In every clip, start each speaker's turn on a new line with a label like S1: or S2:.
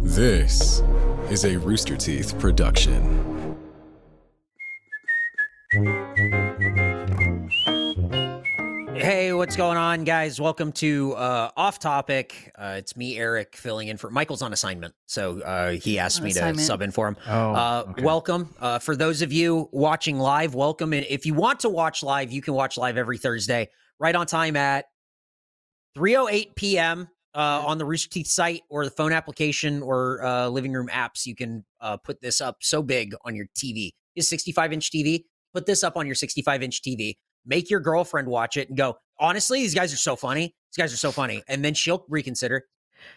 S1: This is a Rooster Teeth production.
S2: Hey, what's going on, guys? Welcome to uh, Off Topic. Uh, it's me, Eric, filling in for Michael's on assignment, so uh, he asked
S3: On
S2: me to
S3: assignment.
S2: sub in for him.
S4: Oh,
S2: uh,
S4: okay.
S2: Welcome uh, for those of you watching live. Welcome, and if you want to watch live, you can watch live every Thursday, right on time at 3:08 p.m. Uh, on the Rooster Teeth site or the phone application or uh, living room apps. You can uh, put this up so big on your TV. Is 65 inch TV? Put this up on your 65 inch TV. Make your girlfriend watch it and go. Honestly, these guys are so funny. These guys are so funny, and then she'll reconsider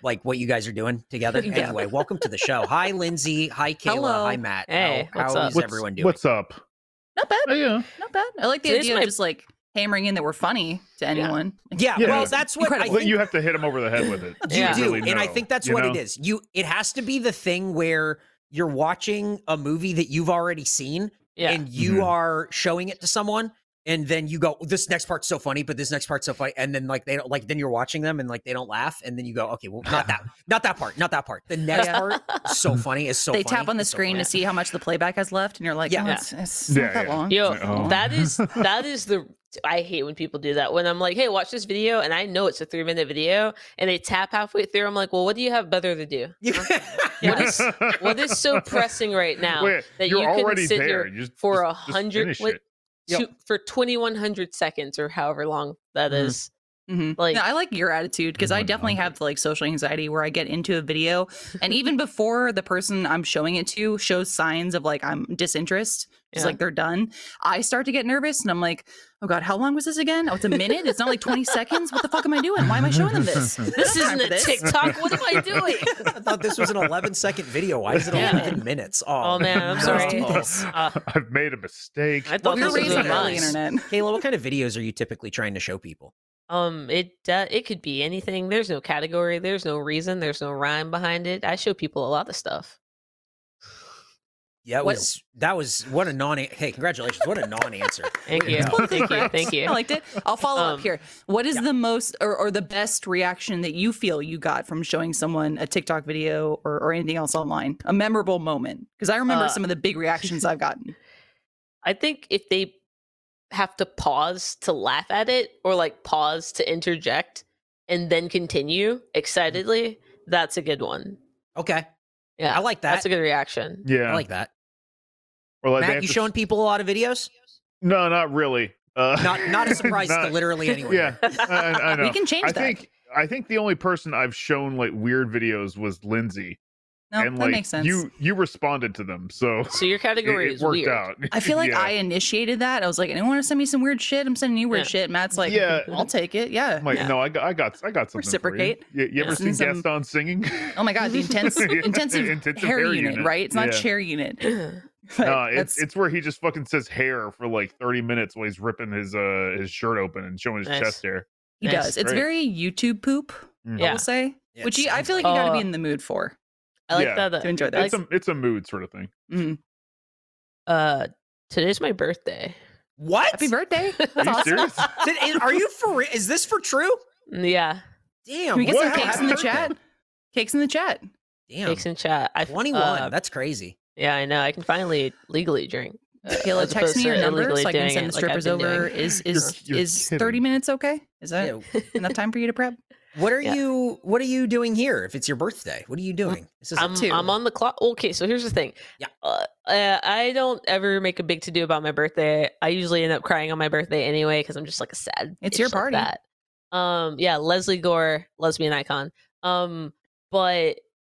S2: like what you guys are doing together.
S3: Yeah.
S2: Anyway, welcome to the show. Hi, Lindsay. Hi, Kayla.
S3: Hello.
S2: Hi, Matt. How-
S5: Hey,
S2: how
S5: what's
S2: is
S5: up?
S4: What's-
S2: everyone doing?
S4: What's up?
S3: Not bad.
S4: Oh, yeah.
S3: Not bad. I like the
S5: Today's
S3: idea
S5: my-
S3: of just like hammering in that we're funny to anyone. Like,
S2: yeah,
S4: Yeah.
S2: well, that's what I
S3: Incredible.
S4: But
S2: think
S4: you have to hit them over the head with it.
S2: You
S5: Yeah.
S2: do,
S4: really
S2: and I
S4: know,
S2: think that's
S4: you
S2: what
S4: know?
S2: it is. You it has to be the thing where you're watching a movie that you've already seen
S5: Yeah.
S2: and you
S4: Mhm.
S2: are showing it to someone and then you go "Oh, this next part's so funny but this next part's so funny and then like they don't like then you're watching them and like they don't laugh and then you go okay well not that not that part not that part the next
S3: Yeah.
S2: part so funny is so
S3: they
S2: funny,
S3: tap on the
S2: is so
S3: screen
S2: funny.
S3: to see how much the playback has left, and you're like,
S2: Yeah.
S3: yeah,
S5: Yeah.
S3: it's, it's not
S4: Yeah,
S3: that
S4: yeah.
S3: long.
S5: Yo,
S4: Oh.
S5: that is that is the I hate when people do that. When I'm like, hey, watch this video, and I know it's a three minute video, and they tap halfway through. I'm like, well, what do you have better to do?
S2: Yeah.
S5: What is what is so pressing right now
S4: Wait,
S5: that
S4: you're
S5: you couldn't
S4: already
S5: sit
S4: there
S5: here
S4: You just,
S5: for
S4: just-
S5: a
S4: just
S5: hundred
S4: finish
S5: what-
S4: it.
S2: Yep.
S5: two- for 2100 seconds or however long that
S4: Mm-hmm.
S2: Mhm.
S5: is.
S3: Mhm.
S5: Like-
S3: No, I like your attitude because I
S4: Everyone
S3: definitely
S4: loves
S3: have like social anxiety where I get into a video, and even before the person I'm showing it to shows signs of like I'm disinterest, just
S5: Yeah.
S3: like they're done, I start to get nervous, and I'm like, oh god, how long was this again? Oh, it's a minute. It's not like 20 seconds. What the fuck am I doing? Why am I showing them this?
S5: This
S3: There's no time
S5: isn't
S3: for
S5: a TikTok. What am I doing?
S2: I thought this was an 11 second video. Why is it
S5: Yeah.
S2: 11 minutes? Oh,
S5: Oh, man, I'm
S2: no.
S5: sorry.
S3: do
S2: Oh.
S3: this.
S5: Uh,
S4: I've made a mistake.
S5: I thought
S3: We
S5: this
S3: were
S5: was
S3: raised
S5: a
S3: on early
S5: must.
S3: internet.
S2: Kayla, what kind of videos are you typically trying to show people?
S5: Um, it uh, it could be anything. There's no category. There's no reason. There's no rhyme behind it. I show people a lot of stuff.
S2: Yeah, it
S5: What-
S2: was that was what a non. Hey, congratulations! What a non-answer.
S5: Thank
S2: Way to
S5: you.
S2: go.
S3: Politically
S5: Thank you.
S3: correct.
S5: Thank you.
S3: I liked it. I'll follow
S5: Um,
S3: up here. What is
S2: yeah.
S3: the most or, or the best reaction that you feel you got from showing someone a TikTok video or, or anything else online? A memorable moment? Because I remember
S5: Uh,
S3: some of the big reactions I've gotten.
S5: I think if they have to pause to laugh at it or like pause to interject and then
S4: Mm.
S5: continue excitedly, that's a good one.
S2: Okay,
S5: Yeah.
S2: I like that.
S5: That's a good reaction.
S4: yeah.
S2: I like that.
S4: or like they
S2: Matt,
S4: have
S2: you
S4: to s-
S2: showing people a lot of videos?
S4: No, not really. Uh,
S2: Not not a surprise
S4: not-
S2: to literally anyone.
S4: Yeah, I, I- I know.
S3: We can change
S4: I
S3: that.
S4: think I think the only person I've shown like weird videos was Lindsay,
S3: no,
S4: and
S3: that
S4: like
S3: makes sense.
S4: you you responded to them, so
S5: So your
S4: it,
S5: category
S4: it
S5: is
S4: worked
S5: weird.
S4: out.
S3: I feel like
S4: Yeah.
S3: I initiated that. I was like, anyone want to send me some weird shit? I'm sending you weird
S5: Yeah.
S3: shit. Matt's like,
S4: Yeah.
S3: I'll take it. Yeah.
S4: I'm like,
S5: Yeah.
S4: no, I got, I got, I got something.
S3: Reciprocate.
S4: For you. You, you ever
S3: Yeah.
S4: seen
S3: Some-
S4: Gaston singing?
S3: Oh my god, the intense,
S4: Yeah,
S3: intensive,
S4: intensive
S3: hair,
S4: hair
S3: unit,
S4: unit.
S3: right? It's not
S4: Yeah.
S3: chair unit. But
S4: no, it's
S3: that's-
S4: it's where he just fucking says hair for like thirty minutes while he's ripping his uh his shirt open and showing his
S5: Nice.
S4: chest hair.
S3: he
S5: That's
S3: does. It's
S4: great.
S3: very YouTube poop.
S4: Mm.
S3: I
S5: Yeah.
S3: will say,
S2: Yeah,
S3: which
S2: it
S3: you, I
S2: sounds
S3: feel like you
S5: like-
S3: got to be
S5: Uh,
S3: in the mood for
S5: I like
S4: Yeah.
S5: that. uh,
S3: to
S5: that-
S3: enjoy
S5: I
S3: that.
S5: like,
S4: It's a it's a mood sort of thing.
S3: Mm.
S5: uh, today's my birthday.
S2: What?
S3: Happy birthday!
S4: Are
S3: That's
S4: you
S3: awesome.
S4: serious?
S2: Did- is- are you for? re- Is this for true?
S5: Mm, Yeah.
S2: Damn.
S3: Can we get
S2: what
S3: some
S2: the
S3: cakes
S2: hell?
S3: in the
S2: Happy birthday.
S3: chat? Cakes in the chat.
S5: Uh,
S2: Damn.
S5: Takes in chat. I,
S2: Twenty-one.
S5: uh,
S2: That's crazy.
S5: yeah, I know. I can finally legally drink. uh,
S3: Kayla,
S5: as
S3: text me
S5: opposed
S3: your
S5: to
S3: number
S5: illegally
S3: so I can
S5: doing
S3: send
S5: it
S3: the
S5: like I've
S3: strippers
S5: been doing.
S3: over. Is
S4: You're-
S3: is
S4: you're
S3: is
S4: kidding.
S3: thirty minutes okay? Is that
S2: Yeah,
S3: enough time for you to prep?
S2: What are
S5: Yeah.
S2: you What are you doing here? If it's your birthday, what are you doing? This is a
S5: I'm,
S2: two.
S5: I'm on the clock. Okay, so here's the thing.
S2: Yeah.
S5: Uh, uh, I don't ever make a big to do about my birthday. I usually end up crying on my birthday anyway because I'm just like a sad.
S3: It's your
S5: bitch like
S3: party.
S5: that. Um. Yeah. Leslie Gore, lesbian icon. Um. But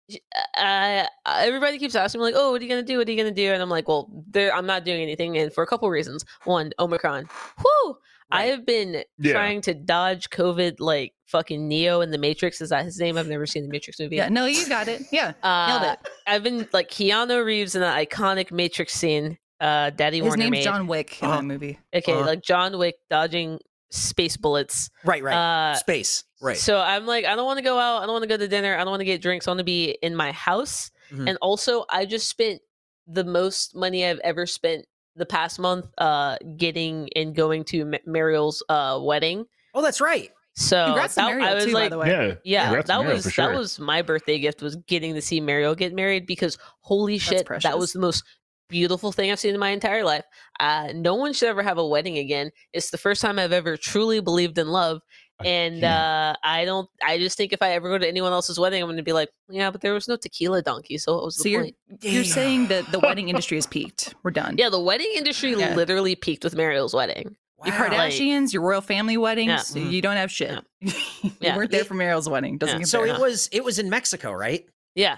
S5: sh- I, I- everybody keeps asking me like, "Oh, what are you gonna do? What are you gonna do?" And I'm like, "Well, there. I'm not doing anything." And for a couple reasons. One, Omicron. Whoo. I
S2: Right.
S5: have been
S4: Yeah.
S5: trying to dodge COVID like fucking Neo in the Matrix. Is that his name? I've never seen the Matrix movie.
S3: Yeah, no, you got it. Yeah, nailed
S5: Uh,
S3: it.
S5: I've been like Keanu Reeves in that iconic Matrix scene. Uh, Daddy
S3: His
S5: Warner
S3: name's
S5: made.
S3: John Wick in
S4: Oh.
S2: Uh-huh.
S3: that movie.
S5: okay,
S2: uh-huh.
S5: like John Wick dodging space bullets.
S2: right, right.
S5: Uh,
S2: Space. Right.
S5: So I'm like, I don't want to go out. I don't want to go to dinner. I don't want to get drinks. I want to be in my house.
S2: Mhm.
S5: And also, I just spent the most money I've ever spent the past month uh, getting and going to M- Mariel's uh, wedding.
S2: oh, that's right.
S5: So
S3: Congrats to
S5: that-
S3: Mario
S5: I was
S3: too,
S5: like,
S3: by the way.
S4: Yeah,
S5: yeah,
S4: congrats to
S5: that
S4: Mira,
S5: was
S4: for
S5: that
S4: sure.
S5: was my birthday gift was getting to see Mario get married because holy shit, that
S3: precious.
S5: was the most beautiful thing I've seen in my entire life. Uh, no one should ever have a wedding again. It's the first time I've ever truly believed in love, and uh, I don't. I just think if I ever go to anyone else's wedding, I'm going to be like, yeah, but there was no tequila donkey, so what was
S3: So
S5: the
S3: you're
S5: point?
S3: you're saying that the wedding industry has peaked. We're done.
S5: Yeah, the wedding industry
S3: Yeah.
S5: literally peaked with Mario's wedding.
S3: Your
S5: Wow. Like-
S3: Kardashians, your royal family weddings,
S5: Yeah.
S3: so you don't have shit. you
S5: Yeah.
S3: weren't there for Meryl's wedding. Doesn't
S5: Yeah.
S3: compare.
S2: So
S5: fair
S2: it
S5: enough.
S2: was it was in Mexico, right?
S5: Yeah,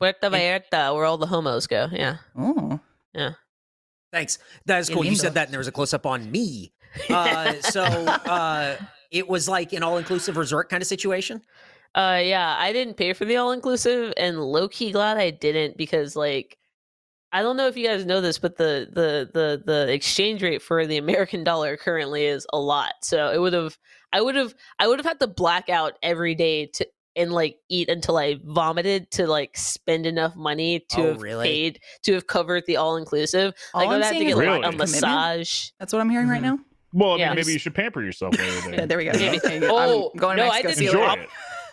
S5: Puerto Vallarta, where all the homos go. Yeah.
S3: oh,
S2: Thanks. That is
S3: Yeah,
S2: cool. You
S3: Lindo.
S2: said that, and there was a close up on me. Uh, so uh, it was like an all inclusive resort kind of situation.
S5: Uh yeah, I didn't pay for the all inclusive and low key glad I didn't because like I don't know if you guys know this, but the the the the exchange rate for the American dollar currently is a lot. So it would have I would have I would have had to black out every day to and like eat until I vomited to like spend enough money to
S2: Oh,
S5: have
S2: really?
S5: paid to have covered the all inclusive. Like
S3: All
S5: I
S3: I'm
S5: would have to
S3: saying is
S5: get like
S4: Really? Mm-hmm.
S5: a
S4: commitment.
S5: massage.
S3: that's what I'm hearing right
S2: Mhm.
S3: now.
S4: Well, I mean,
S5: Yeah.
S4: maybe you should pamper yourself. Over
S3: Yeah,
S4: there.
S3: there we go.
S5: Maybe.
S3: Okay,
S5: Oh,
S3: I'm going to
S5: no, I
S3: Mexico
S5: did
S3: soon.
S5: the
S4: Enjoy
S5: op-
S4: it.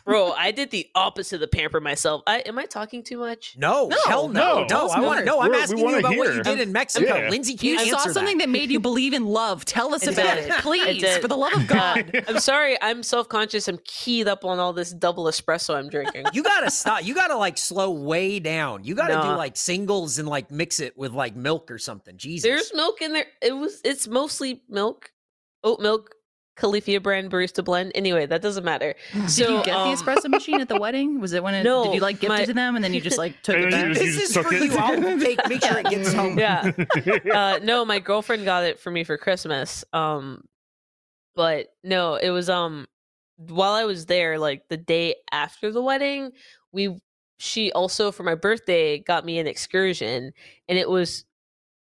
S5: Bro, I did the opposite of the pamper myself. I am I talking too much?
S2: No,
S3: No,
S2: hell no,
S4: no,
S2: no.
S3: that's
S2: I want
S3: more.
S2: no. I'm
S4: We're- we
S2: asking you
S4: wanna
S2: about what you
S4: hear.
S2: did in Mexico,
S4: Yeah.
S2: Lindsay. Can
S3: You
S2: you answer
S3: saw something that. made you believe in love. Tell us
S5: It's
S3: about
S5: a-
S3: it, please,
S5: it's a-
S3: for the love of God.
S5: I'm sorry, I'm self conscious. I'm keyed up on all this double espresso I'm drinking.
S2: You gotta stop. You gotta like slow way down. You gotta
S5: Nah.
S2: do like singles and like mix it with like milk or something. Jesus.
S5: There's milk in there. It was. It's mostly milk, oat milk, Califia brand barista blend. Anyway, that doesn't matter.
S3: Did
S5: So
S3: you get
S5: um,
S3: the espresso machine at the wedding? Was it when it,
S5: No,
S3: did you like gift
S5: my-
S3: it to them and then you just like took
S4: And
S3: it
S4: then
S3: back?
S4: you
S2: this is
S4: just
S2: for
S4: took it.
S2: you. I'll take make sure it gets home.
S5: Yeah. Uh, no, my girlfriend got it for me for Christmas. Um, but no, it was um while I was there, like the day after the wedding, we she also for my birthday got me an excursion, and it was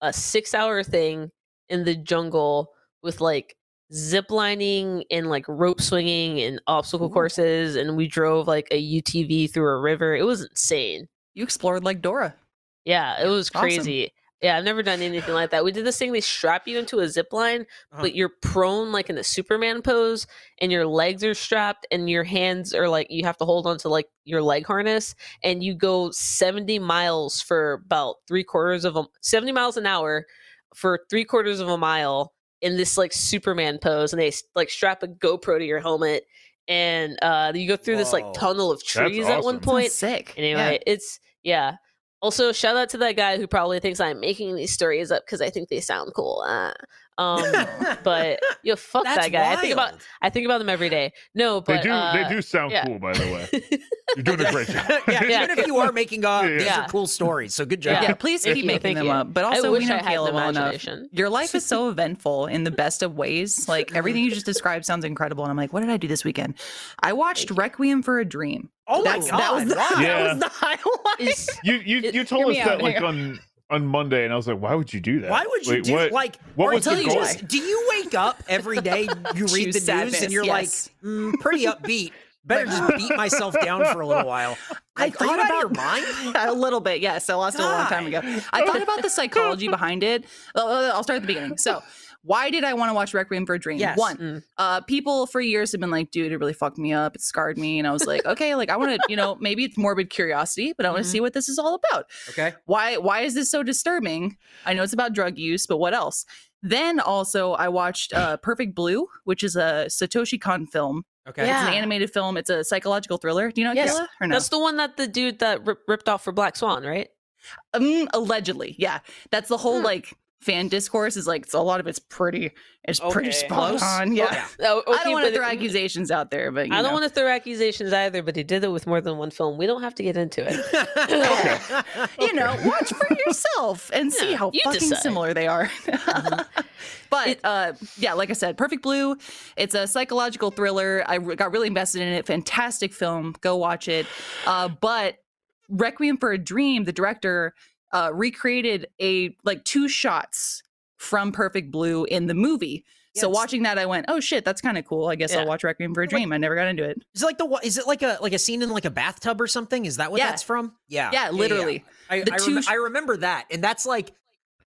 S5: a six hour thing in the jungle with like zip lining and like rope swinging and obstacle courses and we drove like a utv through a river it was insane
S3: You explored like Dora.
S5: yeah, it was
S3: awesome.
S5: crazy. Yeah, I've never done anything like that. We did this thing; they strap you into a zip line,
S2: Uh-huh.
S5: but you're prone like in a Superman pose, and your legs are strapped, and your hands are like you have to hold onto like your leg harness, and you go 70 miles for about three quarters of a 70 miles an hour for three quarters of a mile in this like Superman pose, and they s- like strap a GoPro to your helmet, and uh you go through this like
S2: Whoa.
S5: tunnel of trees at
S4: awesome.
S5: one
S3: Sounds
S5: point.
S3: sick.
S5: Anyway, it's yeah. Also, shout out to that guy who probably thinks I'm making these stories up because I think they sound cool. Uh, um, but you fuck that guy. I think about
S2: wild.
S5: I think about them every day. No, but
S4: they do.
S5: uh,
S4: they do sound
S5: yeah.
S4: cool, by the way. You're doing a great job.
S2: yeah,
S5: Yeah.
S2: even if you are making up, these
S5: Yeah.
S2: are cool stories. So good
S3: Yeah,
S2: job.
S5: Yeah.
S3: please
S5: Thank
S3: keep
S5: you,
S3: making
S5: thank
S3: them
S5: you.
S3: up. But
S5: I
S3: also, we
S5: wish I
S3: know
S5: had
S3: Kayla
S5: the
S3: well enough.
S5: imagination.
S3: Your life is so eventful in the best of ways. Like everything you just described sounds incredible. And I'm like, what did I do this weekend? I watched
S5: Thank you.
S3: Requiem for a Dream.
S2: Oh my
S3: That's-
S2: god,
S3: that was the-
S2: wow.
S4: Yeah.
S3: That was the highlight.
S5: Is,
S4: You you
S5: It-
S4: you
S3: hear
S4: told us
S3: me
S4: that
S3: out
S4: like
S3: here.
S4: on on Monday, and I was like, why would you do that?
S2: Why would you
S4: Wait,
S2: do
S4: what?
S2: like?
S4: what
S2: or
S4: was
S2: do
S4: the
S2: you
S4: goal?
S2: just- do you wake up every day? You read
S3: Choose
S2: the news
S3: sadness,
S2: and you're
S3: yes.
S2: like, mm, pretty upbeat. Better
S3: Like-
S2: just beat myself down for a little while.
S3: I
S2: Like, are you
S3: thought
S2: out of
S3: about
S2: your mind.
S3: a little bit. Yes, I lost it a long time ago. I thought about the psychology behind it. Uh, uh, I'll start at the beginning. So, why did I want to watch Requiem for a Dream?
S2: Yes.
S3: One,
S5: Mm.
S3: uh, people for years have been like, "Dude, it really fucked me up. It scarred me," and I was like, "Okay, like I want to, you know, maybe it's morbid curiosity, but I want to
S5: Mm-hmm.
S2: Mhm.
S3: see what this is all about."
S2: Okay.
S3: why why is this so disturbing i know it's about drug use but what else then also i watched uh, perfect blue which is a satoshi kon film
S2: Okay.
S5: Yeah.
S3: it's an animated film it's a psychological thriller do you know
S5: Yes.
S3: Kayla, or no
S5: that's the one that the dude that rip, ripped off for Black Swan, right?
S3: um, allegedly yeah that's the whole
S5: Hmm.
S3: like fan discourse is like it's, a lot of it's pretty it's pretty
S5: Okay.
S3: spot
S2: Close?
S3: on yeah,
S2: Okay.
S5: Oh,
S3: i
S5: okay,
S3: don't want to
S5: but it-
S3: throw accusations out there but you
S5: I don't
S3: know.
S5: want to throw accusations either, but he did it with more than one film. We don't have to get into it.
S3: you know, watch for yourself and see
S5: Yeah,
S3: how
S5: you
S3: fucking
S5: decide. Mm-hmm.
S3: similar they are. but uh, yeah, like I said, Perfect Blue. It's a psychological thriller. I re- got really invested in it. Fantastic film. Go watch it. Uh, but Requiem for a Dream, the director uh, recreated a like two shots from Perfect Blue in the movie. So
S2: Yes.
S3: watching that, I went, "Oh shit, that's kind of cool. I guess
S5: Yeah.
S3: I'll watch Requiem for a Dream." I never got into it.
S2: Is it like the wa- is it like a like a scene in like a bathtub or something? Is that what
S3: Yeah.
S2: that's from? Yeah.
S3: Yeah, literally.
S2: I,
S3: The
S2: I, rem-
S3: two sh-
S2: I remember that, and that's like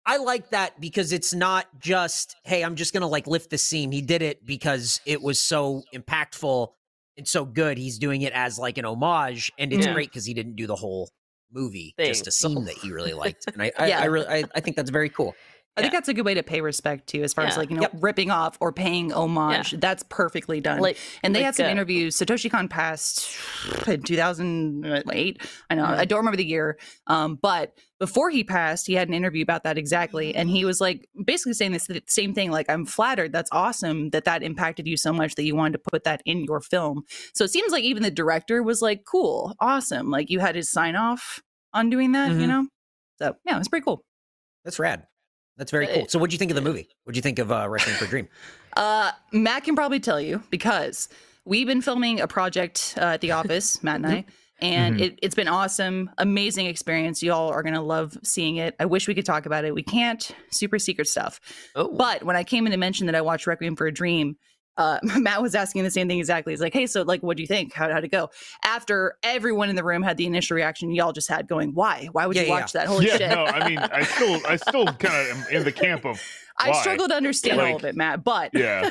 S2: I like that because it's not just, hey, I'm just gonna like lift the scene. He did it because it was so impactful and so good. He's doing it as like an homage, and it's
S5: Yeah.
S2: great because he didn't do the whole movie, just
S5: Thing.
S2: a scene that he really liked. And I, I,
S3: Yeah.
S2: I really, I, I think that's very cool.
S3: I think that's a good way to pay respect too, as far as
S5: Yeah.
S3: like you know
S2: Yep.
S3: ripping off or paying homage. That's perfectly done.
S5: Like
S3: and they
S5: like,
S3: had some
S5: uh,
S3: interviews. Satoshi Khan passed in 2008. I know I don't remember the year, um, but before he passed, he had an interview about that exactly, and he was like basically saying this the same thing. Like, I'm flattered. That's awesome that that impacted you so much that you wanted to put that in your film. So it seems like even the director was like, cool, awesome. Like you had his sign off on doing that. You
S2: Mhm.
S3: know, so yeah, it's pretty cool.
S2: That's rad. That's very cool.
S5: It-
S2: So, what'd you think of the movie? What'd you think of uh, Wrestling for Dream?
S3: Uh, Matt can probably tell you because we've been filming a project uh, at the office, Matt and I, and
S4: Mhm.
S3: it, it's been awesome, amazing experience. Y'all are gonna love seeing it. I wish we could talk about it. We can't. Super secret stuff.
S5: oh,
S3: But when I came in to mention that I watched Requiem for a Dream, uh, Matt was asking the same thing exactly. He's like, "Hey, so like, what do you think? How how'd it go?" After everyone in the room had the initial reaction y'all just had, going, "Why? Why would
S2: Yeah,
S3: you
S2: yeah,
S3: watch that? Holy
S4: yeah,
S3: shit!"
S4: no, I mean, I still, I still kind of am in the camp of,
S3: I
S4: why?
S3: struggle to understand all of
S4: Like-
S3: it, Matt. But
S4: yeah,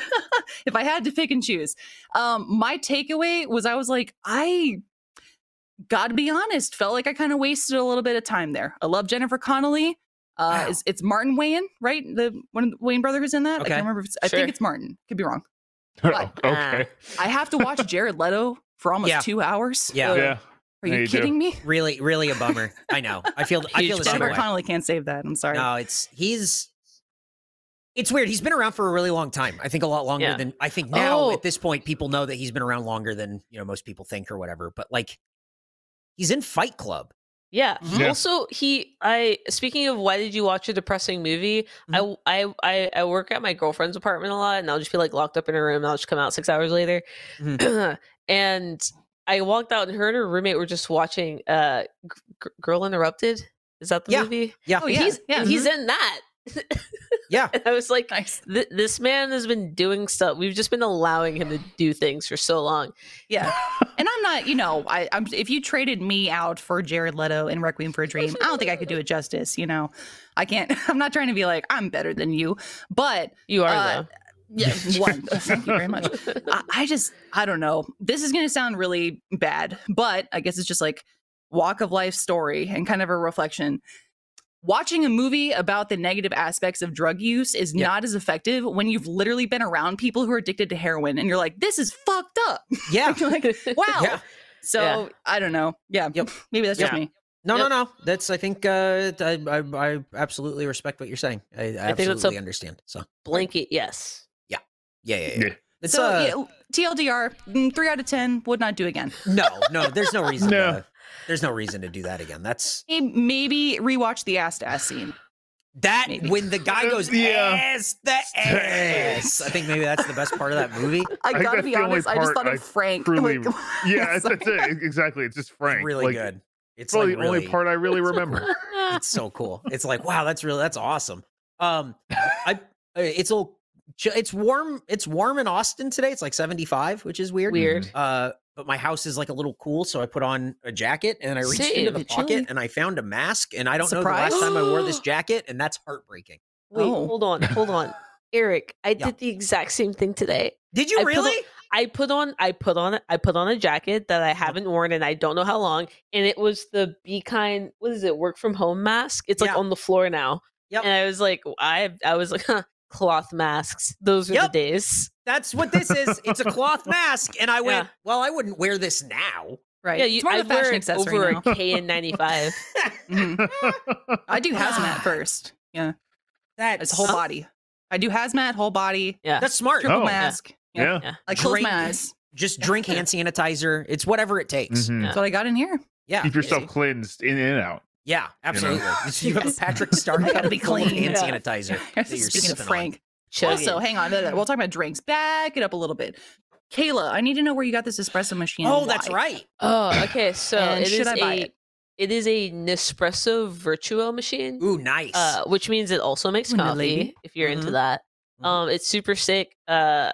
S3: if I had to pick and choose, um, my takeaway was I was like, I gotta be honest, felt like I kind of wasted a little bit of time there. I love Jennifer Connelly. Uh,
S2: Wow.
S3: it's, it's Martin Wayne, right? The one of the Wayne brother who's in that. I
S2: Okay.
S3: can't remember. If it's, I
S5: Sure.
S3: think it's Martin. Could be wrong. But-
S4: Oh, okay,
S3: I have to watch Jared Leto for almost
S2: Yeah.
S3: two hours.
S2: Yeah.
S3: Are
S4: yeah, Yeah,
S3: you
S4: you do.
S3: kidding me?
S2: Really, really a bummer. I know. I feel. I feel
S5: Huge
S2: the same
S5: bummer.
S3: Jennifer
S2: way.
S3: Connelly can't save that. I'm sorry.
S2: No, it's he's. It's weird. He's been around for a really long time. I think a lot longer
S5: Yeah.
S2: than I think now.
S5: Oh.
S2: At this point, people know that he's been around longer than you know most people think or whatever. But like, he's in Fight Club.
S5: Yeah.
S3: Mhm.
S4: Yeah.
S5: Also, he. I speaking of why did you watch a depressing movie?
S3: Mm-hmm.
S5: I, I I I work at my girlfriend's apartment a lot, and I'll just be like locked up in a room. And I'll just come out six hours later.
S3: Mm-hmm.
S5: and I walked out, and her and her roommate were just watching uh, G- G- Girl Interrupted. Is that the
S2: Yeah.
S5: movie?
S2: Yeah,
S3: Oh, yeah.
S5: He's he's in that.
S2: yeah.
S5: And I was like,
S3: nice.
S5: th- this man has been doing stuff. We've just been allowing him to do things for so long.
S3: Yeah. And I'm not, you know, I, I'm. If you traded me out for Jared Leto in Requiem for a Dream, I don't think I could do it justice. You know, I can't. I'm not trying to be like I'm better than you, but
S5: You are
S3: Uh,
S5: though.
S3: yeah, one. Thank you very much. I, I just, I don't know. This is going to sound really bad, but I guess it's just like walk of life story and kind of a reflection. Watching a movie about the negative aspects of drug use is
S2: Yeah.
S3: not as effective when you've literally been around people who are addicted to heroin and you're like, this is fucked up.
S2: yeah.
S3: You're like, wow.
S2: Yeah.
S3: So
S5: Yeah.
S3: I don't know. Yeah.
S2: Yep.
S3: Maybe that's just
S2: Yeah.
S3: me.
S2: No,
S5: Yep.
S2: no, no. That's I think uh, I, I I absolutely respect what you're saying. I, I
S5: think
S2: absolutely
S5: that's a-
S2: understand. So
S5: Blanket, yes.
S2: yeah, yeah, yeah.
S4: Yeah.
S2: It's
S3: so
S2: uh,
S3: yeah, TLDR, mm, three out of 10, would not do again.
S2: no, no. There's no reason.
S4: No.
S2: To, there's no reason to do that again. That's
S3: May- Maybe rewatch the ass to ass scene.
S2: that
S3: Maybe.
S2: when the guy goes
S4: Yeah.
S2: ass the ass. I think maybe that's the best part of that movie.
S3: I
S4: think
S3: gotta
S4: that's
S3: be
S4: the only
S3: honest. I just
S4: part
S3: thought of
S4: I
S3: Frank.
S4: truly-
S3: Like,
S4: yeah, that's,
S3: sorry.
S4: that's it. Exactly. It's just Frank.
S2: Really
S4: Like,
S2: good. It's
S4: It's probably
S2: like
S4: the
S2: really,
S4: only part I really remember.
S2: It's so cool. It's like wow, that's really that's awesome. Um, I uh, it's a little ch- it's warm. It's warm in Austin today. It's like seventy five, which is weird.
S5: Weird.
S2: Uh, but my house is like a little cool, so I put on a jacket and I reached
S5: Same,
S2: into the
S5: it's
S2: pocket
S5: chilly.
S2: and I found a mask. And I don't
S3: Surprise.
S2: know the last time I wore this jacket, and that's heartbreaking.
S5: Wait,
S3: Oh.
S5: hold on, hold on. Eric, I
S2: Yeah.
S5: did the exact same thing today.
S2: Did you
S5: I put on-
S2: really?
S5: I put on I put on I put on a jacket that I haven't worn in I don't know how long, and it was the be kind. What is it? Work from home mask. It's like
S2: Yeah.
S5: on the floor now.
S2: Yep.
S5: And I was like, I I was like, huh, cloth masks. Those were
S2: Yep.
S5: the days.
S2: That's what this is. It's a cloth mask, and I went,
S5: Yeah.
S2: well, I wouldn't wear this now.
S3: right.
S5: Yeah, you,
S3: it's more
S5: I
S3: of a fashion
S5: wear it
S3: accessory
S5: over
S3: now.
S5: a KN95.
S3: Mhm. I do hazmat
S2: God.
S3: first. Yeah,
S2: That's
S3: it's whole
S2: Ah.
S3: body. I do hazmat, whole body,
S5: Yeah.
S2: That's smart.
S3: triple
S4: Oh.
S3: mask. Yeah.
S4: yeah.
S3: I close
S2: Drink.
S3: my eyes.
S2: Just drink hand sanitizer. It's whatever it takes.
S4: Mhm.
S3: That's what I got in here.
S2: Yeah.
S4: Keep yourself
S2: It's-
S4: cleansed in and out.
S2: Yeah, absolutely. You, have
S3: Yes.
S2: a Patrick Star
S3: I gotta
S2: cup
S3: be
S2: full of
S3: clean.
S2: hand
S5: Yeah.
S2: sanitizer. that you're
S3: Speaking of
S2: sipping on.
S3: Frank,
S5: Chugging.
S3: also hang on. blah, blah, blah. We'll talk about drinks. Back it up a little bit. Kayla, I need to know where you got this espresso machine. and
S2: Oh, that's
S3: why.
S2: right.
S5: oh, okay. So
S3: And
S5: it
S3: should
S5: is
S3: I buy
S5: a
S3: it?
S5: it is a Nespresso Virtuo machine.
S2: Ooh, nice.
S5: uh, which means it also makes
S3: Ooh, na lady. Mm-hmm.
S5: coffee if you're into
S2: Mhm.
S5: that.
S2: Mhm.
S5: Um, it's super sick. Uh,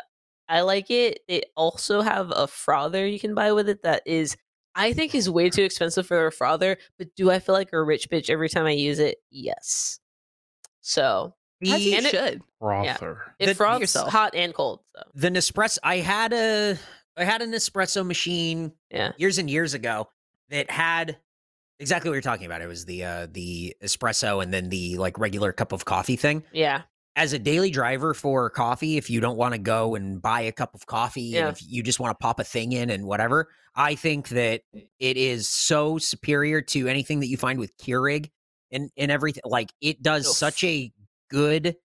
S5: I like it. They also have a frother you can buy with it that is, I think, is way too expensive for a frother. But do I feel like a rich bitch every time I use it? Yes. So
S3: As
S2: The-
S3: you
S5: And it-
S3: should.
S4: Frother.
S5: it
S2: The-
S5: froths
S3: yourself.
S5: hot and cold. So
S2: the Nespresso. I had a I had an espresso machine
S5: Yeah.
S2: years and years ago that had exactly what you're talking about. It was the uh the espresso and then the like regular cup of coffee thing.
S5: yeah,
S2: As a daily driver for coffee, if you don't want to go and buy a cup of coffee
S5: Yeah.
S2: and if you just want to pop a thing in and whatever, I think that it is so superior to anything that you find with Keurig and and everything. Like it does
S5: Oof.
S2: such a good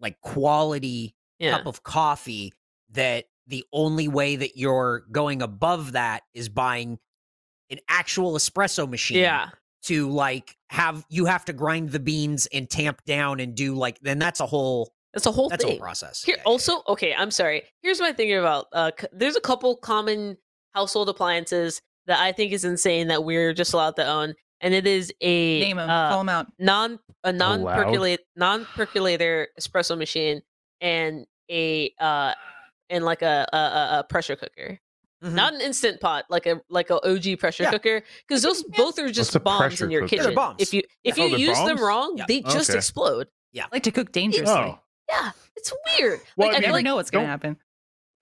S2: like quality
S5: yeah,
S2: cup of coffee that the only way that you're going above that is buying an actual espresso machine
S5: yeah,
S2: to like have you have to grind the beans and tamp down and do like then that's a whole
S5: that's a whole
S2: that's a
S5: thing.
S2: whole process
S5: Here,
S2: Yeah, yeah,
S5: also, okay, I'm sorry. Here's my thing about uh, c- there's a couple common household appliances that I think is insane that we're just allowed to own, and it is a
S3: Name them.
S5: uh,
S3: call them out.
S5: non a non
S4: Allowed?
S5: percolate non percolator espresso machine and a uh and like a a, a- a pressure cooker,
S2: yeah. Mhm.
S5: not an instant pot, like a like a OG pressure
S2: Yeah.
S5: cooker, because those both are just
S4: a
S5: bombs
S4: pressure
S5: in your
S4: cooker? Yeah,
S5: kitchen.
S4: they're
S2: bombs.
S5: If you if
S4: Yeah.
S5: you
S4: Oh, they're
S5: use them
S4: bombs?
S5: wrong,
S2: Yeah.
S5: they just
S4: Okay.
S5: explode.
S3: I like to cook dangerously.
S4: Oh,
S5: Yeah, it's weird.
S4: Well, I mean,
S5: like I, feel
S3: never
S5: like
S3: know what's gonna
S4: don't-
S3: happen.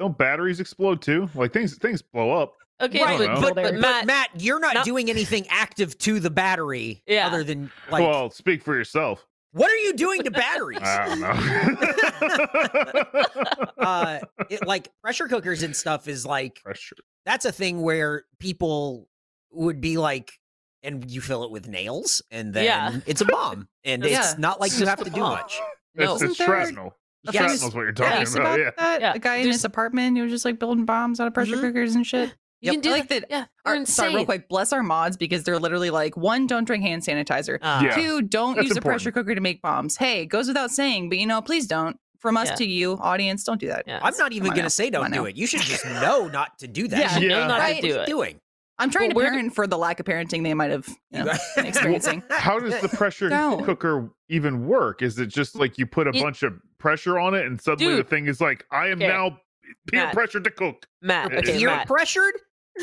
S4: don't batteries explode too? Like things things blow up.
S5: okay,
S2: Right,
S5: but,
S3: but-
S5: but, but
S3: but
S5: Matt,
S2: Matt, you're not,
S5: not-
S2: doing anything active to the battery
S5: Yeah.
S2: other than like
S4: well, speak for yourself.
S2: what are you doing to batteries?
S3: Uh.
S4: I don't know.
S2: uh it, like pressure cookers and stuff is like
S4: Pressure.
S2: that's a thing where people would be like and you fill it with nails and then
S5: Yeah.
S2: it's a bomb and
S3: Yeah.
S2: it's not like
S5: It's
S2: you
S5: just
S2: have
S5: a
S2: to do
S5: bomb.
S2: much
S5: No.
S4: It's, it's
S3: Isn't there
S4: shrapnel.
S3: a
S2: Yes.
S4: Shrapnel's what you're
S2: Yeah.
S4: talking
S3: Case about
S4: about. Yeah.
S3: that
S5: Yeah.
S3: a guy in
S5: There's-
S3: his apartment who was just like building bombs out of pressure
S2: Mhm.
S3: cookers and shit.
S5: you
S3: Yep.
S5: can do
S3: I like
S5: that.
S3: that.
S5: Yeah,
S3: All
S5: you're
S3: right,
S5: insane.
S3: Sorry, real quick. Bless our mods because they're literally like one, don't drink hand sanitizer.
S5: Ah.
S4: Yeah.
S3: Two, don't
S4: That's
S3: use a pressure cooker to make bombs. Hey, it goes without saying, but you know, please don't. From us
S5: Yeah.
S3: to you, audience, don't do that.
S5: Yeah.
S2: i'm not even
S3: on
S2: going
S3: now.
S2: to say
S3: Come
S2: don't
S3: on
S2: do
S3: now.
S2: it you should just know not to do that
S5: yeah,
S4: Yeah.
S5: know not
S3: Right.
S5: to do it.
S2: doing
S3: I'm trying
S5: But
S3: to
S5: where do-
S3: parent for the lack of parenting they might have. You know. experiencing.
S4: How does the pressure
S3: Don't.
S4: cooker even work? Is it just like you put a
S5: It-
S4: bunch of pressure on it and suddenly
S5: Dude.
S4: the thing is like, I am
S5: Okay.
S4: now peer
S5: Matt.
S4: pressured to cook?
S5: Matt,
S4: If
S5: okay,
S2: you're
S5: Matt.
S2: pressured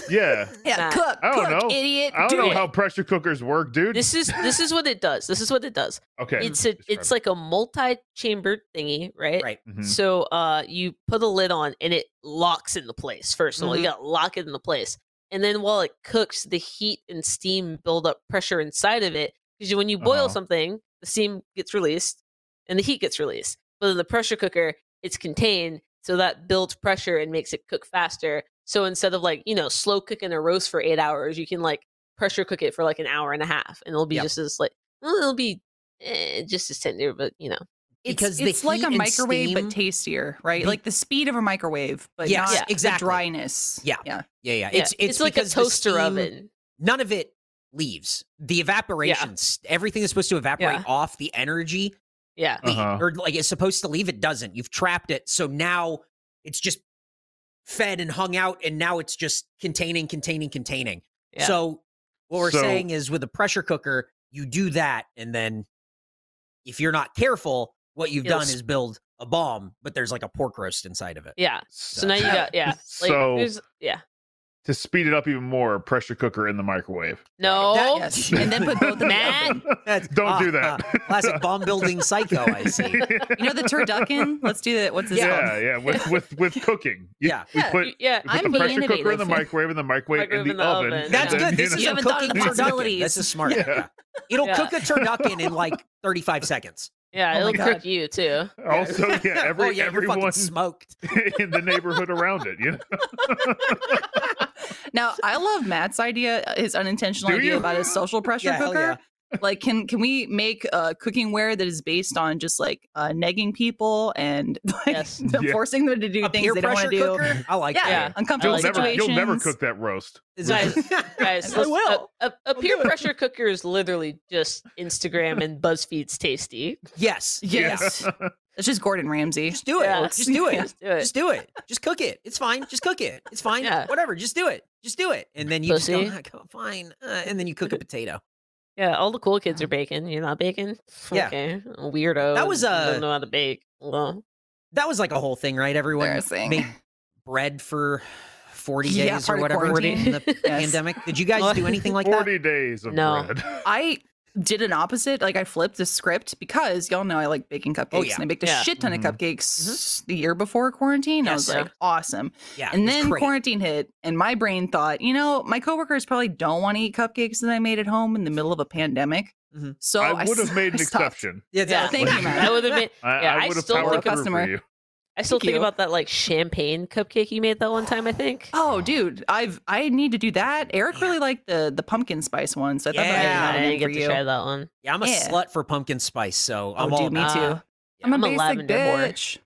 S4: Yeah.
S3: Yeah,
S5: Matt.
S3: cook,
S4: I don't
S3: cook,
S4: know.
S3: idiot.
S4: I don't
S3: do
S4: know
S3: it.
S4: how pressure cookers work, dude.
S5: This is this is what it does. This is what it does.
S4: okay.
S5: It's a
S4: Describe
S5: it's
S4: it.
S5: like a multi-chambered thingy, right?
S2: right
S4: Mhm.
S5: So uh you put a lid on and it locks into place. First of all,
S2: Mhm.
S5: you gotta lock it into place. And then while it cooks, the heat and steam build up pressure inside of it. Because when you boil
S4: Uh-huh.
S5: something, the steam gets released and the heat gets released. But in the pressure cooker, it's contained, so that builds pressure and makes it cook faster. So instead of like, you know, slow cooking a roast for eight hours, you can like pressure cook it for like an hour and a half. And it'll be
S2: Yep.
S5: just as like well, it'll be eh, just as tender, but you know.
S2: Uh,
S3: It's-
S2: because the
S3: it's, like
S2: heat
S3: a
S2: and
S3: microwave
S2: steam-
S3: but tastier, right?
S2: Be-
S3: like the speed of a microwave, but
S2: Yes,
S3: not
S5: yeah,
S3: the
S2: exactly.
S3: dryness.
S2: Yeah.
S3: yeah.
S2: yeah yeah
S5: Yeah,
S2: it's it's,
S5: like a
S2: because the
S5: toaster
S2: steam-
S5: oven.
S2: none of it leaves the evaporation s- everything that's supposed to evaporate
S5: Yeah.
S2: off the energy
S5: Yeah.
S2: the-
S4: Uh-huh.
S2: or like it's supposed to leave, it doesn't. You've trapped it, so now it's just fed and hung out, and now it's just containing, containing, containing.
S5: Yeah.
S2: So what we're
S4: So-
S2: saying is, with a pressure cooker, you do that, and then if you're not careful, what you've
S5: It'll
S2: done
S5: s-
S2: is build a bomb, but there's like a pork roast inside of it.
S5: Yeah. So now you got yeah. Like
S4: So-
S5: there's yeah.
S4: to speed it up even more, pressure cooker in the microwave.
S5: No.
S2: That-
S3: Yes. And then put both of them
S5: Matt.
S3: in.
S2: That's-
S4: Don't
S2: ah,
S4: do that.
S2: ah, classic bomb building psycho. I see.
S3: You know the turducken? Let's do that. What's this
S4: yeah,
S3: called?
S4: yeah, with with with cooking. You-
S2: Yeah.
S4: we
S5: yeah,
S4: put,
S5: you- yeah.
S4: we put
S3: I'm
S4: the
S3: being
S4: pressure cooker in the
S3: innovative.
S4: microwave and the microwave,
S5: Microwave
S4: in the, oven. and
S2: That's
S5: Yeah.
S4: then,
S2: good. This
S4: you
S2: is
S3: You
S2: a
S3: haven't thought
S2: cooking
S3: of the
S2: turducken. This
S3: possibilities.
S2: is smart.
S4: Yeah.
S2: Yeah. It'll
S5: Yeah.
S2: cook a turducken in like 35 seconds.
S5: Yeah,
S3: Oh my
S5: it'll
S3: God.
S5: cook you too.
S4: know, also, yeah, every
S2: oh, yeah, you're fucking
S4: everyone
S2: smoked.
S4: in the neighborhood around it. You know?
S3: Now I love Matt's idea, his unintentional
S4: Do
S3: idea
S4: you?
S3: about a social pressure
S2: Yeah, hell
S3: cooker. Like, can can we make uh, cooking that is based on just like uh, negging people and like,
S5: Yes.
S3: the-
S4: Yeah.
S3: forcing them to do
S2: a
S3: things
S2: peer
S3: they don't want
S2: pressure
S3: to do?
S2: cooker. I like
S3: Yeah,
S5: Yeah.
S3: uncomfortable
S4: You'll never
S3: situations.
S4: you'll never cook that roast.
S2: that.
S5: Guys,
S3: I
S5: Guys, let's-
S3: will.
S5: A, a, a peer pressure cooker is literally just Instagram and BuzzFeed's tasty.
S2: yes,
S3: Yes, it's just Gordon Ramsay.
S2: Just do it.
S5: Yeah.
S2: Just do it.
S5: Just do it.
S2: Just do it. Just cook it. It's fine. Just cook it. It's fine.
S5: Yeah.
S2: Whatever. Just do it. Just do it. And then you
S5: Pussy.
S2: just go, "Ah, fine. Uh, and then you cook a potato.
S5: yeah, all the cool kids are baking. You're not baking.
S2: Yeah.
S5: Okay, weirdo.
S2: That was,
S5: and
S2: uh,
S5: Doesn't know how to bake. Well,
S2: That was like a whole thing, right? Everyone
S3: Embarrassing.
S2: made bread for 40
S3: Yeah,
S2: days or
S3: part of
S2: whatever in
S3: quarantine.
S2: the
S3: Yes.
S2: pandemic. Did you guys do anything like that?
S4: Forty days of
S5: No.
S4: bread.
S3: I did an opposite. Like I flipped the script because y'all know I like baking cupcakes
S2: yeah.
S3: and I baked a
S5: Yeah. Mm-hmm.
S3: shit ton
S4: Mhm.
S3: of cupcakes the year before quarantine. I
S5: Yes.
S3: was
S5: Yeah.
S3: like, awesome.
S2: Yeah, it
S3: and
S2: was
S3: then
S2: great.
S3: quarantine hit, and my brain thought, you know, my coworkers probably don't want to eat cupcakes that I made at home in the middle of a pandemic.
S2: Mhm.
S3: So
S4: I would
S3: s-
S4: have made
S3: I
S4: an
S3: stopped.
S4: exception.
S2: Yeah,
S5: Yeah,
S3: thank you, man.
S5: I would have been.
S4: I,
S5: Yeah, I
S4: I would have
S5: still
S4: powered
S5: think-
S4: through
S3: Customer.
S4: for you.
S5: I still
S3: Thank
S5: think
S3: you.
S5: about that like champagne cupcake you made that one time. I think.
S3: Oh, dude, I've I need to do that. Eric
S2: Yeah.
S3: really liked the the pumpkin spice one, so I thought
S2: Yeah,
S5: I
S3: that might have
S5: didn't
S3: been
S5: get
S3: for
S5: to
S3: you.
S5: try that one.
S2: Yeah, I'm a
S3: Yeah.
S2: slut for pumpkin spice, so
S3: Oh,
S2: I'm all
S3: dude, me
S5: about
S3: too.
S5: that.
S3: I'm a
S5: I'm a
S3: basic
S5: lavender whore.
S3: bitch.
S2: about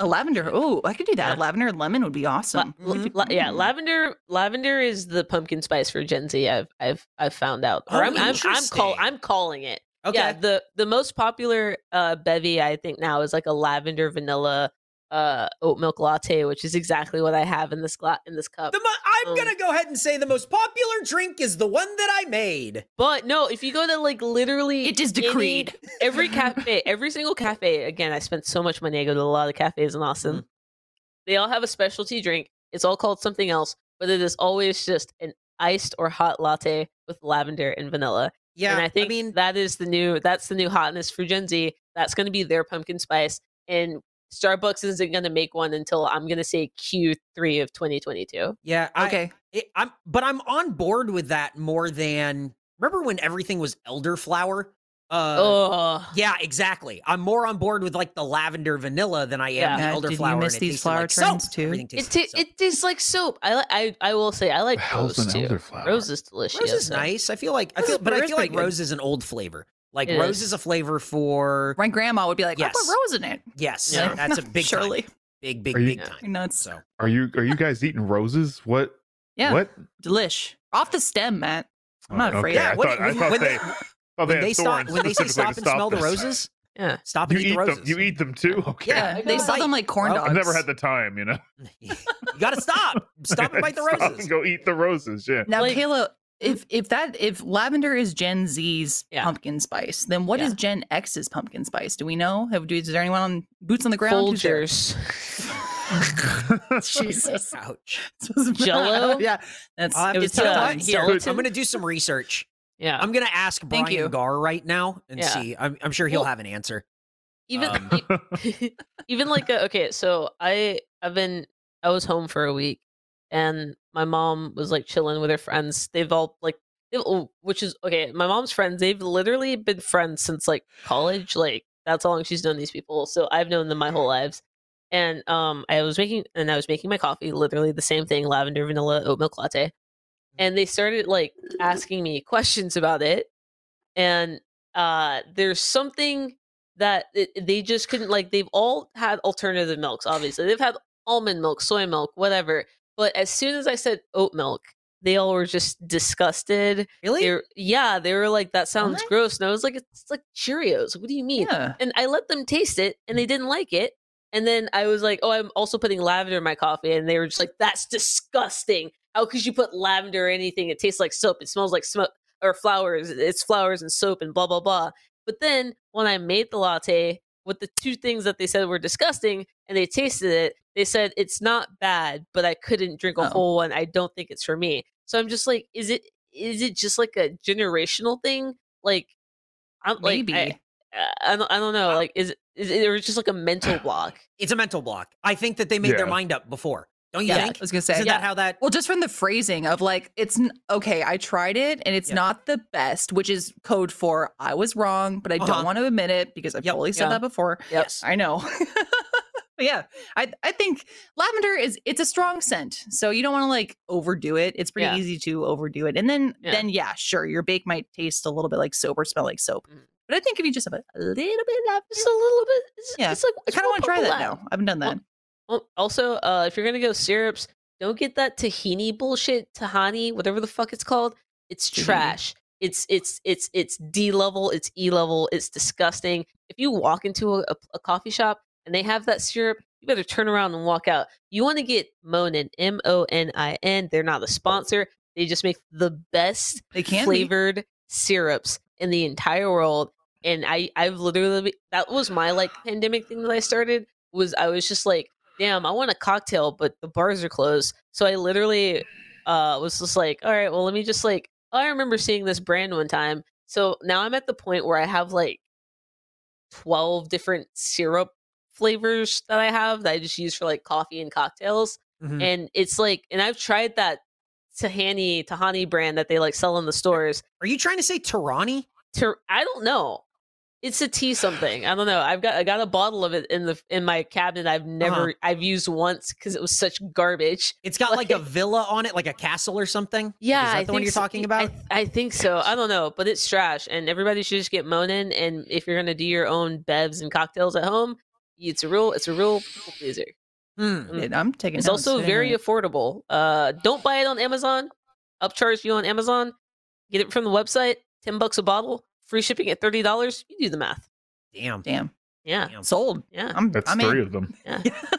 S3: A lavender. Oh, I could do that.
S5: Yeah.
S3: Lavender and lemon would be awesome.
S5: La-
S2: Mhm.
S5: la- yeah,
S3: Mm.
S5: lavender. Lavender is the pumpkin spice for Gen Z. I've I've I've found out.
S2: Oh,
S5: Or I'm I'm, I'm call
S2: interesting.
S5: I'm calling it.
S2: Okay.
S5: Yeah, the the most popular uh, bevy I think now is like a lavender vanilla uh, oat milk latte, which is exactly what I have in this gla- in this cup.
S2: The mo- I'm
S5: Um,
S2: gonna go ahead and say the most popular drink is the one that I made.
S5: But no, if you go to like literally,
S3: It is
S5: any-
S3: decreed.
S5: every cafe, every single cafe. Again, I spent so much money. I go to a lot of cafes in Austin.
S2: Mm-hmm.
S5: They all have a specialty drink. It's all called something else, but it is always just an iced or hot latte with lavender and vanilla.
S2: Yeah,
S5: and I think
S2: mean,
S5: that is the new that's the new hotness for Gen Z. That's going to be their pumpkin spice, and Starbucks isn't going to make one until I'm going to say Q3 of 2022.
S2: yeah, I,
S3: Okay.
S2: it, I'm, but I'm on board with that more than remember when everything was elderflower. Uh,
S5: oh,
S2: Yeah, exactly. I'm more on board with like the lavender vanilla than I am
S5: Yeah.
S3: Yeah,
S2: the elderflower.
S3: did you miss
S2: and it
S3: these
S2: tasted like
S3: flower
S2: soap.
S3: trends, too?
S2: Everything
S5: It,
S2: tasted
S5: t-
S2: like soap.
S5: it tastes like soap. I li- I I will say I like
S4: Hell's
S5: rose
S4: an
S5: too.
S4: elderflower.
S5: Rose is delicious.
S2: Rose is
S5: so-
S2: nice. I feel like I
S3: Rose
S2: feel,
S3: is-
S2: but I
S3: rose
S2: feel
S3: pretty
S2: like
S3: good.
S2: rose is an old flavor. Like
S5: It
S2: rose
S5: is.
S2: is. a flavor for
S3: My grandma would be like, I
S2: Yes.
S3: put rose in it.
S2: yes,
S5: Yeah.
S2: that's a big time.
S3: Surely.
S2: big, big,
S4: Are you-
S2: big
S5: Yeah.
S3: You're
S2: time.
S3: nuts.
S2: So
S4: Are you are you guys eating roses? What?
S3: Yeah.
S4: What? Oh,
S3: Delish. Off the stem, Matt. I'm not
S4: Okay,
S3: afraid.
S2: Yeah,
S4: I
S2: when-
S4: thought, I
S2: when-
S4: thought
S2: when
S4: they,
S2: they-
S4: thought
S2: when
S4: had
S2: they stop,
S4: thorns
S2: when they say
S4: specifically
S2: stop
S4: to
S2: and smell the
S4: this.
S2: roses,
S5: Yeah.
S2: stop
S4: you
S2: and eat
S4: eat
S2: the
S4: them.
S2: roses.
S4: You eat them too. Okay.
S3: Yeah,
S2: I
S3: they
S2: know,
S3: sell
S2: like-
S3: them like corn
S2: Well,
S3: dogs.
S4: I've never had the time, you know.
S2: you gotta stop. Stop and bite the
S4: Stop
S2: roses.
S4: and go eat the roses. Yeah.
S3: Now,
S5: Like- Hmm?
S3: Kayla, if if that if lavender is Gen Z's
S5: Yeah.
S3: pumpkin spice, then what is
S5: Yeah.
S3: Gen X's pumpkin spice? Do we know? Have do is there anyone on boots on the ground? who's there?
S5: Folgers.
S3: Jesus.
S2: Ouch. Um,
S3: This was bad.
S5: Jell-O?
S3: Yeah, that's
S2: I'll have
S3: it
S2: to
S3: was
S5: tell
S3: tough.
S5: you.
S2: I'm
S5: here.
S2: gonna- I'm gonna do some research.
S5: yeah.
S2: I'm gonna ask
S3: Thank you.
S2: Brian Gar right now and
S5: Yeah.
S2: see. I'm, I'm sure he'll
S5: Well,
S2: have an answer.
S5: even
S2: um,
S5: e- even like a, okay, so I I've been I was home for a week and my mom was like chilling with her friends. They've all like they've- oh, which is okay, my mom's friends, they've literally been friends since like college. Like that's how long she's known these people. So I've known them my whole lives. And um I was making and I was making my coffee, literally the same thing, lavender vanilla oat milk latte. And they started like asking me questions about it. And uh there's something that it, they just couldn't like they've all had alternative milks obviously they've had almond milk soy milk whatever but as soon as i said oat milk they all were just disgusted
S2: Really?
S5: they were- yeah they were like that sounds
S3: What?
S5: gross and i was like it's like cheerios what do you mean
S3: Yeah.
S5: and i let them taste it and they didn't like it and then i was like oh i'm also putting lavender in my coffee and they were just like that's disgusting how could you put lavender or anything it tastes like soap it smells like smoke or flowers it's flowers and soap and blah blah blah but then when I made the latte with the two things that they said were disgusting and they tasted it, they said it's not bad, but I couldn't drink
S3: Oh.
S5: a whole one. I don't think it's for me. So I'm just like, is it is it just like a generational thing? Like I'm
S3: Maybe.
S5: like I, I don't I don't know. Like is it- is it or just like a mental block?
S2: It's a mental block. I think that they made their
S4: Yeah.
S2: mind up before. Don't you
S3: yeah, I
S2: think?
S3: was gonna say.
S2: Isn't
S3: yeah.
S2: that how that?
S3: Well, just from the phrasing of like, it's n- okay, I tried it and it's
S2: Yeah.
S3: not the best, which is code for I was wrong, but I
S2: Uh-huh.
S3: don't want to admit it because I've
S2: Yep.
S3: totally said
S5: Yeah.
S3: that before.
S2: Yes.
S3: I know. but yeah, I, I think lavender is, it's a strong scent. So you don't want to like overdo it. It's pretty
S5: Yeah.
S3: easy to overdo it. And then,
S5: Yeah.
S3: then yeah, sure, your bake might taste a little bit like soap or smell like soap.
S5: Mhm.
S3: But I think if you just have a little bit of lavender,
S5: Just a little bit. It's,
S3: Yeah.
S5: it's like
S3: I kind of want to try that now. I haven't done
S5: Well,
S3: that.
S5: now. Also, uh, if you're gonna go syrups, don't get that tahini bullshit, tahani, whatever the fuck it's called. It's
S3: Tahini.
S5: trash. It's it's it's it's D level. It's E level. It's disgusting. If you walk into a, a, a coffee shop and they have that syrup, you better turn around and walk out. You want to get Monin, M O N I N. They're not a sponsor. They just make the best
S3: They can be.
S5: flavored syrups in the entire world. And I, I've literally that was my like pandemic thing that I started was I was just like, damn, I want a cocktail, but the bars are closed. So I literally uh was just like, all right, well let me just like I remember seeing this brand one time. So now I'm at the point where I have like 12 different syrup flavors that I have that I just use for like coffee and cocktails.
S2: Mhm.
S5: And it's like, and I've tried that Tahani, Tahani brand that they like sell in the stores.
S2: Are you trying to say Tarani?
S5: Ter- I don't know. It's a tea something. I don't know. I've got I got a bottle of it in the in my cabinet. I've
S2: Uh-huh.
S5: never I've used once because it was such garbage.
S2: It's got like, a villa on it, like a castle or something.
S5: Yeah,
S2: is that
S5: I
S2: the one
S5: think
S2: you're
S5: so-
S2: talking
S5: I-
S2: about?
S5: I, think so. I don't know, but it's trash, and everybody should just get Monin. And if you're gonna do your own bevs and cocktails at home, it's a real it's a real people pleaser.
S2: Hmm.
S3: Dude, I'm taking.
S5: mm. It's
S3: notes,
S5: also
S3: wait a
S5: very
S3: minute.
S5: affordable. Uh, don't buy it on Amazon. Upcharge you on Amazon. Get it from the website. Ten bucks a bottle. Free shipping at thirty dollars. You do the math.
S2: Damn.
S3: damn
S5: Yeah,
S2: Damn.
S3: sold.
S5: yeah.
S3: I'm.
S4: That's
S3: I'm
S4: three
S3: in.
S4: of them.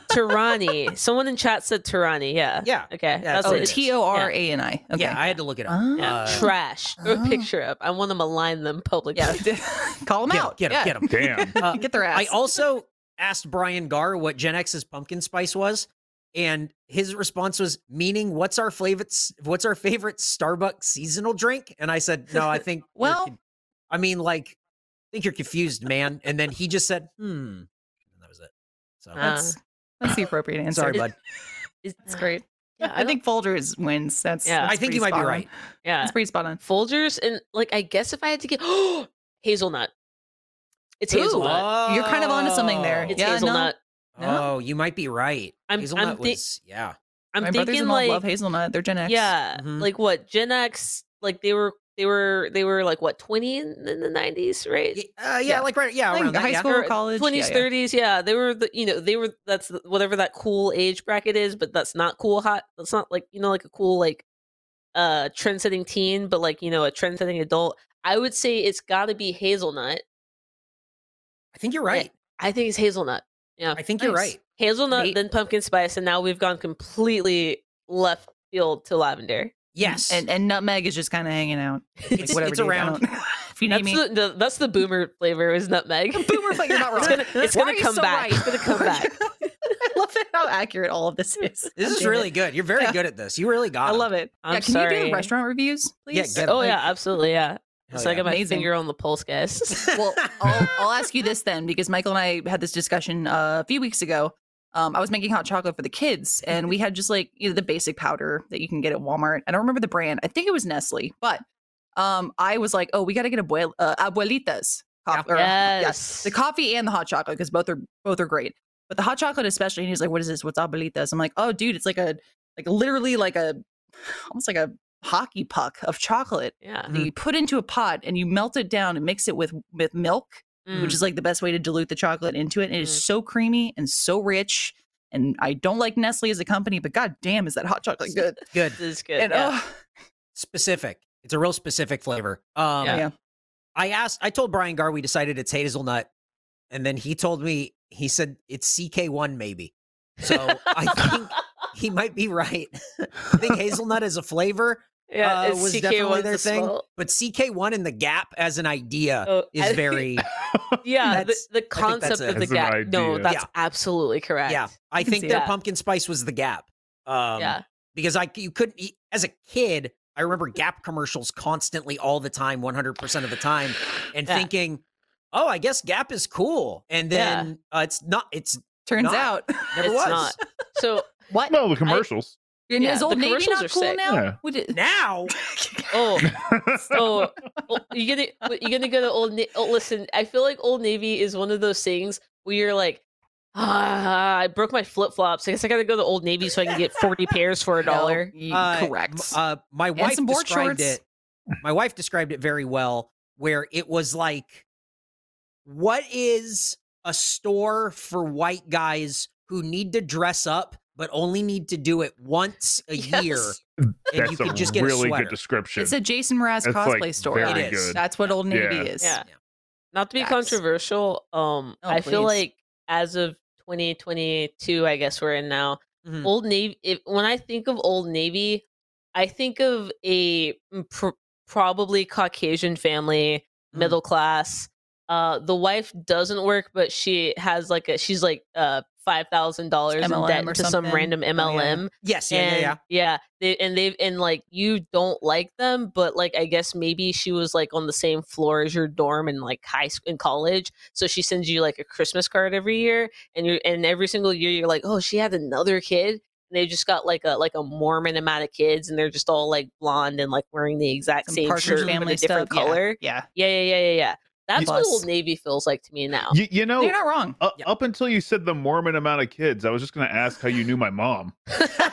S5: Tirani. Someone in chat said Tirani. Yeah.
S2: Yeah.
S5: Okay.
S2: Yeah,
S5: That's
S2: so
S3: Oh,
S5: it.
S2: it's-
S3: T O R A N I. Okay.
S2: Yeah, I had to look it up.
S3: Oh.
S5: Yeah.
S2: Uh,
S5: Trash. Throw
S3: Oh.
S5: a picture up. I want them to line them publicly.
S3: Yeah. Call them
S2: Get 'em,
S3: out.
S2: Get him.
S3: yeah.
S2: Get him.
S4: Damn.
S2: Uh,
S3: Get their ass.
S2: I also asked Brian Gar what Gen X's pumpkin spice was, and his response was meaning what's our favorite what's our favorite Starbucks seasonal drink? And I said, "No, I think you're
S3: Well-
S2: con- I mean like I think you're confused, man." And then he just said, "Hmm." And that was it. So
S5: Ah,
S3: that's that's the appropriate answer.
S2: sorry, bud.
S3: It's great.
S5: Yeah,
S3: I, think Folgers wins. That's
S5: Yeah.
S3: that's
S2: I think
S3: pretty
S2: you might be
S3: spot on.
S2: right.
S5: Yeah.
S3: That's pretty spot on.
S5: Folgers and like I guess if I had to get hazelnut, it's hazelnut.
S3: you're kind of onto something there.
S5: It's
S3: yeah, no.
S5: hazelnut.
S3: No.
S2: Oh, you might be right.
S5: I'm- I'm
S2: Hazelnut
S5: thi-
S2: was yeah.
S5: I'm
S3: My
S5: thinking
S3: brothers-in-law
S5: like
S3: love hazelnut. They're Gen X. mm-hmm.
S5: yeah,
S2: Mhm.
S5: like what Gen X? Like they were they were they were like what twenty in, in the nineties, right?
S2: Y- Uh, yeah,
S3: Yeah.
S2: like right yeah,
S3: Like
S2: around that,
S3: high
S2: yeah.
S3: school,
S5: Or
S3: college,
S5: twenties,
S3: yeah, yeah.
S5: thirties. Yeah, they were the you know they were that's the- whatever that cool age bracket is, but that's not cool hot. That's not like you know like a cool like uh trend setting teen, but like you know a trend setting adult. I would say it's got to be hazelnut.
S2: I think you're right.
S5: I think it's hazelnut. Yeah,
S2: I think you're
S3: Nice.
S2: right.
S5: hazelnut,
S3: Nate-
S5: then pumpkin spice, and now we've gone completely left field to lavender.
S2: Yes.
S3: And and nutmeg is just kind of hanging out. Like,
S2: it's,
S3: whatever,
S2: it's
S3: dude, I
S2: around.
S3: don't- if you need
S5: That's
S3: me.
S5: the, the that's the boomer flavor is nutmeg.
S3: Boomer, but you're not wrong.
S5: It's gonna, it's
S3: Why
S5: gonna
S3: are you
S5: come
S3: so
S5: back.
S3: right?
S5: It's gonna come back.
S3: I love it how accurate all of this is.
S2: This
S3: God
S2: is
S3: damn it.
S2: really good. You're very
S3: Yeah.
S2: good at this. You really got
S3: I
S2: it.
S3: love it.
S5: I'm
S3: yeah, can you do
S5: sorry.
S3: restaurant reviews,
S2: Yeah,
S3: please?
S2: get it.
S5: Oh
S3: Like-
S5: yeah, absolutely. Yeah.
S2: Hell
S5: so I
S2: yeah.
S5: got my
S3: Amazing.
S5: finger on the pulse, guys.
S3: Well, I'll, I'll ask you this then, because Michael and I had this discussion uh, a few weeks ago. Um, I was making hot chocolate for the kids, and we had just like you know, the basic powder that you can get at Walmart. I don't remember the brand. I think it was Nestle, but um, I was like, oh, we got to get abuel- uh, abuelitas. coff- or- yeah,
S5: yes.
S3: the coffee and the hot chocolate because both are both are great. But the hot chocolate especially, and he's like, "What is this? What's abuelitas?" I'm like, "Oh, dude, it's like a like literally like a almost like a hockey puck of chocolate
S5: yeah.
S3: that you put into a pot and you melt it down and mix it with with milk, Mm-hmm. which is like the best way to dilute the chocolate into it. And it is
S5: Mm.
S3: so creamy and so rich. And I don't like Nestle as a company, but god damn, is that hot chocolate good?
S2: good.
S5: This is good.
S3: and
S5: yeah.
S3: oh,
S2: Specific. It's a real specific flavor. Um,
S5: Yeah.
S3: Yeah.
S2: I asked. I told Brian Gar we decided it's hazelnut, and then he told me he said it's CK1 maybe. So I think he might be right. I think hazelnut as a flavor,
S5: yeah,
S2: uh,
S5: it's
S2: was
S5: CK
S2: definitely
S5: one's
S2: their
S5: the
S2: thing.
S5: smell.
S2: but CK1 in the gap as an idea
S5: Oh,
S2: Uh, is
S5: I-
S2: very.
S5: yeah. The,
S2: that's- I
S5: the
S2: think that's
S5: concept
S2: it.
S5: of the
S4: That's an
S5: gap. No,
S4: idea.
S5: that's
S2: Yeah.
S5: absolutely correct.
S2: yeah, I
S3: can
S2: think
S3: see
S2: their
S5: that.
S2: pumpkin spice was the gap. Um,
S5: yeah.
S2: because I you couldn't eat as a kid. I remember Gap commercials constantly, all the time, one hundred percent of the time, and
S5: Yeah.
S2: thinking, "Oh, I guess Gap is cool." And
S5: Yeah.
S2: then uh, it's not. It's
S3: turns
S2: Not.
S3: out
S2: never
S5: it's
S2: was
S5: not. So
S3: what
S4: No, the commercials.
S3: And
S5: Yeah,
S3: is
S5: the
S3: old Navy
S5: commercials
S3: not
S5: are
S3: cool
S5: sick.
S3: now?
S4: Yeah.
S3: Would it-
S2: now.
S5: oh oh, oh, you gonna wait, you gonna go to old Na- oh, listen i feel like old navy is one of those things where you're like ah, i broke my flip-flops i guess i gotta go to old navy so i can get 40 pairs for a
S3: No,
S5: dollar
S3: y-
S2: Uh, m-
S3: correct.
S2: Uh, my wife
S3: some board
S2: described
S3: shorts.
S2: it. My wife described it very well, where it was like, "What is a store for white guys who need to dress up?" But only need to do it once a year,
S5: Yes.
S2: and you
S4: That's a
S2: can just get a
S4: really
S2: sweater.
S4: good description.
S3: it's a Jason Mraz
S4: That's,
S3: cosplay
S4: like,
S3: store.
S2: very
S3: It is.
S4: good.
S3: That's what Old Navy
S4: Yeah.
S3: is.
S5: Yeah. not to be
S3: Facts.
S5: controversial um
S3: Oh,
S5: i feel
S3: please.
S5: like as of 2022 i guess we're in now
S3: Mm-hmm.
S2: Mhm.
S5: old navy if, when i think of old navy i think of a mm, pr- probably caucasian family
S3: Mm-hmm.
S2: Mhm.
S5: middle class Uh, the wife doesn't work, but she has like a she's like uh five thousand dollars in
S3: MLM
S5: debt
S3: or
S5: to some
S3: something.
S5: random
S3: Oh, yeah.
S5: MLM.
S2: Yes, yeah,
S5: and,
S2: yeah, yeah.
S5: They and they've and like you don't like them, but like I guess maybe she was like on the same floor as your dorm in like high school in college. So she sends you like a Christmas card every year, and you are and every single year you're like, oh, she had another kid. And they just got like a like a Mormon amount of kids, and they're just all like blonde and like wearing the exact
S3: Some
S5: same
S3: Partridge
S5: shirt
S3: family
S5: with a different
S3: stuff. Yeah,
S5: color.
S3: Yeah.
S5: Yeah, yeah, yeah, yeah, yeah. That's what
S3: Plus-
S5: Old Navy feels like to me now.
S4: You, you know,
S3: You're not wrong.
S4: u-
S2: Yeah.
S4: up until you said the Mormon amount of kids, I was just going to ask how you knew my mom.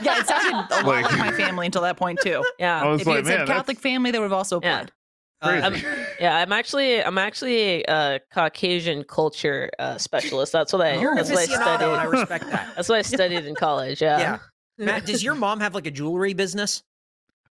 S3: Yeah, it sounded a lot
S4: Like-
S3: like Oh, my family until that point too.
S5: yeah.
S4: I was
S3: If you
S4: like,
S3: had
S4: man,
S3: said Catholic family, they would have also
S5: Yeah.
S3: applied.
S4: that's
S2: Uh,
S4: crazy.
S5: Yeah, I'm actually I'm actually a uh, Caucasian culture uh, specialist. That's what I
S2: Um, Oh,
S3: You're an
S5: that's what I
S2: aficionado, and I
S5: studied.
S2: respect that.
S5: That's what I studied in college. Yeah.
S2: Yeah. Matt, does your mom have like a jewelry business?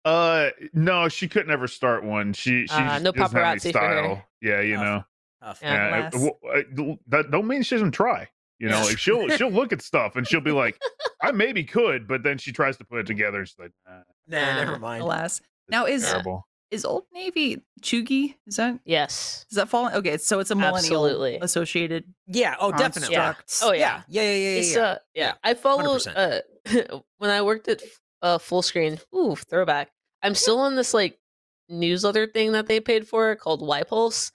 S4: Uh, no, she could never start one. She she
S5: Uh,
S4: just
S5: no
S4: doesn't have any
S5: paparazzi for her.
S4: style. Yeah, you
S2: Oh,
S4: know. Uh,
S2: Tough.
S5: Yeah.
S4: Yeah,
S3: Alas.
S4: it- w- I- that don't mean she doesn't try. You know,
S2: Yeah.
S4: like she'll she'll look at stuff and she'll be like, I maybe could, but then she tries to put it together. And she's like, nah,
S2: Nah, never
S5: Yeah.
S2: mind.
S3: Alas.
S4: this
S3: Now, is-
S4: terrible.
S3: Is Old Navy Chugi? Is that
S5: Yes.
S3: is that falling? Okay, so it's a millennial
S5: Absolutely.
S3: associated.
S2: Yeah. Oh, definitely.
S5: Constructs. Oh, yeah.
S2: Yeah. Yeah. Yeah. Yeah.
S5: It's
S2: yeah.
S5: uh yeah. I followed
S2: 100%.
S5: uh when I worked at uh full screen. Ooh, throwback. I'm still on this like newsletter thing that they paid for called Y Pulse,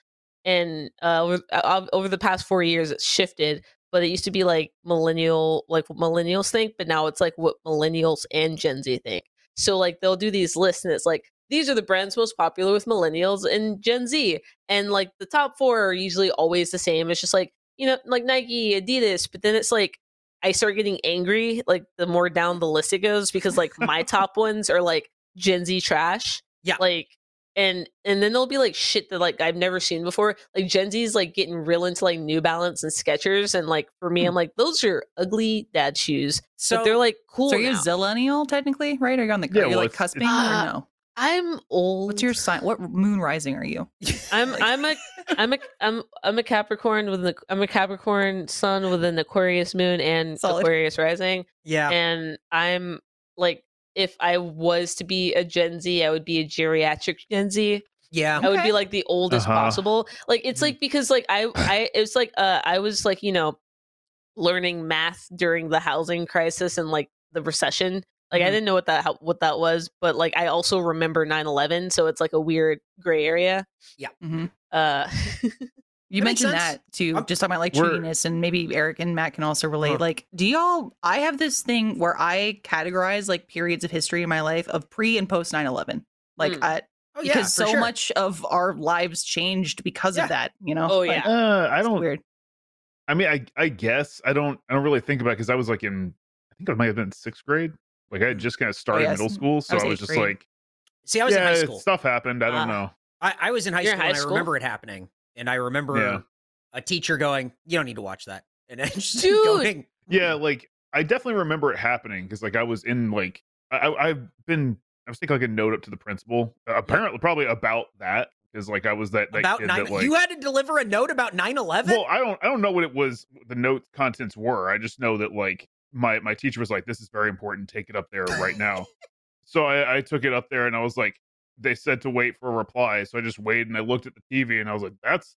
S5: and uh over, uh, over the past four years it's shifted. But it used to be like millennial, like what millennials think, but now it's like what millennials and Gen Z think. So like they'll do these lists, and it's like these are the brands most popular with millennials and Gen Z, and like the top four are usually always the same. It's just like you know, like Nike, Adidas, but then it's like I start getting angry like the more down the list it goes because like my top ones are like Gen Z trash.
S2: Yeah.
S5: Like and and then there'll be like shit that like I've never seen before. Like Gen Z's like getting real into like New Balance and Skechers and like for me I'm like those are ugly dad shoes.
S2: so
S5: but they're like cool.
S3: Hmm. so are you a
S5: now.
S3: zillennial technically, right? Are you on the?
S4: Yeah,
S3: are you
S4: well,
S3: like
S4: it's-
S3: cusping
S5: it's-
S3: or
S2: Uh,
S3: no?
S5: I'm old.
S3: What's your sign? What moon rising are you?
S5: I'm I'm a I'm a I'm I'm a Capricorn with an I'm a Capricorn sun with an Aquarius moon and
S3: Solid.
S5: Aquarius rising.
S2: yeah.
S5: and I'm like, if I was to be a Gen Z, I would be a geriatric Gen Z.
S2: yeah.
S5: I would
S3: Okay.
S5: be like the oldest
S4: Uh-huh.
S5: possible. Like it's like because like I I it's like uh I was like you know learning math during the housing crisis and like the recession. Like I
S2: Mhm.
S5: didn't know what that how, what that was, but like I also remember 9/11, so it's like a weird gray area.
S3: hmm
S5: Uh
S3: You
S2: That makes
S3: mentioned
S2: sense.
S3: that too,
S2: I'm-
S3: just talking about like
S4: We're-
S3: cheatiness, and maybe Eric and Matt can also relate.
S2: Huh.
S3: Like, do y'all? I have this thing where I categorize like periods of history in my life of pre and post 9 11. Like,
S5: Hmm.
S3: I,
S2: oh, yeah.
S3: because
S2: for
S3: so
S2: sure.
S3: much of our lives changed because
S2: Yeah.
S3: of that, you know?
S5: oh
S3: Like,
S5: yeah.
S4: Uh, I
S3: it's
S4: don't.
S3: weird.
S4: I mean, I I guess I don't. I don't really think about because I was like in. I think I might have been in sixth grade. Like I had just kind of started
S3: yeah,
S4: middle
S3: s-
S4: school, so I
S3: was
S4: was,
S3: eighth
S4: just
S3: grade.
S4: like,
S2: See, I was
S4: yeah,
S2: in high school.
S4: stuff happened. I don't
S5: Ah.
S4: know.
S2: I, I was in high school
S5: You're in high
S2: and I
S5: school?
S2: remember it happening. And I remember
S4: Yeah.
S2: a teacher going, You don't need to watch that. And then just
S5: Dude.
S2: going,
S4: Yeah, like I definitely remember it happening because like I was in like I, I I've been I was taking like a note up to the principal uh, apparently probably about that because like I was that, that
S2: About
S4: kid
S2: nine
S4: that like
S2: you had to deliver a note about 9 11?
S4: well I don't I don't know what it was what the note contents were I just know that like my my teacher was like this is very important take it up there right now so I I took it up there and I was like they said to wait for a reply so I just waited and I looked at the TV and I was like that's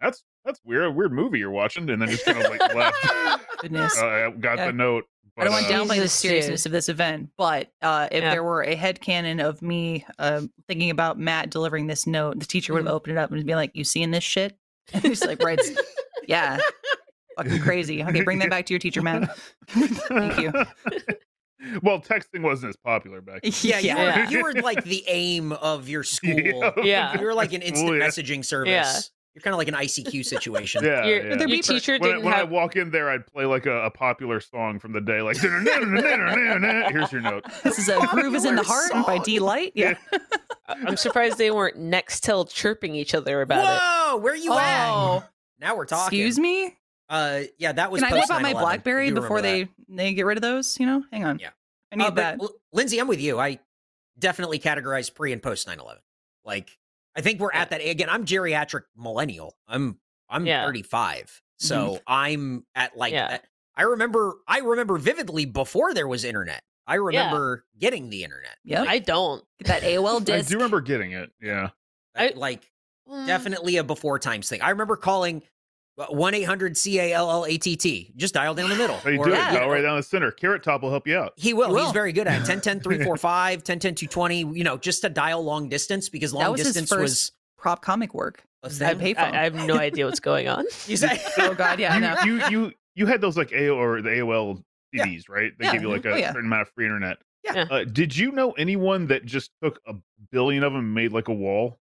S4: that's that's weird a weird movie you're watching and then just kind of like left
S3: Goodness.
S4: uh, I got
S3: Yeah.
S4: the note.
S3: I don't want to
S5: uh,
S3: downplay the
S5: Jesus, dude.
S3: seriousness of this event, but uh, if
S5: Yeah.
S3: there were a headcanon of me uh, thinking about Matt delivering this note, the teacher
S2: Mm-hmm.
S3: would have opened it up and be like, You seeing this shit? And he's like, Right. Yeah. Fucking crazy. Okay, bring that back to your teacher, Matt. Thank you.
S4: uh, well, texting wasn't as popular back. then.
S2: yeah, you,
S5: Yeah.
S2: Were, you were like the aim of your school.
S5: Yeah.
S2: You were like an instant
S4: School, yeah.
S2: messaging service. You're kind of like an ICQ situation.
S4: Yeah,
S5: Your,
S4: yeah.
S5: your
S3: Beeper.
S5: teacher
S4: When, I,
S5: didn't
S4: when I
S5: have
S4: walk in there, I'd play like a, a popular song from the day, like here's your note.
S3: This is a groove is in the
S2: Popular
S3: heart by
S2: song.
S3: D Light. Yeah.
S5: I- I'm surprised they weren't Nextel chirping each other about it.
S2: Whoa, where you at?
S3: Oh,
S2: Now we're talking.
S3: excuse me.
S2: Uh, yeah, that was.
S3: Can I whip
S2: post
S3: out my
S2: 9/11. I
S3: BlackBerry
S2: do
S3: before
S2: remember that.
S3: they they get rid of those? You know, hang on.
S2: Yeah.
S3: I need
S2: Uh, but
S3: that.
S2: L- Lindsay, I'm with you. I definitely categorize pre and post 9/11. Like I think we're at that again. I'm geriatric millennial. I'm I'm
S5: Yeah.
S2: 35. So
S3: Mm-hmm.
S2: I'm at like
S5: Yeah.
S2: that. I remember I remember vividly before there was internet. I remember getting the internet.
S3: Yep.
S5: I don't.
S3: Get that AOL
S4: I
S3: disc.
S4: do remember getting it. Yeah,
S5: I-
S2: like
S5: Mm,
S2: Definitely a before times thing. I remember calling uh, one eight hundred C A L L A T T. Just dial down the middle.
S4: How Oh, you
S2: Or-
S4: do
S3: Yeah.
S4: it? Dial right down the center. Carrot Top will help you out.
S2: He will.
S3: He will.
S2: He's very good at it. 10 10 345, 10 10 220, you know, just to dial long distance because long
S3: was his
S2: distance
S3: first
S2: was
S3: Prop comic work.
S2: a
S3: I
S5: I,
S2: thing.
S3: pay
S5: I,
S3: phone.
S5: I have no idea what's going on.
S2: You say-
S3: Oh God, yeah,
S4: you,
S3: no.
S4: you you you had those like AOL or the AOL
S2: Yeah.
S4: CDs, right? They
S3: Yeah.
S4: gave you like a
S3: Oh, yeah.
S4: certain amount of free internet.
S5: Yeah.
S4: Uh, did you know anyone that just took a billion of them and made like a wall?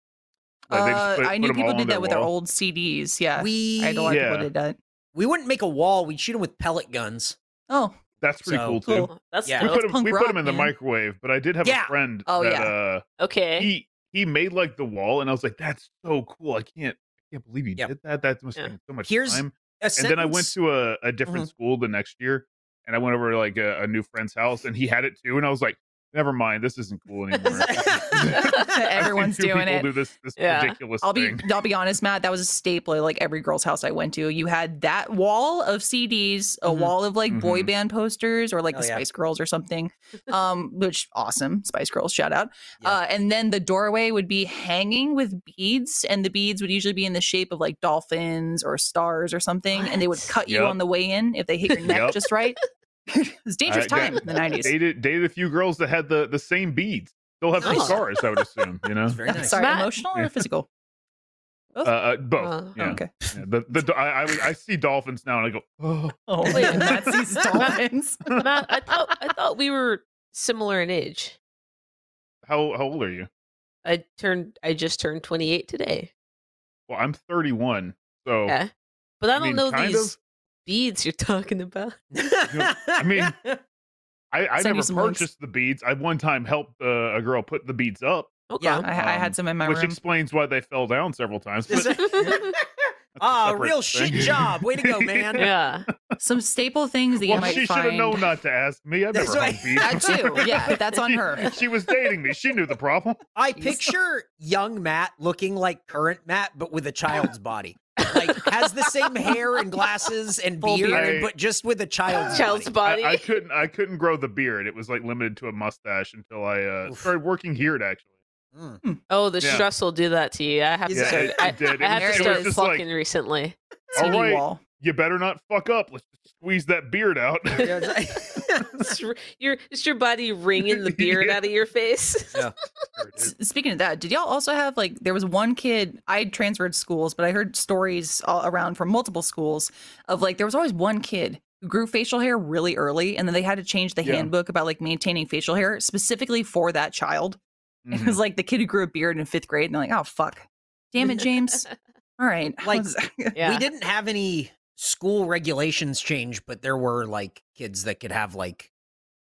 S4: Like, they just
S3: Uh,
S4: put-
S3: I
S4: put
S3: knew
S4: them
S3: people
S4: all on
S3: did that with their
S4: wall?
S3: old CDs. Yeah,
S2: we,
S3: I had a lot of
S4: Yeah.
S3: people did that.
S2: we wouldn't make a wall. We'd shoot them with pellet guns.
S3: Oh,
S4: That's pretty
S2: So-
S4: cool too.
S5: Cool. That's
S2: Yeah.
S4: We
S5: dope.
S4: put
S3: That's
S4: them, we
S3: punk
S4: put 'em
S3: rock,
S4: in the
S3: man.
S4: microwave, but I did have
S2: Yeah.
S4: a friend
S3: Oh,
S4: that
S3: yeah.
S4: uh,
S3: Eh?
S5: okay.
S4: he he made like the wall, and I was like, "That's so cool! I can't I can't believe you
S2: Yep.
S4: did that. That must
S5: Yeah.
S4: have taken so much
S2: Here's
S4: time."
S2: A
S4: and then I went
S2: sentence-
S4: to uh, a, a different
S3: Mm-hmm.
S4: school the next year, and I went over to like a, a new friend's house, and he had it too, and I was like, "Never mind, this isn't cool anymore." I've seen
S3: everyone's
S4: two
S3: doing
S4: people
S3: it.
S4: Do this, this
S5: Yeah.
S4: ridiculous
S3: I'll be
S4: thing.
S3: I'll be honest, Matt. That was a staple. at, Like every girl's house I went to, you had that wall of CDs, a
S4: Mm-hmm.
S2: Mhm.
S3: wall of like boy
S4: Mhm.
S3: band posters or like the
S2: Oh, yeah.
S3: Spice Girls or something. Um, which awesome Spice Girls shout out.
S2: Yeah.
S3: Uh, and then the doorway would be hanging with beads, and the beads would usually be in the shape of like dolphins or stars or something, and they would
S5: What?
S3: cut you
S4: Yep.
S3: on the way in if they hit your neck
S4: Yep.
S3: just right. it was a dangerous
S4: I-
S3: time in the nineties.
S4: Dated dated a few girls that had the the same beads. They'll have
S3: Oh.
S4: some
S5: Nice.
S4: scars, I would assume. You know,
S2: It's very nice.
S3: Sorry,
S5: Matt-
S3: emotional or
S4: Yeah.
S3: physical?
S4: uh, uh, both.
S5: Uh,
S4: yeah.
S3: okay.
S4: yeah. The, the, do- I, I, was- I see dolphins now, and I go, "Oh,
S3: Oh,
S5: Wait.
S3: man, Matt sees dolphins.
S5: Matt, I thought I thought we were similar in age.
S4: how how old are you?"
S5: I turned I just turned 28 today.
S4: Well, I'm 31, so
S5: Yeah. But I don't
S4: mean,
S5: know
S4: kind
S5: these
S4: of.
S5: beads you're talking about.
S4: I mean, I, I
S3: Send you
S4: never
S3: some links.
S4: purchased the beads. I one time helped uh, a girl put the beads up,
S5: Okay.
S2: Yeah.
S3: I, I
S4: Um,
S3: had some in my
S4: which
S3: room.
S4: explains why they fell down several times. But
S2: Is it-
S4: that's a
S2: Ah,
S4: separate
S2: real
S4: thing.
S2: shit job. Way to go, man.
S5: Yeah.
S3: some staple things that you
S4: well,
S3: might
S4: she should have
S3: find.
S4: known not to ask me. I've never
S2: That's right.
S4: hung beads.
S3: That too. Yeah, that's on
S4: She-
S3: her.
S4: She was dating me. She knew the problem.
S2: I
S3: Jeez.
S2: picture young Matt looking like current Matt, but with a child's body. Like has the same hair and glasses and
S5: Full
S2: beard,
S4: beard.
S2: but just with a child's,
S5: Child's
S2: body.
S5: body.
S4: I, I couldn't. I couldn't grow the beard. It was like limited to a mustache until I uh,
S2: Oof.
S4: started working here. At actually,
S2: Mm.
S5: oh, the
S4: Yeah.
S5: stress will do that to you. I have
S2: Is
S5: to
S2: it-
S5: start.
S4: it-
S5: I,
S4: it did. It
S5: I have
S3: was-
S5: to
S3: it
S5: start
S4: was just like-
S5: plucking recently.
S4: all
S3: CD
S4: right,
S3: wall.
S4: you better not fuck up. Let's just squeeze that beard out.
S2: Yeah, it's like-
S5: It's r- your it's your body wringing the beard out of your face.
S3: S- Speaking of that, did y'all also have like there was one kid I had transferred schools, but I heard stories all around from multiple schools of like there was always one kid who grew facial hair really early, and then they had to change the
S4: Yeah.
S3: handbook about like maintaining facial hair specifically for that child.
S4: Mhm.
S5: Mm-hmm.
S3: It was like the kid who grew a beard in fifth grade, and they're like, "Oh fuck, damn it, James." All right,
S2: Like-
S5: yeah.
S2: We didn't have any school regulations change, but there were like kids that could have like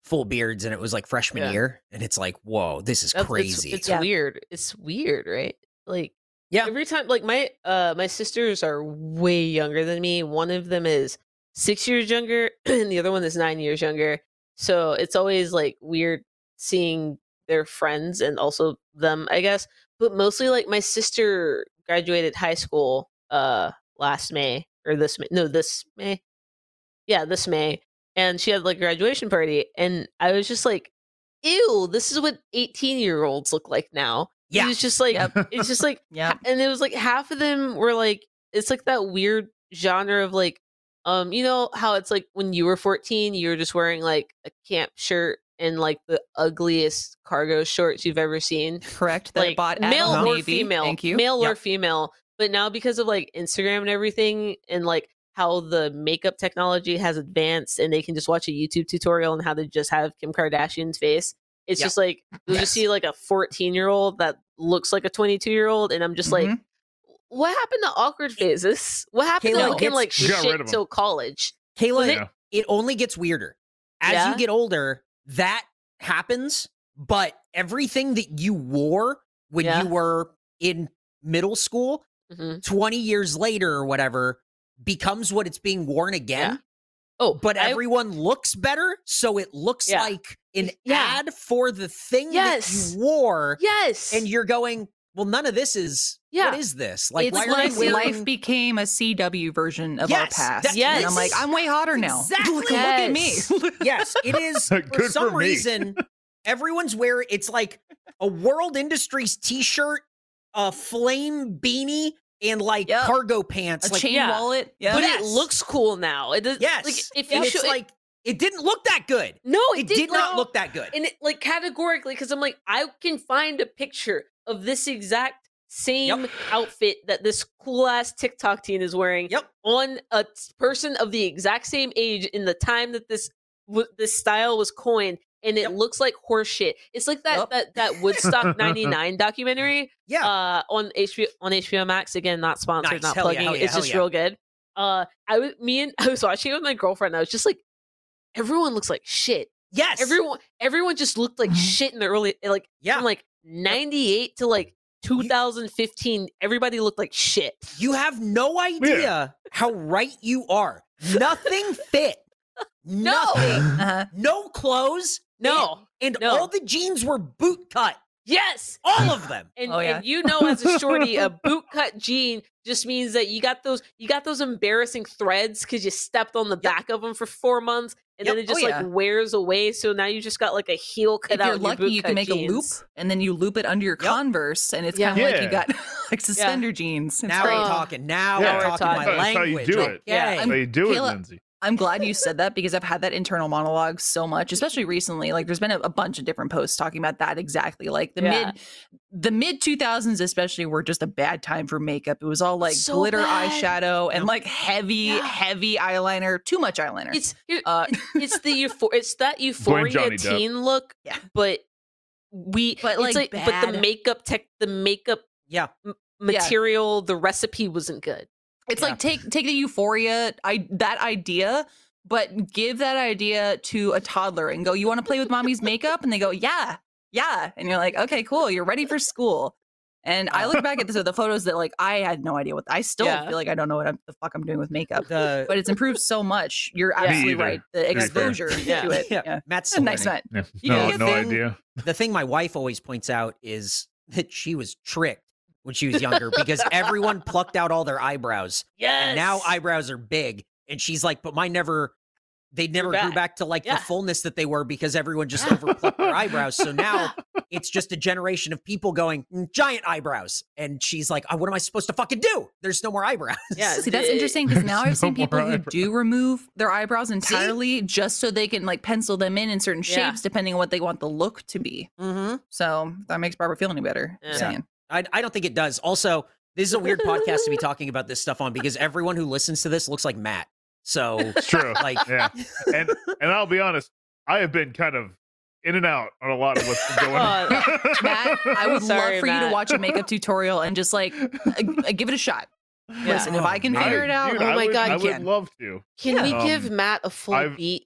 S2: full beards, and it was like freshman
S5: Yeah.
S2: year, and it's like, whoa, this is
S5: That's- it's-
S2: crazy.
S5: It's,
S3: Yeah.
S5: weird. It's weird, right? Like
S2: Yeah.
S5: Every time like my uh my sisters are way younger than me. One of them is 6 years younger and the other one is 9 years younger. So it's always like weird seeing their friends and also them, I guess. But mostly like my sister graduated high school uh last May or this May. No, this May. Yeah, this May. And she had like a graduation party and I was just like ew, this is what 18 year olds look like now. It
S2: yeah,
S5: was just like,
S3: Yep.
S5: it's just like,
S3: yeah,
S5: and it was like half of them were like, it's like that weird genre of like, um, you know how it's like when you were 14, you were just wearing like a camp shirt and like the ugliest cargo shorts you've ever seen
S3: correct. That I
S5: like
S3: bought at
S5: male
S3: Old
S5: or
S3: Navy.
S5: female,
S3: Thank you.
S5: male or
S2: Yep.
S5: female. But now because of like Instagram and everything, and like how the makeup technology has advanced, and they can just watch a YouTube tutorial on how to just have Kim Kardashian's face. It's
S2: Yeah.
S5: just like you just see like a 14 year old that looks like a 22 year old, and I'm just like,
S3: Mhm.
S5: what happened to awkward faces? What happened
S2: Kayla,
S5: to looking
S2: it's-
S5: like
S4: You got rid
S5: shit
S4: of 'em.
S5: till college?
S2: Kayla,
S4: Yeah.
S2: it only gets weirder as
S5: Yeah?
S2: you get older. That happens, but everything that you wore when
S5: Yeah.
S2: you were in middle school
S5: Mm-hmm.
S2: 20 years later or whatever becomes what it's being worn again
S5: Oh,
S2: but
S5: I-
S2: everyone looks better so it looks
S5: Yeah.
S2: like an
S5: Yeah.
S2: ad for the thing
S5: Yes.
S2: that you wore
S5: yes,
S2: and you're going well none of this is
S5: Yeah.
S2: what is this like
S5: It's
S2: why are
S3: Life,
S2: you
S5: like
S2: wearing
S3: life became a CW version of
S2: Yes,
S3: our past.
S2: that-
S5: Yes.
S3: And I'm like,
S2: this
S3: I'm way hotter now.
S2: exactly-
S3: look, look at me.
S5: Yes.
S2: yes it is
S4: Good
S2: for
S4: for
S2: some
S4: me.
S2: reason everyone's wearing it's like a world industries t-shirt a flame beanie and like
S3: Yep.
S2: cargo pants.
S3: a
S2: like,
S3: chain
S5: yeah.
S3: wallet. Yeah.
S5: But
S2: Yes.
S5: it looks cool now. It does,
S2: yes,
S5: Like, if
S2: and
S5: you
S2: it's
S5: show,
S2: like it didn't look that good.
S5: no,
S2: It,
S5: it,
S2: did, not
S5: look.
S2: look that good.
S5: and it, like categorically because I'm like I can find a picture of this exact same outfit that this cool ass TikTok teen is wearing
S2: Yep.
S5: on a t- person of the exact same age in the time that this w- this style was coined and it
S2: Yep.
S5: looks like horse shit. It's like that
S3: Yup.
S5: that that Woodstock 99 documentary
S2: yeah,
S5: uh on HBO on HBO Max again not sponsored
S2: Nice.
S5: not
S2: Hell yeah,
S5: plugging
S2: hell yeah,
S5: it's
S2: hell
S5: just
S2: yeah.
S5: real good uh I was me and I was watching it with my girlfriend and I was just like everyone looks like shit
S2: yes,
S5: everyone everyone just looked like
S3: Mhm.
S5: shit in the early eh, like
S2: yeah.
S5: from like 98 to like 2015 everybody looked like shit
S2: You have no idea how right you are. Nothing fit. Nothing.
S3: Uh-huh.
S2: No clothes.
S5: no
S2: And
S5: No.
S2: all the jeans were boot cut.
S5: yes
S2: All of them.
S5: and,
S3: Oh, yeah.
S5: and you know as a shorty a boot cut jean just means that you got those you got those embarrassing threads because you stepped on the back of them for four months and then
S2: Yep.
S5: it just
S3: Oh,
S5: like
S3: yeah.
S5: wears away so now you just got like a heel cut
S3: If
S5: out
S3: you're
S5: of your
S3: lucky, you
S5: bootcut
S3: can make a loop
S5: jeans.
S3: and then you loop it under your
S2: Yep.
S3: Converse, and it's
S5: Yeah.
S3: kind of like
S4: Yeah.
S3: you got like suspender jeans. It's
S2: now
S3: great.
S2: we're
S5: great.
S2: talking. Now
S4: Yeah.
S2: we're
S5: Now we're
S2: talking my
S5: talking.
S4: That's how you
S2: language.
S4: do
S2: Okay.
S4: it.
S5: Yeah,
S4: How you do it,
S3: Kayla-
S4: Lindsay?
S3: I'm glad you said that because I've had that internal monologue so much, especially recently. Like there's been a, a bunch of different posts talking about that exactly. Like the
S5: Yeah.
S3: mid the mid 2000s especially were just a bad time for makeup. It was all like
S5: So
S3: glitter
S5: bad.
S3: eyeshadow and
S2: Yep.
S3: like heavy
S5: Yeah.
S3: heavy eyeliner, too much eyeliner.
S5: It's here-
S3: Uh,
S5: it- it's the euphor- it's that euphoria
S4: Johnny Depp.
S5: teen look,
S3: Yeah.
S5: but we
S3: But,
S5: it's
S3: like,
S5: but the
S3: bad.
S5: makeup tech the makeup
S2: Yeah.
S5: m- material the recipe wasn't good.
S3: It's
S2: Yeah.
S3: like take take the euphoria I that idea, but give that idea to a toddler and go, "You want to play with mommy's makeup?" And they go, "Yeah, yeah." And you're like, "Okay, cool. You're ready for school." And I look back at this, the photos that like I had no idea what I still
S5: Yeah.
S3: feel like I don't know what I'm, the fuck I'm doing with makeup,
S2: The,
S3: but it's improved so much. You're
S5: Yeah. Me
S3: absolutely
S4: either,
S3: right. The
S4: be fair.
S3: exposure
S5: Yeah.
S3: to it,
S2: yeah.
S3: yeah.
S2: Matt's
S3: It's a
S2: still
S3: nice
S2: learning.
S3: night.
S4: Yeah.
S2: You
S4: No,
S2: know,
S4: no
S2: the thing-
S4: idea.
S2: The thing my wife always points out is that she was tricked when she was younger because everyone plucked out all their eyebrows.
S5: Yes.
S2: And now eyebrows are big. And she's like, but mine never, they never grew
S5: back.
S2: back to like
S5: Yeah.
S2: the fullness that they were because everyone just
S5: Yeah.
S2: over plucked their eyebrows. So now it's just a generation of people going, "Mm, giant eyebrows. And she's like, "Oh, what am I supposed to fucking do? There's no more eyebrows.
S5: Yeah.
S3: See, that's
S5: it-
S3: interesting because now I've
S4: There's no
S3: seen people
S4: more
S3: who
S4: eyebrow-
S3: do remove their eyebrows entirely just so they can like pencil them in in certain
S5: Yeah.
S3: shapes depending on what they want the look to be.
S2: mm-hmm.
S3: So if that makes Barbara feel any better. just
S5: Yeah.
S3: saying.
S2: I, I don't think it does. Also, this is a weird podcast to be talking about this stuff on because everyone who listens to this looks like Matt. So,
S4: It's true.
S2: like,
S4: yeah. And and I'll be honest, I have been kind of in and out on a lot of what's been going on.
S3: Matt, Uh, I would
S5: Sorry,
S3: love for you
S5: Matt.
S3: to watch a makeup tutorial and just like uh, give it a shot. Listen, if
S2: Oh,
S3: I can
S2: man.
S3: figure it out,
S4: Dude,
S5: oh
S4: I
S5: my
S4: would-
S5: God,
S4: I
S5: you
S4: would
S3: can.
S4: love to.
S5: Can we
S4: Yeah.
S5: give
S4: Um,
S5: Matt a full
S4: I've-
S5: beat?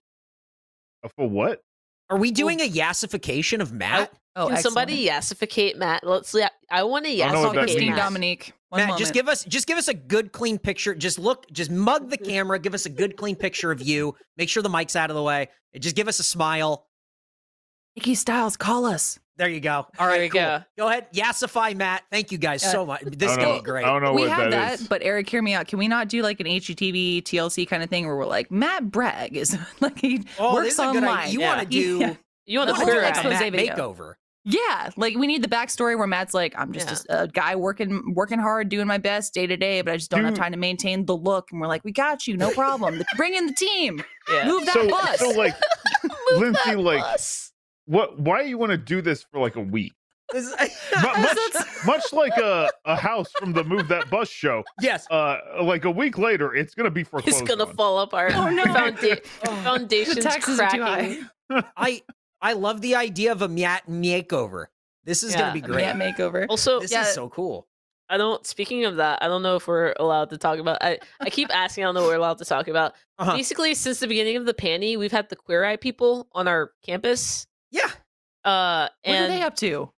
S4: Uh, For what?
S2: are we doing a yassification of Matt?
S3: oh,
S5: Can somebody yassificate Matt? Let's. Yeah, I want to
S4: don't know what that
S5: yassificate
S3: Christine
S4: means.
S5: Matt.
S3: Dominique. One
S2: Matt,
S3: moment.
S2: just give us just give us a good clean picture. Just look, just mug the camera, give us a good clean picture of you. Make sure the mic's out of the way. And just give us a smile.
S3: Nikki Styles. Call us.
S2: There you go. All right,
S5: There you
S2: cool.
S5: go.
S2: ahead, yassify Matt. Thank you guys
S3: Yeah.
S2: so much. This
S4: I
S2: is
S4: don't
S2: gonna
S4: know.
S2: be great.
S4: I don't know
S3: we
S4: what
S3: have
S4: that
S3: that,
S4: is.
S3: but Eric, hear me out. Can we not do like an HGTV TLC kind of thing where we're like Matt Bragg is like he
S2: Oh,
S3: works
S2: this is a good
S3: online.
S2: idea. You
S5: Yeah.
S2: want to do
S3: Yeah.
S5: You want
S2: you
S5: to
S3: Let's
S2: wanna
S3: do
S2: do
S5: queer
S2: like
S3: like
S2: a
S5: eye?
S2: Matt
S3: expose video.
S2: makeover.
S3: Yeah, like we need the backstory where Matt's like, I'm just a s- a, guy working working hard, doing my best day to day, but I just don't have
S5: Mm.
S4: Dude.
S3: time to maintain the look. And we're like, we got you, no problem. Bring in the team,
S5: Yeah.
S3: move that
S4: so,
S3: bus.
S4: so like Lindsay, like
S5: Us.
S4: what why you want to do this for like a week?
S2: This-
S4: Mu- much, much like a, a house from the Move That Bus show.
S2: yes.
S4: Uh like a week later, it's gonna be
S5: It's
S4: foreclosed.
S5: gonna
S4: on.
S5: fall apart.
S3: Oh, no.
S5: Founda-
S2: Oh,
S5: foundations
S3: the taxes
S5: cracking.
S3: are too high.
S2: I I love the idea of a Matt makeover. This is
S5: Yeah.
S2: gonna be
S3: A
S2: great.
S3: Matt makeover.
S5: Also,
S2: This
S5: yeah,
S2: is so cool.
S5: I don't. Speaking of that, I don't know if we're allowed to talk about. I I keep asking. I don't know what we're allowed to talk about.
S2: Uh-huh.
S5: Basically, since the beginning of the panty, we've had the queer eye people on our campus.
S2: Yeah.
S5: Uh,
S3: what are
S5: and
S3: they up to?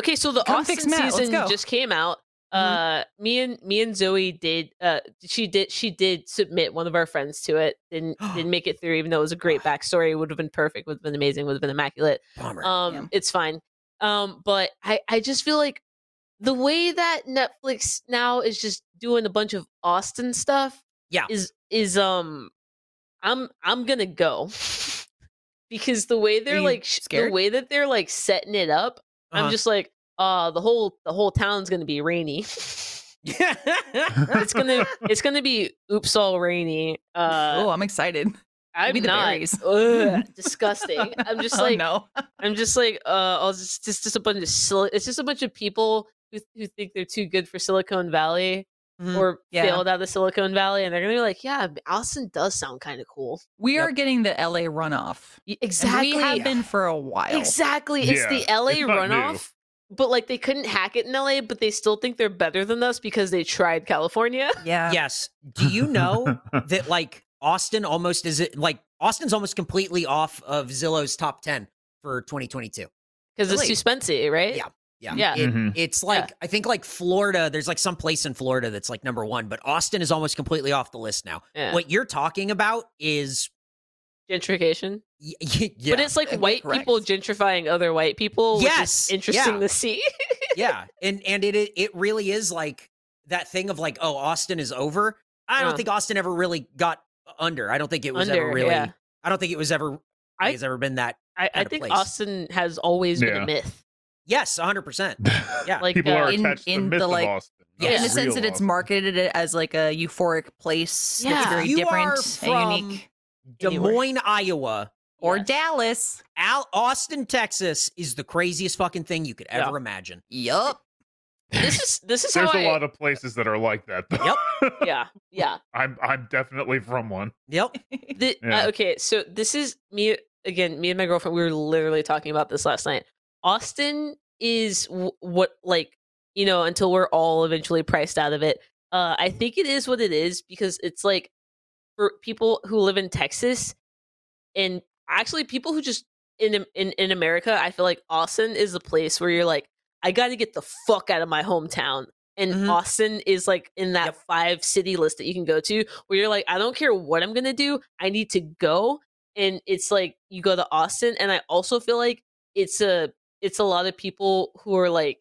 S5: okay, so the
S3: Come
S5: Austin
S3: fix Matt, let's
S5: season
S3: go.
S5: just came out.
S3: Mhm.
S5: Uh, me and me and Zoe did. Uh, she did. She did submit one of our friends to it. Didn't didn't make it through, even though it was a great backstory. Would have been perfect. Would have been amazing. Would have been immaculate.
S2: Bummer.
S5: Um,
S3: Yeah.
S5: it's fine. Um, but I I just feel like the way that Netflix now is just doing a bunch of Austin stuff.
S2: Yeah.
S5: is is um, I'm I'm gonna go because the way they're
S3: you
S5: like sh- the
S3: scared?
S5: way that they're like setting it up,
S2: Uh-huh.
S5: I'm just like uh the whole the whole town's gonna be rainy. it's gonna it's gonna be oops all rainy. Uh
S3: oh, I'm excited.
S5: I'm
S3: be the
S5: not
S3: berries.
S5: Ugh, disgusting. I'm just
S3: Oh,
S5: like
S3: no.
S5: I'm just like uh oh, it's just just a bunch of sil- it's just a bunch of people who who think they're too good for Silicon Valley
S2: Mhm.
S5: or
S3: Yeah.
S5: failed out of Silicon Valley and they're gonna be like, yeah, Allison does sound kind of cool.
S3: We
S2: Yep.
S3: are getting the LA runoff.
S5: Y-
S3: And
S5: Exactly.
S3: We have been for a while.
S5: Exactly. It's the
S4: Yeah,
S5: LA
S4: it's not new.
S5: runoff. But like they couldn't hack it in LA, but they still think they're better than us because they tried California.
S3: Yeah.
S2: yes. Do you know that like Austin almost is it like Austin's almost completely off of Zillow's top 10 for 2022.
S5: Because it's
S2: Really?
S5: too spensive, right?
S2: Yeah. Yeah.
S5: Yeah.
S2: It-
S4: Mhm.
S2: It's like I think like Florida, there's like some place in Florida that's like number 1, but Austin is almost completely off the list now.
S5: Yeah.
S2: What you're talking about is
S5: Gentrification.
S2: y- y- yeah.
S5: But it's like
S3: Okay,
S5: white people
S3: correct.
S5: gentrifying other white people.
S2: Yes,
S5: Which is interesting
S2: yeah.
S5: to see.
S2: yeah and and it it it really is like that thing of like oh austin is over i don't
S5: Uh.
S2: think austin ever really got under i don't think it was ever
S5: Under,
S2: really
S5: yeah.
S2: i don't think it was ever
S5: I-
S2: has ever been that
S5: I, I
S2: Out of
S5: think
S2: place.
S5: Austin has always been
S4: Yeah.
S5: a myth.
S2: yes 100% Yeah.
S5: Like
S4: people
S5: uh,
S4: are
S5: in-
S4: attached to
S3: in the,
S4: the myth
S3: like-
S4: of Austin. not
S2: Yeah.
S3: In the sense
S4: real
S3: that it's
S4: Austin.
S3: marketed it as like a euphoric place
S5: Yeah.
S3: that's very
S2: You are
S3: different
S2: from-
S3: and unique.
S2: des
S5: Anywhere.
S2: moines iowa
S3: Or
S5: Yes.
S3: Dallas.
S2: Al- austin texas is the craziest fucking thing you could
S5: Yeah.
S2: ever imagine
S3: Yup.
S5: This is this is how
S4: There's a
S5: I,
S4: lot of places that are like that. Though.
S2: Yep.
S5: yeah yeah.
S4: I'm I'm definitely from one.
S2: yep
S5: The,
S4: Yeah.
S5: uh, okay, so this is me again. Me and my girlfriend. We were literally talking about this last night. Austin is w- what like you know until we're all eventually priced out of it. Uh, I think it is what it is because it's like for people who live in Texas and actually people who just in Am- in in America. I feel like Austin is the place where you're like, I got to get the fuck out of my hometown. And
S2: Mhm.
S5: Austin is like in that
S2: Yep.
S5: five city list that you can go to where you're like, I don't care what I'm gonna do, I need to go. And it's like you go to Austin, and I also feel like it's a it's a lot of people who are like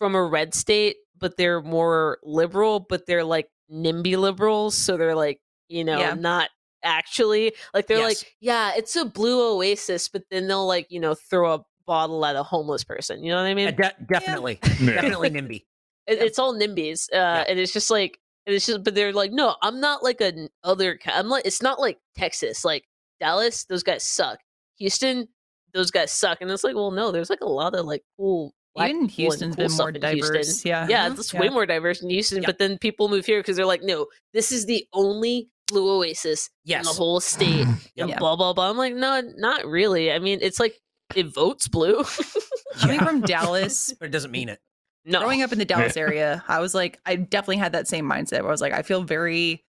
S5: from a red state, but they're more liberal, but they're like NIMBY liberals, so they're like you know
S3: Yeah.
S5: not actually like they're
S2: Yes.
S5: like yeah, it's a blue oasis, but then they'll like you know throw a bottle at a homeless person. You know what I mean?
S2: Uh, de- definitely definitely nimby
S5: It, It's all NIMBYs, uh, and it's just like and it's just but they're like no, I'm not like an other. ki- I'm like it's not like Texas, like Dallas. Those guys suck. Houston, those guys suck. And it's like well, no, there's like a lot of like cool. black
S3: Even
S5: people and
S3: Houston's
S5: cool
S3: been
S5: stuff
S3: more
S5: in Houston.
S3: diverse. Yeah.
S5: Yeah,
S3: Mhm.
S5: it's way more diverse in Houston,
S2: Uh-huh, Yeah.
S5: but then people move here because they're like, no, this is the only blue oasis in
S2: yes
S5: the whole state. and
S3: Yeah.
S5: Blah blah blah. I'm like, no, not really. I mean, it's like it votes blue.
S3: Coming
S2: Yeah.
S3: from Dallas,
S2: but it doesn't mean it
S5: no,
S3: growing up in the Dallas area, I was like, I definitely had that same mindset where I was like, I feel very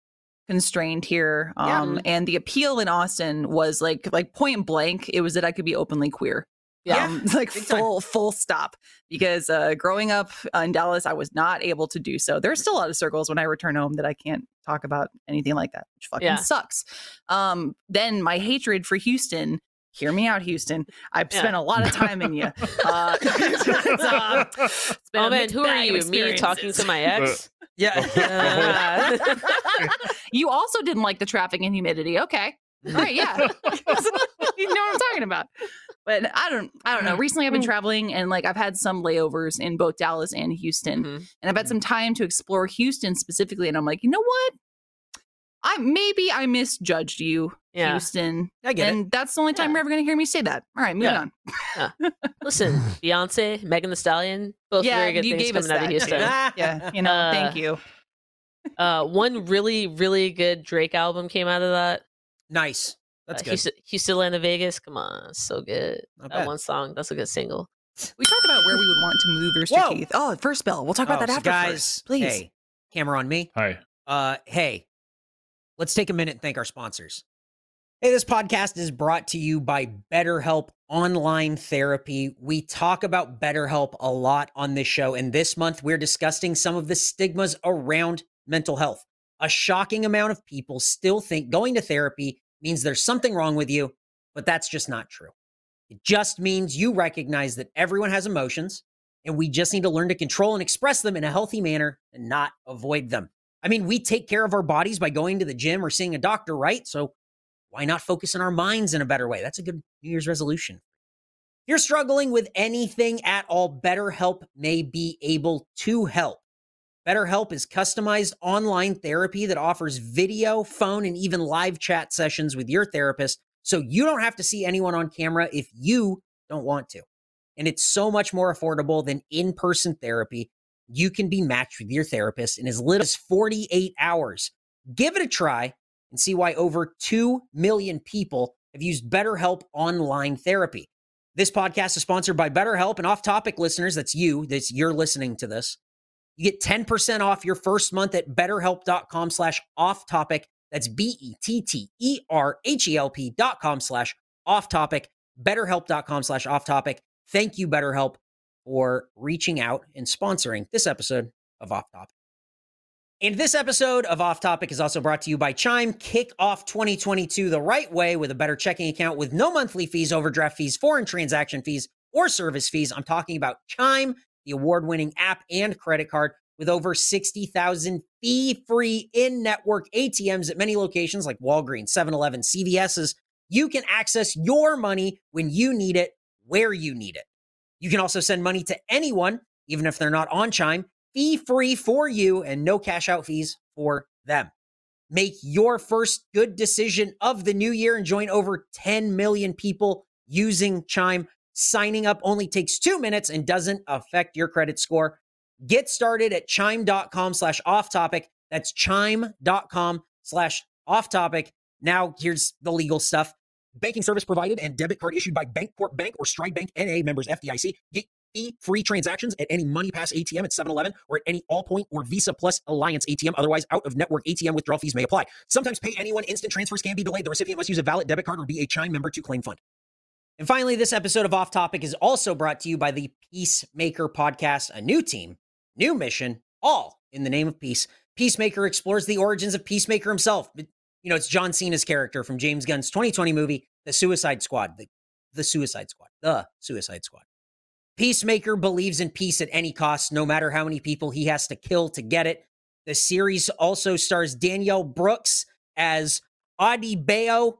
S3: constrained here.
S5: Yeah.
S3: Um, and the appeal in Austin was like, like point blank, it was that I could be openly queer.
S5: Yeah.
S3: Um, like
S2: big time.
S3: full, full stop. Because uh, growing up in Dallas, I was not able to do so. There's still a lot of circles when I return home that I can't talk about anything like that, which fucking
S5: Yeah.
S3: sucks. Um, then my hatred for Houston. Hear me out, Houston. I've
S5: Yeah.
S3: spent a lot of time in you. Uh, it's, uh, it's been
S5: Oh
S3: a Uh,
S5: man,
S3: mixed
S5: who are
S3: bag of
S5: you? Me talking to
S3: experiences.
S5: my ex?
S2: yeah
S5: Uh,
S3: You also didn't like the traffic and humidity. Okay. All right, yeah. you know what I'm talking about. But I don't I don't know. Recently I've been traveling and like I've had some layovers in both Dallas and Houston.
S5: Mhm.
S3: And I've had some time to explore Houston specifically. And I'm like, you know what? I maybe I misjudged you,
S5: yeah.
S3: Houston.
S2: i get
S3: and
S2: it
S3: that's the only time
S5: Yeah.
S3: you're ever gonna hear me say that. All right, moving
S5: Yeah.
S3: on.
S5: Listen, Beyonce, Megan the Stallion, both
S3: Yeah,
S5: very good
S3: you
S5: things
S3: gave us
S5: coming out of
S3: that,
S5: Houston.
S3: Yeah. You know,
S5: Uh,
S3: thank you.
S5: Uh, one really, really good Drake album came out of that.
S2: nice that's
S5: uh,
S2: good
S5: Houston, Houston, Land of Vegas. Come on, so good.
S2: Not
S5: That
S2: bad.
S5: one song, that's a good single.
S3: We talked about where we would want to move Rooster
S2: Whoa.
S3: Teeth. Oh, first bell. We'll talk about
S2: Oh,
S3: that
S2: so
S3: after
S2: guys
S3: first, please.
S2: hey, hammer on me
S4: Hi.
S2: uh, hey, let's take a minute and thank our sponsors. Hey, this podcast is brought to you by BetterHelp Online Therapy. We talk about BetterHelp a lot on this show, and this month we're discussing some of the stigmas around mental health. A shocking amount of people still think going to therapy means there's something wrong with you, but that's just not true. It just means you recognize that everyone has emotions, and we just need to learn to control and express them in a healthy manner and not avoid them. I mean, we take care of our bodies by going to the gym or seeing a doctor, right? So why not focus on our minds in a better way? That's a good New Year's resolution. If you're struggling with anything at all, BetterHelp may be able to help. BetterHelp is customized online therapy that offers video, phone, and even live chat sessions with your therapist, so you don't have to see anyone on camera if you don't want to. And it's so much more affordable than in person therapy. You can be matched with your therapist in as little as 48 hours. Give it a try and see why over 2 million people have used BetterHelp online therapy. This podcast is sponsored by BetterHelp and off topic listeners, that's you, that's you're listening to this. You get 10% off your first month at betterhelp.com slash off topic. That's B E T T E R H E L P dot com slash off topic, betterhelp.com slash off topic. Thank you, BetterHelp, for reaching out and sponsoring this episode of Off Topic. And this episode of Off Topic is also brought to you by Chime. Kick off 2022 the right way with a better checking account with no monthly fees, overdraft fees, foreign transaction fees, or service fees. I'm talking about Chime the award winning app and credit card with over 60,000 fee free in network ATMs at many locations like Walgreens, 7 Eleven, CVS's. You can access your money when you need it, where you need it. You can also send money to anyone, even if they're not on Chime, fee free for you and no cash out fees for them. Make your first good decision of the new year and join over 10 million people using Chime. Signing up only takes two minutes and doesn't affect your credit score. Get started at chime.com slash off topic. That's chime.com slash off topic. Now, here's the legal stuff. Banking service provided and debit card issued by Bancorp Bank or Stride Bank NA members FDIC. Get fee free transactions at any MoneyPass ATM at 7 Eleven or at any Allpoint or Visa Plus Alliance ATM. Otherwise, out of network ATM withdrawal fees may apply. Sometimes pay anyone. Instant transfers can be delayed. The recipient must use a valid debit card or be a Chime member to claim fund. And finally, this episode of Off Topic is also brought to you by the Peacemaker Podcast, a new team, new mission, all in the name of peace. Peacemaker explores the origins of Peacemaker himself. It- You know, it's John Cena's character from James Gunn's 2020 movie, The Suicide Squad. The, the Suicide Squad. The Suicide Squad. Peacemaker believes in peace at any cost, no matter how many people he has to kill to get it. The series also stars Danielle Brooks as Adi Bayo,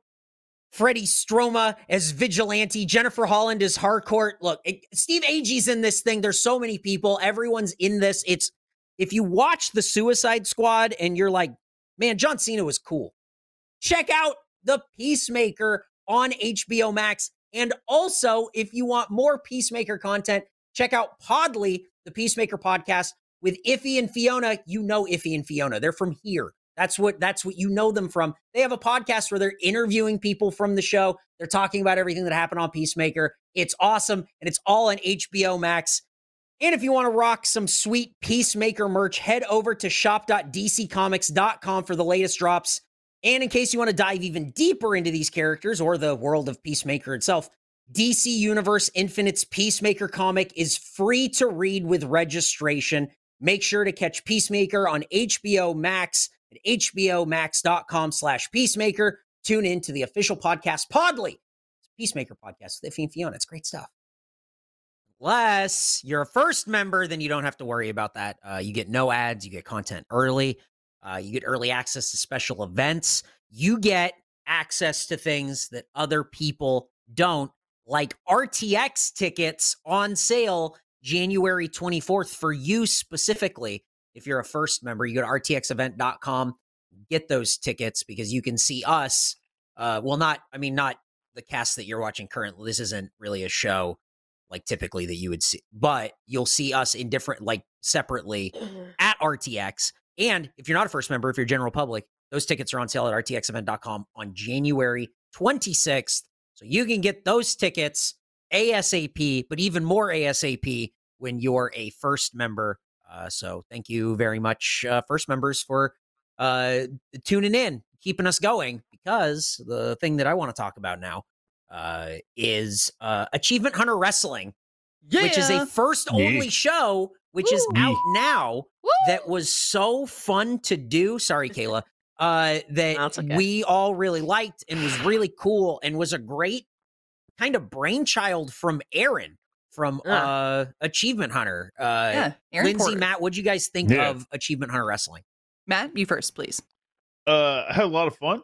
S2: Freddie Stroma as Vigilante, Jennifer Holland as Harcourt. Look, it- Steve Agee's in this thing. There's so many people. Everyone's in this. It's if you watch the Suicide Squad and you're like, man, John Cena was cool. Check out the Peacemaker on HBO Max. And also, if you want more Peacemaker content, check out Podly, the Peacemaker podcast with Iffy and Fiona. You know Iffy and Fiona. They're from here. That's what that's what you know them from. They have a podcast where they're interviewing people from the show. They're talking about everything that happened on Peacemaker. It's awesome and it's all on HBO Max. And if you want to rock some sweet Peacemaker merch, head over to shop.dccomics.com for the latest drops. And in case you want to dive even deeper into these characters or the world of Peacemaker itself, DC Universe Infinite's Peacemaker comic is free to read with registration. Make sure to catch Peacemaker on HBO Max at hbomax.com slash peacemaker. Tune in to the official podcast, Podly. It's a Peacemaker podcast with Iffy and Fiona. It's great stuff. Unless you're a first member, then you don't have to worry about that. Uh, you get no ads. You get content early. Uh, you get early access to special events. You get access to things that other people don't, like RTX tickets on sale January 24th for you specifically. If you're a first member, you go to rtxevent.com, get those tickets because you can see us. Uh, well, not, I mean, not the cast that you're watching currently. This isn't really a show like typically that you would see, but you'll see us in different, like separately
S5: Mm-hmm.
S2: at RTX. And if you're not a first member, if you're general public, those tickets are on sale at rtxevent.com on January 26th. So you can get those tickets ASAP, but even more ASAP when you're a first member. Uh, so thank you very much, uh, first members, for uh, tuning in, keeping us going, because the thing that I want to talk about now uh, is uh, Achievement Hunter Wrestling,
S3: Yeah.
S2: which is a first
S4: Yeah.
S2: only show, which is
S3: Woo.
S2: out now
S3: Woo!
S2: that was so fun to do. Sorry, Kayla. Uh, that
S5: No, it's okay.
S2: we all really liked and was really cool and was a great kind of brainchild from Aaron from
S5: Yeah.
S2: uh Achievement Hunter. Uh,
S3: yeah. Aaron
S2: Lindsay,
S3: Porter.
S2: Matt, what'd you guys think
S4: Yeah.
S2: of Achievement Hunter Wrestling?
S3: Matt, you first, please.
S4: uh, I had a lot of fun.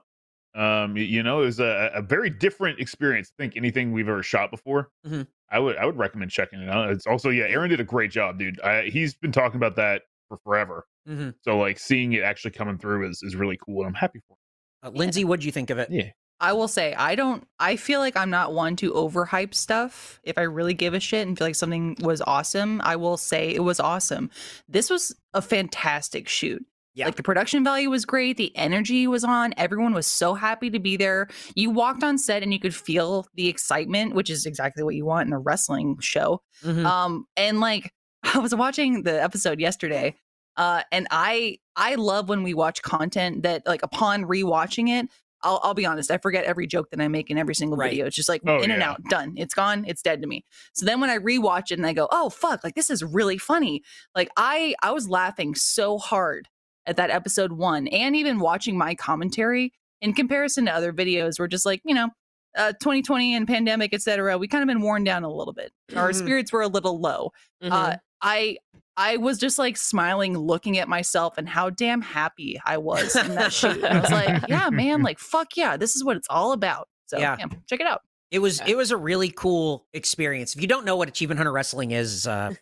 S3: Mm-hmm.
S4: Um, y- you know, it was a, a very different experience. I think anything we've ever shot before.
S2: Mhm.
S4: I would I would recommend checking it out. It's also yeah, Aaron did a great job, dude. I, he's been talking about that for forever.
S2: Mhm.
S4: So like seeing it actually coming through is is really cool, and I'm happy for.
S2: Uh, Lindsay, what'd you think of it?
S4: Yeah.
S3: I will say I don't I feel like I'm not one to overhype stuff. If I really give a shit and feel like something was awesome, I will say it was awesome. This was a fantastic shoot.
S2: Yeah.
S3: Like the production value was great, the energy was on, everyone was so happy to be there. You walked on set and you could feel the excitement, which is exactly what you want in a wrestling show.
S5: Mm-hmm.
S4: Mm-hmm.
S2: Mhm.
S3: Um, and like I was watching the episode yesterday, uh, and I I love when we watch content that like upon rewatching it, I'll I'll be honest, I forget every joke that I make in every single
S2: Right.
S3: video. It's just like
S4: Oh,
S3: in and
S4: yeah.
S3: out, done. It's gone, it's dead to me. So then when I rewatch it and I go, oh fuck, like this is really funny. Like I I was laughing so hard at that episode one, and even watching my commentary in comparison to other videos, we're just like you know. Uh, 2020 and pandemic, et cetera, we kind of been worn down a little bit. Our
S5: Mhm.
S3: spirits were a little low. Uh, I I was just like smiling, looking at myself, and how damn happy I was in that shoot. I was like, yeah, man, like fuck yeah, this is what it's all about. So
S2: Yeah.
S3: yeah, check it out.
S2: It was
S5: Yeah.
S2: it was a really cool experience. If you don't know what Achievement Hunter Wrestling is, uh,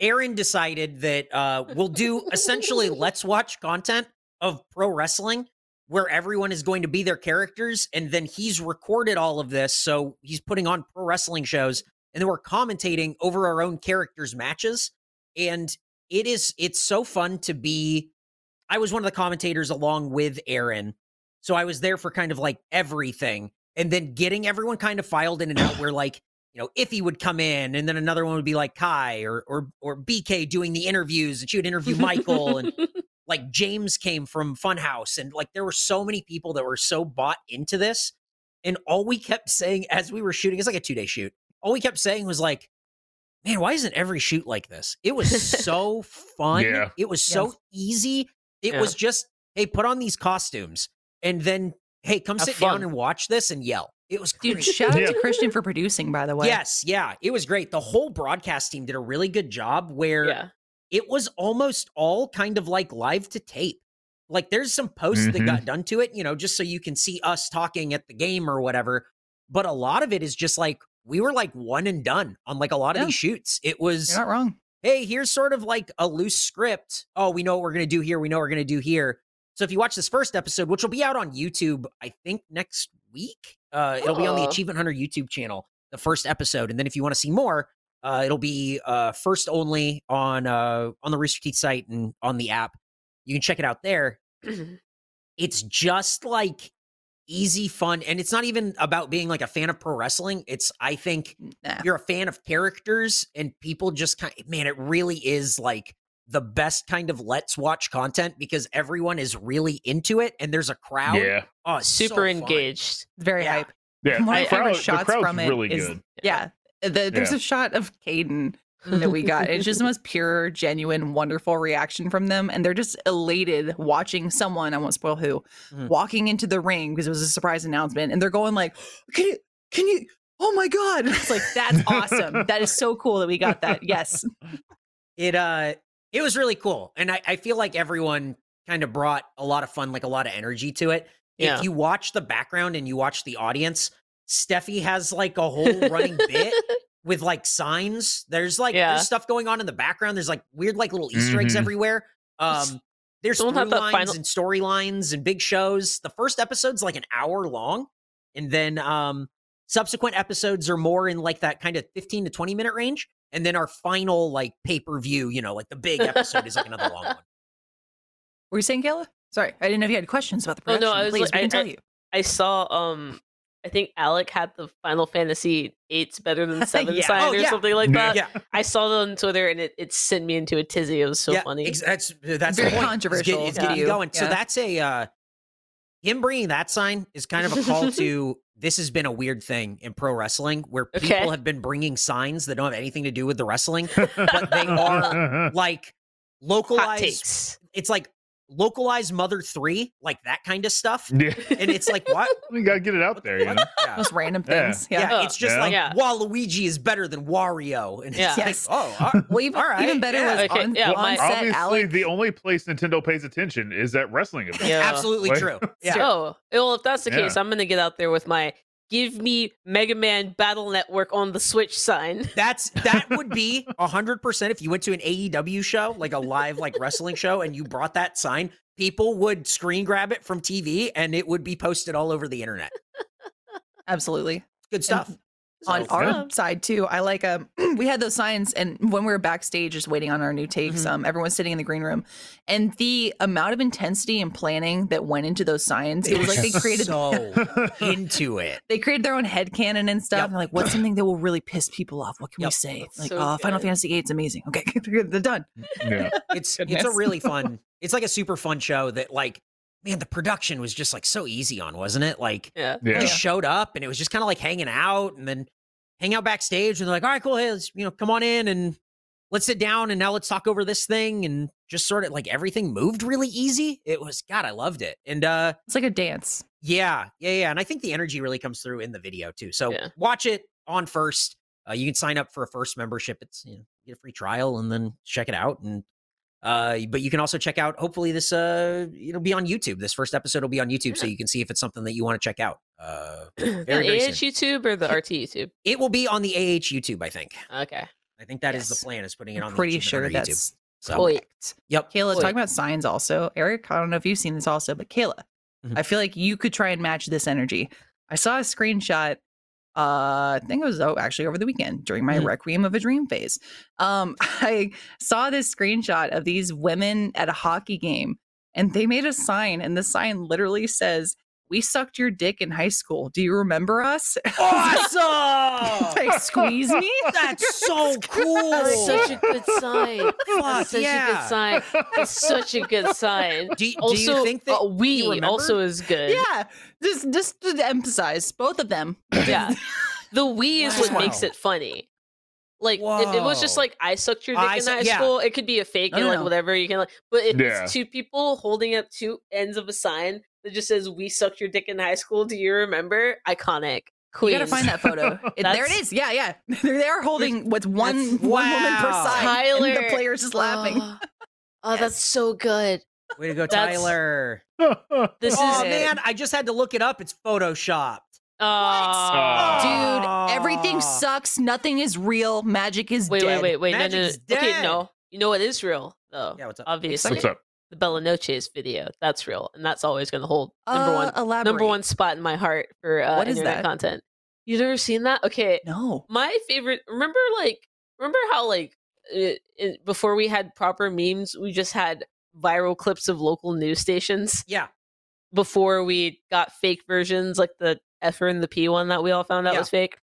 S2: Aaron decided that uh, we'll do essentially let's watch content of pro wrestling where everyone is going to be their characters, and then he's recorded all of this, so he's putting on pro wrestling shows, and then we're commentating over our own characters' matches, and it is it's so fun to be. I was one of the commentators along with Aaron, so I was there for kind of like everything and then getting everyone kind of filed in and out where like you know iffy would come in and then another one would be like kai or or or bk doing the interviews and she would interview michael and like james came from funhouse and like there were so many people that were so bought into this and all we kept saying as we were shooting it's like a two day shoot all we kept saying was like man why isn't every shoot like this it was so fun
S4: Yeah.
S2: it was
S3: Yeah.
S2: so easy it
S5: Yeah.
S2: was just hey put on these costumes and then hey come
S5: Have
S2: sit down
S5: fun.
S2: and watch this and yell it was
S3: Dude,
S2: great.
S3: shout out
S4: Yeah.
S3: to Christian for producing, by the way.
S2: Yes, yeah, it was great. The whole broadcast team did a really good job where
S5: yeah.
S2: it was almost all kind of like live to tape. Like there's some posts that
S4: Mhm.
S2: got done to it, you know, just so you can see us talking at the game or whatever. But a lot of it is just like we were like one and done on like a lot of
S3: Yeah.
S2: these shoots. It was
S3: You're not wrong.
S2: hey, here's sort of like a loose script. Oh, we know what we're going to do here. We know what we're going to do here. So if you watch this first episode, which will be out on YouTube, I think next week, uh, it'll be on the
S5: Oh.
S2: Achievement Hunter YouTube channel, the first episode. And then if you want to see more, uh, it'll be uh, first only on uh, on the Rooster Teeth site and on the app. You can check it out there. It's just like easy fun, and it's not even about being like a fan of pro wrestling. It's I think
S3: Nah.
S2: you're a fan of characters and people just kind man, it really is like the best kind of let's watch content because everyone is really into it and there's a crowd.
S4: Yeah,
S2: Oh, it's so
S5: Super
S2: fun.
S5: engaged.
S3: Very
S2: Yeah.
S3: hype.
S4: yeah.
S3: One of my
S4: the
S3: favorite
S4: crowd- the
S3: shots
S4: crowd's
S3: from it
S4: really
S3: is-
S4: good.
S3: Yeah. The, there's
S4: Yeah.
S3: a shot of Caden that we got. It's just the most pure, genuine, wonderful reaction from them. And they're just elated watching someone, I won't spoil who,
S2: Mhm.
S3: walking into the ring because it was a surprise announcement. And they're going like, Can you can you oh my God? And it's like, that's awesome. that is so cool that we got that. Yes.
S2: It uh it was really cool. And I, I feel like everyone kind of brought a lot of fun, like a lot of energy to it.
S5: Yeah.
S2: If you watch the background and you watch the audience, Steffi has like a whole running bit with like signs. There's like
S5: Yeah. Mm-hmm.
S2: there's stuff going on in the background. There's like weird like little Easter eggs
S4: Mhm.
S2: everywhere. Um, there's through
S5: Someone have that
S2: lines
S5: final-
S2: and storylines and big shows. The first episode's like an hour long, and then um, subsequent episodes are more in like that kind of 15 to 20 minute range. And then our final like pay per view, you know, like the big episode is like another long one.
S3: Were you saying, Kayla? Sorry. I didn't know if you had questions about the
S5: Oh, no,
S3: production.
S5: I was
S3: Please,
S5: like-
S3: we
S5: I-
S3: can
S5: I-
S3: tell you.
S5: I saw um I think Alec had the Final Fantasy eight's better than seven
S3: Yeah.
S5: sign
S2: Oh,
S5: or
S2: yeah.
S5: something like
S4: Yeah.
S5: that. I saw that on Twitter and it, it sent me into a tizzy. It was so funny.
S2: ex- that's uh, that's the
S3: Very
S2: point.
S3: controversial
S2: It's, get- it's getting
S3: view,
S2: going. So
S3: yeah.
S2: that's a uh, him bringing that sign is kind of a call to this has been a weird thing in pro wrestling where people
S5: Okay.
S2: have been bringing signs that don't have anything to do with the wrestling, but they are- like
S5: Hot
S2: localized.
S5: takes.
S2: It's like localized Mother Three, like that kind of stuff.
S4: Yeah,
S2: And it's like what?
S4: we gotta get it out there. You know?
S2: Yeah.
S3: Most random
S4: Yeah.
S3: things.
S2: Yeah,
S3: Yeah.
S5: Yeah.
S2: it's just
S4: Yeah.
S2: like
S5: Yeah.
S2: Waluigi is better than Wario, and it's
S5: Yeah.
S2: like,
S3: Yes.
S2: oh, all-
S3: Well, even,
S2: All right,
S3: even better
S2: yeah.
S3: was
S5: Okay,
S3: on,
S5: yeah,
S3: on
S5: my-
S3: set,
S4: Obviously,
S3: Alec.
S4: the only place Nintendo pays attention is at wrestling events.
S5: Yeah.
S2: absolutely
S4: Like-
S2: true. Yeah,
S5: Oh, well, if that's the
S4: Yeah.
S5: case, I'm going to get out there with my give me Mega Man Battle Network on the Switch sign.
S2: That's that would be hundred percent if you went to an AEW show, like a live like wrestling show, and you brought that sign. People would screen grab it from TV, and it would be posted all over the internet.
S3: Absolutely.
S2: Good stuff.
S3: on
S5: So-
S3: our
S5: Yeah.
S3: side too. I like um we had those signs and when we were backstage just waiting on our new takes,
S2: Mhm.
S3: um everyone's sitting in the green room and the amount of intensity and planning that went into those signs, it was like they created
S2: so into it.
S3: they created their own headcanon and stuff.
S2: Yep.
S3: and Like, what's something that will really piss people off? What can we
S2: Yep.
S3: say?
S5: That's
S3: Like,
S5: so
S3: oh, Final
S5: good.
S3: Fantasy VIII is amazing. Okay, they're done.
S4: yeah.
S2: It's it's
S3: Goodness.
S2: a really fun. It's like a super fun show that like man, the production was just like so easy on, wasn't it? Like
S5: Yeah.
S4: Yeah.
S2: just showed up and it was just kind of like hanging out and then hang out backstage and they're like, all right, cool. Hey, let's, you know, come on in and let's sit down and now let's talk over this thing and just sort of like everything moved really easy. It was God, I loved it. And uh
S3: It's like a dance.
S2: yeah, yeah, yeah. And I think the energy really comes through in the video too. So
S5: Yeah.
S2: watch it on first. Uh, you can sign up for a first membership. It's you know, get a free trial and then check it out. And uh, but you can also check out. Hopefully, this uh, it'll be on YouTube. This first episode will be on YouTube, so you can see if it's something that you want to check out. Uh,
S5: the
S2: very soon.
S5: AH YouTube or the RT YouTube?
S2: it will be on the AH YouTube. I think.
S5: Okay.
S2: I think that is
S3: Yes.
S2: the plan. Is putting it on.
S3: I'm
S2: the
S3: pretty
S2: achievement under
S3: sure
S2: YouTube.
S3: that's
S2: So
S5: Cool.
S3: correct.
S2: yep.
S3: Kayla,
S5: Wait.
S3: talking about signs also. Eric, I don't know if you've seen this also, but Kayla,
S2: Mhm.
S3: I feel like you could try and match this energy. I saw a screenshot. Uh, I think it was oh, actually over the weekend during my
S2: Mhm.
S3: Requiem of a Dream phase. Um, I saw this screenshot of these women at a hockey game, and they made a sign, and the sign literally says, "We sucked your dick in high school. Do you remember us?"
S2: Awesome.
S3: like, squeeze me.
S2: that's so cool.
S5: That's such a good sign.
S2: Fuck,
S5: That's such a
S2: yeah.
S5: good sign. That's such a good sign.
S2: do, do
S5: Also,
S2: you think that
S5: uh, we
S2: remember?
S5: also is good.
S3: Yeah, just just to emphasize, both of them.
S5: Yeah. The we is what makes
S2: Wow.
S5: it funny. Like if it was just
S2: Whoa.
S5: like I sucked your dick
S2: I
S5: in
S2: su-
S5: high
S2: yeah.
S5: school, it could be a fake
S3: No,
S5: and
S3: no,
S5: like
S3: no.
S5: whatever you can like. But if
S4: Yeah.
S5: it's two people holding up two ends of a sign that just says "We sucked your dick in high school," do you remember? Iconic. Queen.
S3: You gotta find that photo. It- there it
S5: That's-
S3: is. Yeah, yeah. They are holding what's one
S2: That's-
S3: one woman per
S2: wow.
S3: side. and
S5: Tyler.
S3: the players just laughing.
S5: Oh, oh, that's so good.
S2: Way to go,
S5: That's-
S2: Tyler.
S5: This
S2: oh
S5: is it.
S2: man, I just had to look it up. It's photoshopped.
S5: Aw.
S3: Dude, everything
S2: Aw.
S3: sucks. Nothing is real. Magic is
S5: Wait,
S3: dead.
S5: wait, wait, wait. No, no, no.
S2: Magic's
S5: Okay,
S2: dead.
S5: no. You know what is real though?
S2: Yeah, what's up?
S5: Obviously,
S4: What's up?
S5: the Bella Noches video. That's real, and that's always going to hold number
S3: Uh,
S5: one
S3: Elaborate.
S5: number one spot in my heart for uh,
S3: What is
S5: internet
S3: that?
S5: content. You've never seen that? Okay,
S3: No.
S5: my favorite. Remember, like, remember how like it, it, before we had proper memes, we just had viral clips of local news stations.
S2: Yeah.
S5: Before we got fake versions, like the effer and the p one that we all found out
S2: Yeah.
S5: was fake.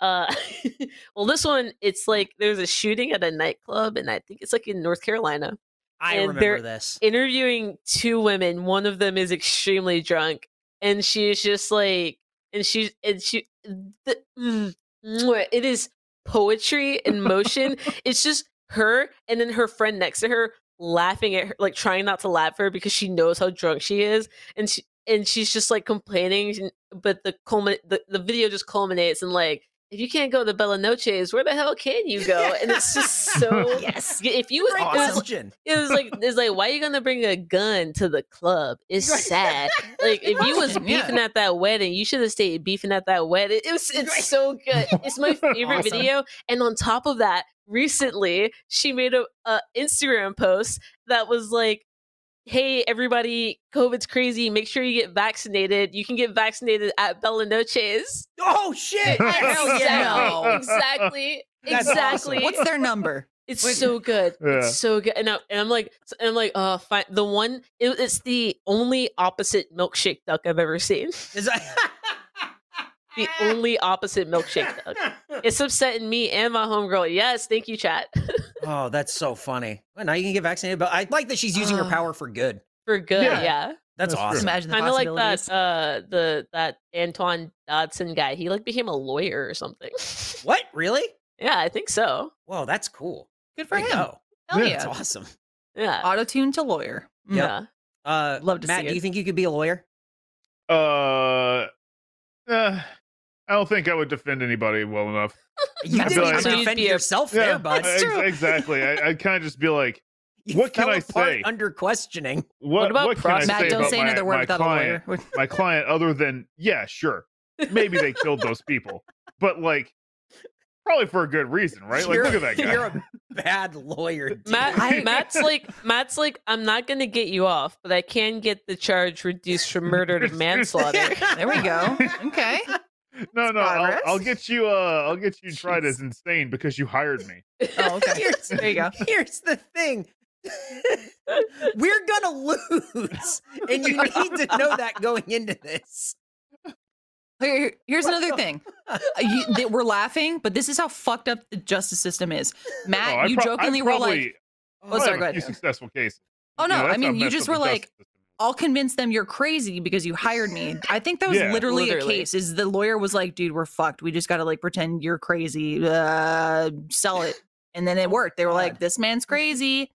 S5: Uh, well, this one it's like there's a shooting at a nightclub, and I think it's like in North Carolina
S2: I
S5: and
S2: remember
S5: they're-
S2: this.
S5: interviewing two women. One of them is extremely drunk, and she's just like, and she's and she, the, mm, mwah, it is poetry in motion. it's just her and then her friend next to her laughing at her, like trying not to laugh at her because she knows how drunk she is, and she and she's just like complaining. and- But the culmin, the, the video just culminates in like. If you can't go to Bella Noches, where the hell can you go? And it's just so.
S3: Yes.
S5: If you was,
S2: Great
S5: it was
S2: question.
S5: it was like it's like why you gonna bring a gun to the club? It's sad. Like if you was
S3: Question, yeah.
S5: beefing at that wedding, you should have stayed beefing at that wedding. It was it's so good. It's my favorite
S3: Awesome.
S5: video. And on top of that, recently she made a, a Instagram post that was like. Hey everybody, COVID's crazy. Make sure you get vaccinated. You can get vaccinated at Bella Noches.
S2: Oh shit!
S4: Hell
S2: Yes!
S3: yeah.
S5: Exactly. Exactly.
S2: That's awesome.
S5: exactly.
S3: What's their number?
S5: It's
S2: Wait.
S5: so good.
S4: Yeah.
S5: It's so good. And, I, and I'm like, and I'm like, uh, fine. The one, it, it's the only opposite milkshake duck I've ever seen.
S2: Is that-
S5: The
S4: Ah.
S5: only opposite milkshake duck. It's upsetting me and my homegirl. Yes, thank you, chat,
S2: oh, that's so funny. Well, now you can get vaccinated, but I like that she's using her
S5: Ah.
S2: power for good.
S5: for good.
S4: Yeah.
S5: Yeah,
S2: That's,
S4: That's true.
S2: awesome.
S3: Imagine the
S5: kind of like that.
S3: possibilities.
S5: Uh, the that Antoine Dodson guy. He like became a lawyer or something.
S2: What? Really?
S5: yeah, I think so.
S2: Whoa, that's cool.
S3: Good for
S2: Way to
S3: him.
S2: go.
S3: Hell
S2: That's
S3: yeah.
S2: awesome.
S5: Yeah,
S3: Auto tune to lawyer. Mm.
S5: yeah.
S2: Uh,
S3: Love to
S2: Matt,
S3: see
S2: do
S3: it.
S2: you think you could be a lawyer?
S4: Uh, eh, I don't think I would defend anybody well enough.
S2: You
S3: I'd be
S2: didn't
S4: like-
S2: even
S5: So you'd
S2: defend
S5: be a-
S2: yourself there, bud.
S4: ex- exactly. I, I'd kind of just be like,
S2: You
S4: What can
S2: fell
S4: I
S2: apart
S4: say?
S2: Under questioning.
S4: what,
S5: about
S4: what can I
S5: prostitutes?
S3: Matt,
S4: say
S3: don't
S4: about
S3: say
S4: my,
S3: another word
S4: my
S3: without
S4: client,
S3: a lawyer.
S4: my client other than yeah, sure. maybe they killed those people, but like probably for a good reason, right? Like,
S2: You're-
S4: look at that guy.
S2: You're a bad lawyer. dude.
S5: Matt,
S3: I-
S5: Matt's like, Matt's like, I'm not gonna get you off, but I can get the charge reduced from murder to manslaughter.
S3: There we go. Okay.
S4: No, no, I'll,
S3: progress.
S4: I'll get you. Uh, I'll get you tried as insane because you hired me.
S3: Oh, okay.
S2: Here's-
S3: There you go.
S2: Here's the thing. We're gonna lose, and you need to know that going into this.
S3: Here- here- here's another thing. Uh, You, that we're laughing, but this is how fucked up the justice system is.
S4: No,
S3: Matt,
S4: I
S3: you
S4: pro- I
S3: jokingly were like,
S4: probably-
S3: Oh,
S4: I
S3: sorry,
S4: have
S3: go
S4: a
S3: ahead.
S4: few successful cases.
S3: Oh,
S4: You
S3: no,
S4: know,
S3: I
S4: that's how
S3: mean, you
S4: messed
S3: just
S4: up
S3: were
S4: the
S3: like,
S4: justice system is.
S3: I'll convince them you're crazy because you hired me. I think that was
S4: Yeah.
S3: literally,
S5: Literally.
S3: a case. Is the lawyer was like, dude, we're fucked. We just got to like pretend you're crazy, uh, sell it. And then it worked. They were like,
S2: God.
S3: this man's crazy.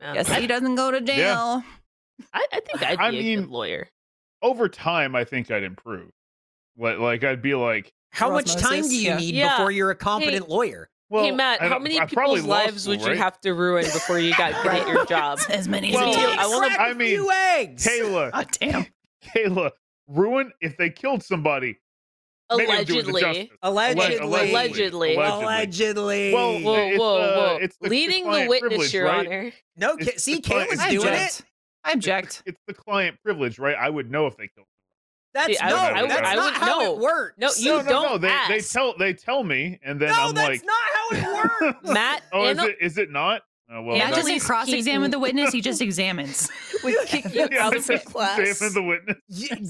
S5: Yeah.
S3: Guess he doesn't go to jail.
S5: I, I think I'd be
S4: I
S5: a
S4: mean-
S5: good lawyer.
S4: Over time, I think I'd improve. Like, like I'd be like,
S2: How
S3: Through
S2: much time
S3: osmosis,
S2: do you
S3: yeah.
S2: need
S5: Yeah.
S2: before you're a competent lawyer?
S4: well,
S5: hey Matt,
S4: I
S5: how
S4: don't-
S5: many
S4: I probably
S5: people's
S4: law
S5: lives
S4: school,
S5: would you
S4: right?
S5: have to ruin before you got good at your job?
S3: As many
S4: Well,
S3: as he
S5: Dude,
S3: takes.
S5: I wanna-
S2: Crack
S4: I
S2: a
S4: mean,
S2: few eggs.
S4: Kayla,
S3: God damn.
S4: Kayla, ruin if they killed somebody. maybe I'm doing the
S5: Allegedly.
S4: justice.
S2: allegedly,
S5: Allegedly. Allegedly.
S2: Allegedly.
S4: Well,
S5: Whoa,
S4: It's,
S5: whoa,
S4: uh,
S5: whoa.
S4: it's the
S5: Leading the
S4: client
S5: witness,
S4: privilege,
S5: Your
S4: right?
S5: Honor.
S2: no,
S4: it's
S2: Ca- see,
S4: the client-
S2: Kayla's
S3: I
S4: it's
S2: doing
S3: object.
S2: it.
S3: I object.
S4: It's the client privilege, right? I would know if they killed.
S2: That's
S5: See, I
S2: no,
S4: would- I would-
S2: that's
S4: I
S2: not
S5: would
S2: how
S5: know.
S2: it works.
S5: No, you
S4: no, no, no.
S5: don't
S4: They they
S5: ask.
S4: tell they tell me, and then
S2: no,
S4: I'm
S2: that's
S4: like,
S2: not how it works.
S5: Matt
S4: oh, is
S5: and
S4: it is it not? Oh, well,
S3: Matt
S4: that's-
S5: Matt
S3: doesn't
S5: doesn't
S3: cross examine
S5: keep-
S3: the witness, he just examines.
S5: would kick you
S4: yeah,
S5: out
S4: I
S5: of her
S4: just examined
S5: class.
S4: the witness.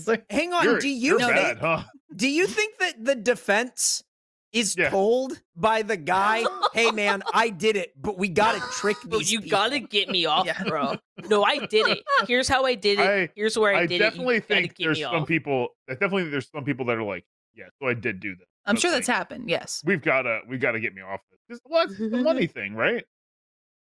S2: You- hang on,
S4: You're,
S2: do you think,
S4: are bad, huh?
S2: do you think that the defense is
S4: Yeah.
S2: told by the guy, "Hey man, I did it, but we got to trick
S5: Bro,
S2: these
S5: you
S2: people."
S5: gotta get me off,
S3: Yeah.
S5: bro. No, I did it. Here's how I did it.
S4: I-
S5: Here's where I,
S4: I
S5: did
S4: definitely
S5: it. You gotta
S4: think
S5: get
S4: there's
S5: me
S4: some
S5: off.
S4: people. I definitely think there's some people that are like, yeah, so I did do this.
S3: I'm
S4: But,
S3: sure that's
S4: like,
S3: happened. Yes.
S4: We've gotta we gotta get me off this. This what the
S5: Mm-hmm.
S4: money thing, right?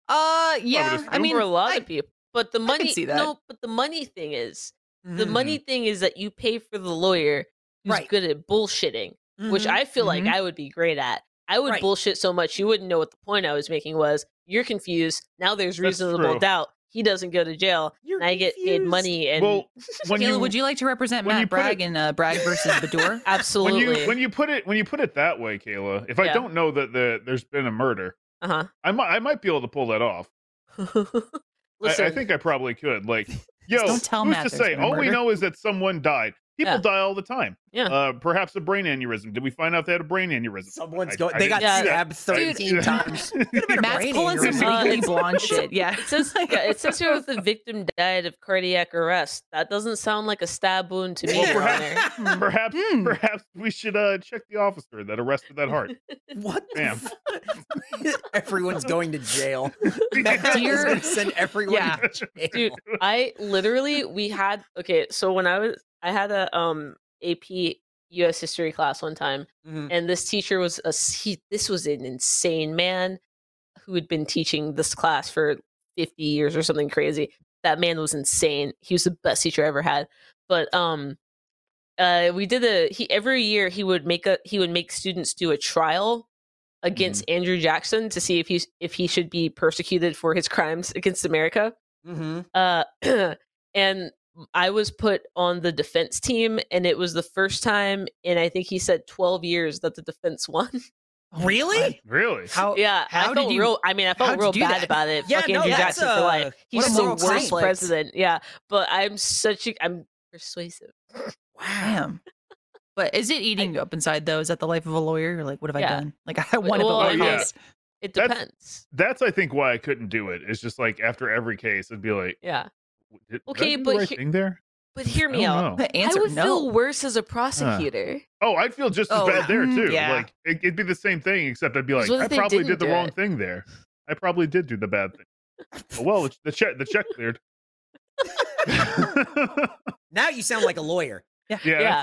S3: Uh,
S4: I
S3: yeah.
S4: would
S3: I mean,
S5: for a lot
S3: I-
S5: of people. But the money,
S3: see that.
S5: no, but the money thing is the
S2: Mhm.
S4: Mm.
S5: money thing is that you pay for the lawyer who's
S2: Right.
S5: good at bullshitting, which
S2: Mhm.
S4: Mm-hmm,
S5: I feel
S3: Mhm.
S5: like I would be great at. I would
S2: Right.
S5: bullshit so much you wouldn't know what the point I was making was. You're confused. Now there's
S4: That's
S5: reasonable
S4: true.
S5: doubt. He doesn't go to jail.
S2: You're
S5: And I get paid
S2: confused.
S5: money and
S4: well, when
S3: Kayla,
S4: you,
S3: would you like to represent
S4: when you
S3: Matt
S4: put it-
S3: Bragg in uh, Bragg versus Bador?
S4: when
S5: absolutely.
S4: you when you put it when you put it that way, Kayla, if I
S5: Yeah. don't
S4: don't know that the, there's been a murder,
S5: uh
S4: I might I might be able to pull that off.
S5: huh.
S4: I,
S5: Listen,
S4: think I probably could. Like, yo,
S3: don't tell
S4: who's
S3: Matt
S4: to
S3: there's
S4: say?
S3: been a
S4: All we
S3: murder.
S4: know is that someone died. People
S5: Yeah.
S4: die all the time.
S5: Yeah.
S4: Uh, perhaps a brain aneurysm. Did we find out they had a brain aneurysm?
S2: Someone's
S4: I-
S2: going.
S4: I
S2: They got
S4: didn't see that.
S2: stabbed
S4: I didn't see
S2: thirteen
S4: that.
S2: times. Could've been a
S3: Matt's
S2: brain
S3: pulling some
S2: aneurysm.
S5: Uh,
S3: legally
S5: it's-
S3: blonde shit. Yeah.
S5: It says it says here that the victim died of cardiac arrest. That doesn't sound like a stab wound to me,
S4: Well,
S5: Your
S4: perhaps-
S5: Honor.
S3: Hmm.
S4: Perhaps,
S3: Hmm.
S4: perhaps we should uh, check the officer that arrested that heart.
S2: What? the
S4: Damn.
S2: fu- Everyone's going to jail. Matt
S3: Dear-
S2: is gonna send everyone
S3: Yeah.
S2: to jail.
S5: Dude, I literally we had okay. So when I was I had a um AP U.S. history class one time,
S2: Mhm.
S5: and this teacher was a s- he, this was an insane man who had been teaching this class for 50 years or something crazy that man was insane he was the best teacher i ever had but um uh we did a he every year he would make a he would make students do a trial against andrew jackson to see if he's if he should be persecuted for his crimes against america
S3: Mm-hmm.
S2: Mhm.
S5: uh, and I was put on the defense team, and it was the first time in I think he said twelve years that the defense won.
S2: Really?
S4: Really?
S2: Oh,
S3: How?
S5: yeah,
S3: how did
S5: I felt
S3: you-
S5: real. I mean, I felt
S3: how'd you
S5: real
S3: do
S5: bad
S3: that?
S5: about it.
S2: Yeah,
S5: Fuck
S2: no,
S5: Andrew
S2: that's
S5: Jackson for life.
S2: a-
S5: He's
S3: what a
S5: the
S3: moral
S5: worst
S3: conflict.
S5: president. Yeah, but I'm such a I'm persuasive.
S2: Wow.
S3: Damn. But is it eating you up inside though? Is that the life of a lawyer? You're like, what have I
S5: Yeah.
S3: done? Like, I want to
S5: Well,
S4: I
S3: build
S4: mean,
S3: my house.
S5: It
S4: That's-
S5: depends.
S4: That's I think why I couldn't do it. It's just like after every case, I'd be like,
S5: Yeah,
S4: "W- did, did I
S5: Okay,
S4: do the
S5: but
S4: right
S5: he-
S4: thing there.
S5: but hear
S4: I
S5: me
S2: Oh,
S4: don't
S5: out.
S4: know.
S3: The answer
S5: I would
S3: no.
S5: feel worse as a prosecutor.
S4: Oh, I'd feel just as
S3: Oh,
S4: bad there
S3: mm,
S4: too.
S3: yeah.
S4: Like it, it'd be the same thing, except I'd be
S5: Because
S4: like,
S5: what
S4: I
S5: if they
S4: probably
S5: didn't
S4: did the
S5: do
S4: wrong
S5: it?"
S4: thing there. I probably did do the bad thing. Oh, well, it's- the check the check cleared. yeah,
S2: Now you sound like a lawyer.
S5: Yeah.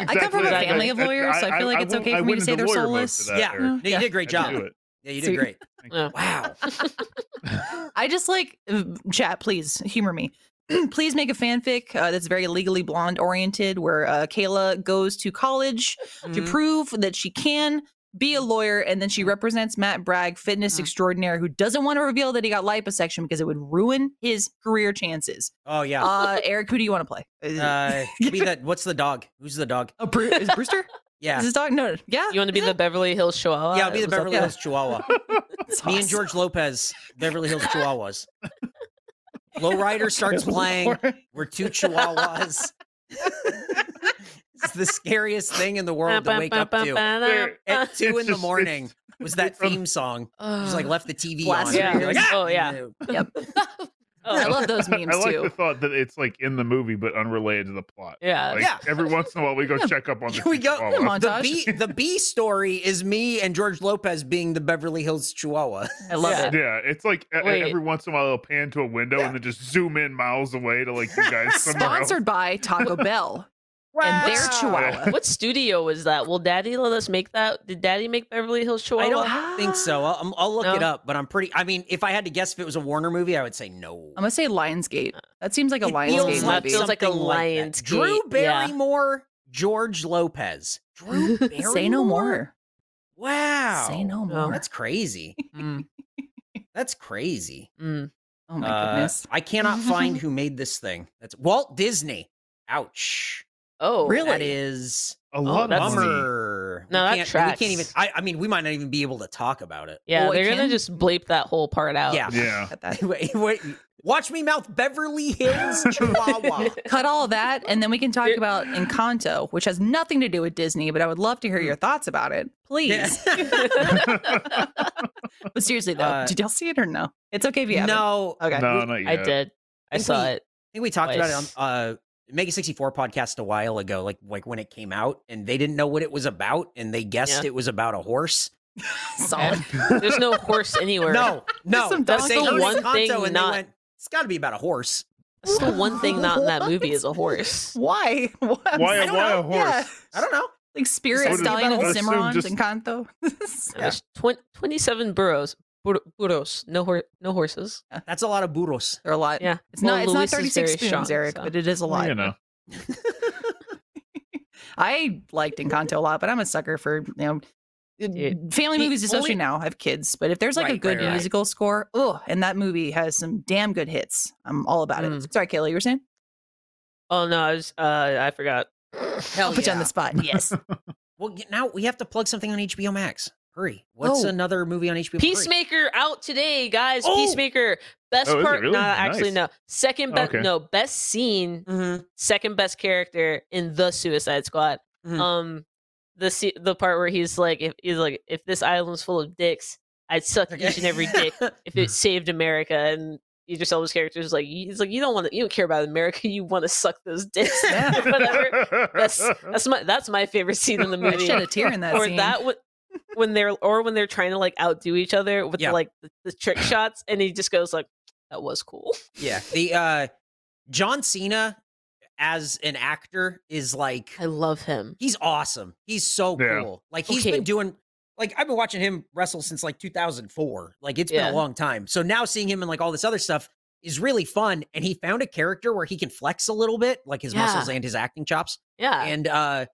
S4: that's
S5: I
S3: come
S4: exactly
S5: from a
S4: it. Like,
S5: family
S3: of
S4: I-
S3: lawyers, so I feel like it's
S4: went-
S3: okay for me to
S4: went
S3: say
S4: into
S3: they're
S4: lawyer mode for
S3: soulless.
S4: that,
S2: Yeah.
S4: Eric.
S2: No, you
S3: Yeah. mm-hmm.
S2: did a great
S4: I could
S2: job.
S4: do it.
S2: Yeah, you
S3: See?
S2: did great.
S5: Yeah.
S2: Wow.
S3: I just like chat. Please humor me. please make a fanfic uh, that's very legally blonde oriented, where uh, Kayla goes to college to
S5: Mm-hmm.
S2: Mhm.
S3: prove that she can be a lawyer, and then she represents Matt Bragg, fitness
S2: Mhm.
S3: extraordinaire, who doesn't want to reveal that he got liposuction because it would ruin his career chances.
S2: Oh yeah.
S3: Uh, Eric, who do you want to play?
S2: Uh, be that. What's the dog? Who's the dog?
S3: oh, Bru- is Brewster?
S2: Yeah.
S3: Is his dog? No. Yeah.
S5: You want to be the Beverly Hills Chihuahua?
S2: yeah, I'll be the
S5: It was up
S2: Beverly
S5: there.
S2: Hills Chihuahua.
S3: That's
S2: Me and
S3: awesome.
S2: George Lopez, Beverly Hills Chihuahuas. Lowrider starts playing. We're two Chihuahuas. it's the scariest thing in the world to wake up to.
S4: There-
S2: At
S4: it's
S2: two in the
S4: just-
S2: morning was that
S4: from-
S2: theme song. Just like left the TV
S3: Blast
S2: on.
S5: your
S2: You're like,
S5: ears.
S2: "Ah!"
S5: Oh, yeah.
S2: You know,
S5: Oh,
S3: I love those memes
S4: I like the
S3: too.
S4: thought that it's like in the movie but unrelated to the plot.
S5: yeah.
S4: Like,
S2: Yeah.
S4: Every once in a while, we go
S3: Yeah.
S4: check up on the
S2: Here we go.
S4: Chihuahua.
S3: Come on.
S2: The
S3: Montage.
S2: B the B story is me and George Lopez being the Beverly Hills Chihuahua.
S3: I love
S5: Yeah.
S3: it.
S4: Yeah, it's like e- e-
S5: Wait.
S4: every once in a while, they'll pan to a window and then just zoom in miles away to like you guys somewhere else.
S3: Sponsored by Taco Bell and their Chihuahua.
S5: What studio was that? Will Daddy let us make that? Did Daddy make Beverly Hills Chihuahua?
S2: I don't think so. I'll, I'm- I'll look
S5: No?
S2: it up, but I'm pretty. I mean, if I had to guess if it was a Warner movie, I would say no.
S3: I'm gonna say Lionsgate. That seems like a
S2: It
S5: feels
S3: Lionsgate
S5: like-
S3: movie.
S5: feels like a
S2: something that.
S5: Lionsgate,
S2: Drew
S5: yeah.
S2: Barrymore, George Lopez. Drew Barrymore.
S3: Say no more.
S2: Wow.
S3: Say no
S5: No.
S3: more.
S2: That's crazy.
S5: Mm,
S2: That's crazy.
S5: mm.
S3: oh my
S2: Uh,
S3: goodness.
S2: I cannot find who made this thing. That's Walt Disney. Ouch.
S5: Oh,
S2: That
S5: Daddy.
S2: is
S4: A lot
S5: that's-
S4: of money.
S2: bummer.
S5: No, that
S2: we can't, we can't even.
S5: tracks.
S2: I, I mean, we might not even be able to talk about it.
S5: Yeah,
S3: Well, it
S5: they're gonna
S3: can-
S5: just bleep that whole part out.
S2: Yeah.
S4: Yeah.
S3: Cut that.
S2: Wait, wait, watch me mouth Beverly Hills
S3: Oh,
S2: Chihuahua.
S3: Cut all that, and then we can talk
S5: There-
S3: about Encanto, which has nothing to do with Disney. But I would love to
S5: Hmm.
S3: hear your thoughts about it,
S2: Yeah.
S3: please. But seriously, though,
S2: Uh,
S3: did y'all see it or no? It's okay if you haven't.
S2: no, I
S3: Okay.
S4: no, not yet.
S5: I did. I
S2: If
S5: saw
S2: we-
S5: it.
S2: think we talked about it
S5: Twice.
S2: on uh, Mega sixty four podcast a while ago, like like when it came out, and they didn't know what it was about, and they guessed
S5: Yeah.
S2: it was about a horse.
S3: Solid.
S5: There's no horse anywhere.
S2: No, no,
S3: Some
S5: That's
S2: they
S5: the
S2: heard
S5: one
S2: Encanto
S5: thing
S2: and they
S5: not-
S2: went, it's got to be about a horse.
S5: That's the one thing not in that movie is a horse.
S3: Why? Why?
S4: Why-
S3: I don't
S4: why a
S3: know.
S4: horse?
S3: Yeah.
S2: I don't know.
S3: Like Spirit,
S4: What is-
S3: Stallion, and
S4: I assume
S3: Cimarron,
S4: just-
S3: Encanto.
S5: And There's twen- 27 burros. Bur- burros. No hor- no horses.
S2: That's a lot of burros.
S3: They're a lot.
S5: Yeah.
S3: Uh, It's
S5: Well,
S3: not. It's
S5: Luis
S3: not
S5: is
S3: 36
S5: very
S3: spoons,
S5: strong,
S3: Eric,
S5: so.
S3: but it is a lot.
S4: You know.
S3: I liked Encanto a lot, but I'm a sucker for you know uh,
S5: Dude.
S3: family
S2: The
S3: movies, especially
S2: only-
S3: now. I have kids, but if there's like a
S2: Right,
S3: good
S2: right, right.
S3: musical score, oh, and that movie has some damn good hits. I'm all about it.
S5: Mm.
S3: Sorry, Kayla, you were saying?
S5: Oh no, I was uh I forgot.
S2: Hell
S3: I'll put you on
S2: yeah.
S3: the spot. Yes,
S2: Well, y- now we have to plug something on HBO Max. Hurry! What's
S3: Oh.
S2: another movie on HBO? Hurry.
S5: Peacemaker out today, guys.
S2: Oh!
S5: Peacemaker. Best
S4: Oh, is it
S5: part
S4: really?
S5: no, actually
S4: Nice.
S5: no. Second best
S4: Okay.
S5: no, best scene,
S2: Mhm.
S5: second best character in the Suicide Squad.
S2: Mhm.
S5: Um the se- the part where he's like if he's like if this island's full of dicks, I'd suck each and every dick if it saved America and Idris Elba's character is like he's like you don't want to you don't care about America, you want to suck those dicks.
S3: Yeah.
S5: Whatever. That's that's my that's my favorite scene in the
S3: I
S5: movie.
S3: shed a tear in that
S5: or
S3: scene.
S5: that when, when they're or when they're trying to like outdo each other with
S2: Yeah.
S5: like the, the trick shots, and he just goes like, "That was cool."
S2: yeah, the uh, John Cena as an actor is like
S5: I love him.
S2: he's awesome. He's so
S4: Yeah.
S2: cool. Like he's
S5: Okay.
S2: been doing like I've been watching him wrestle since like 2004. Like it's
S5: Yeah.
S2: been a long time. So now seeing him in like all this other stuff is really fun and he found a character where he can flex a little bit, like his muscles and his acting chops.
S5: Yeah,
S2: And uh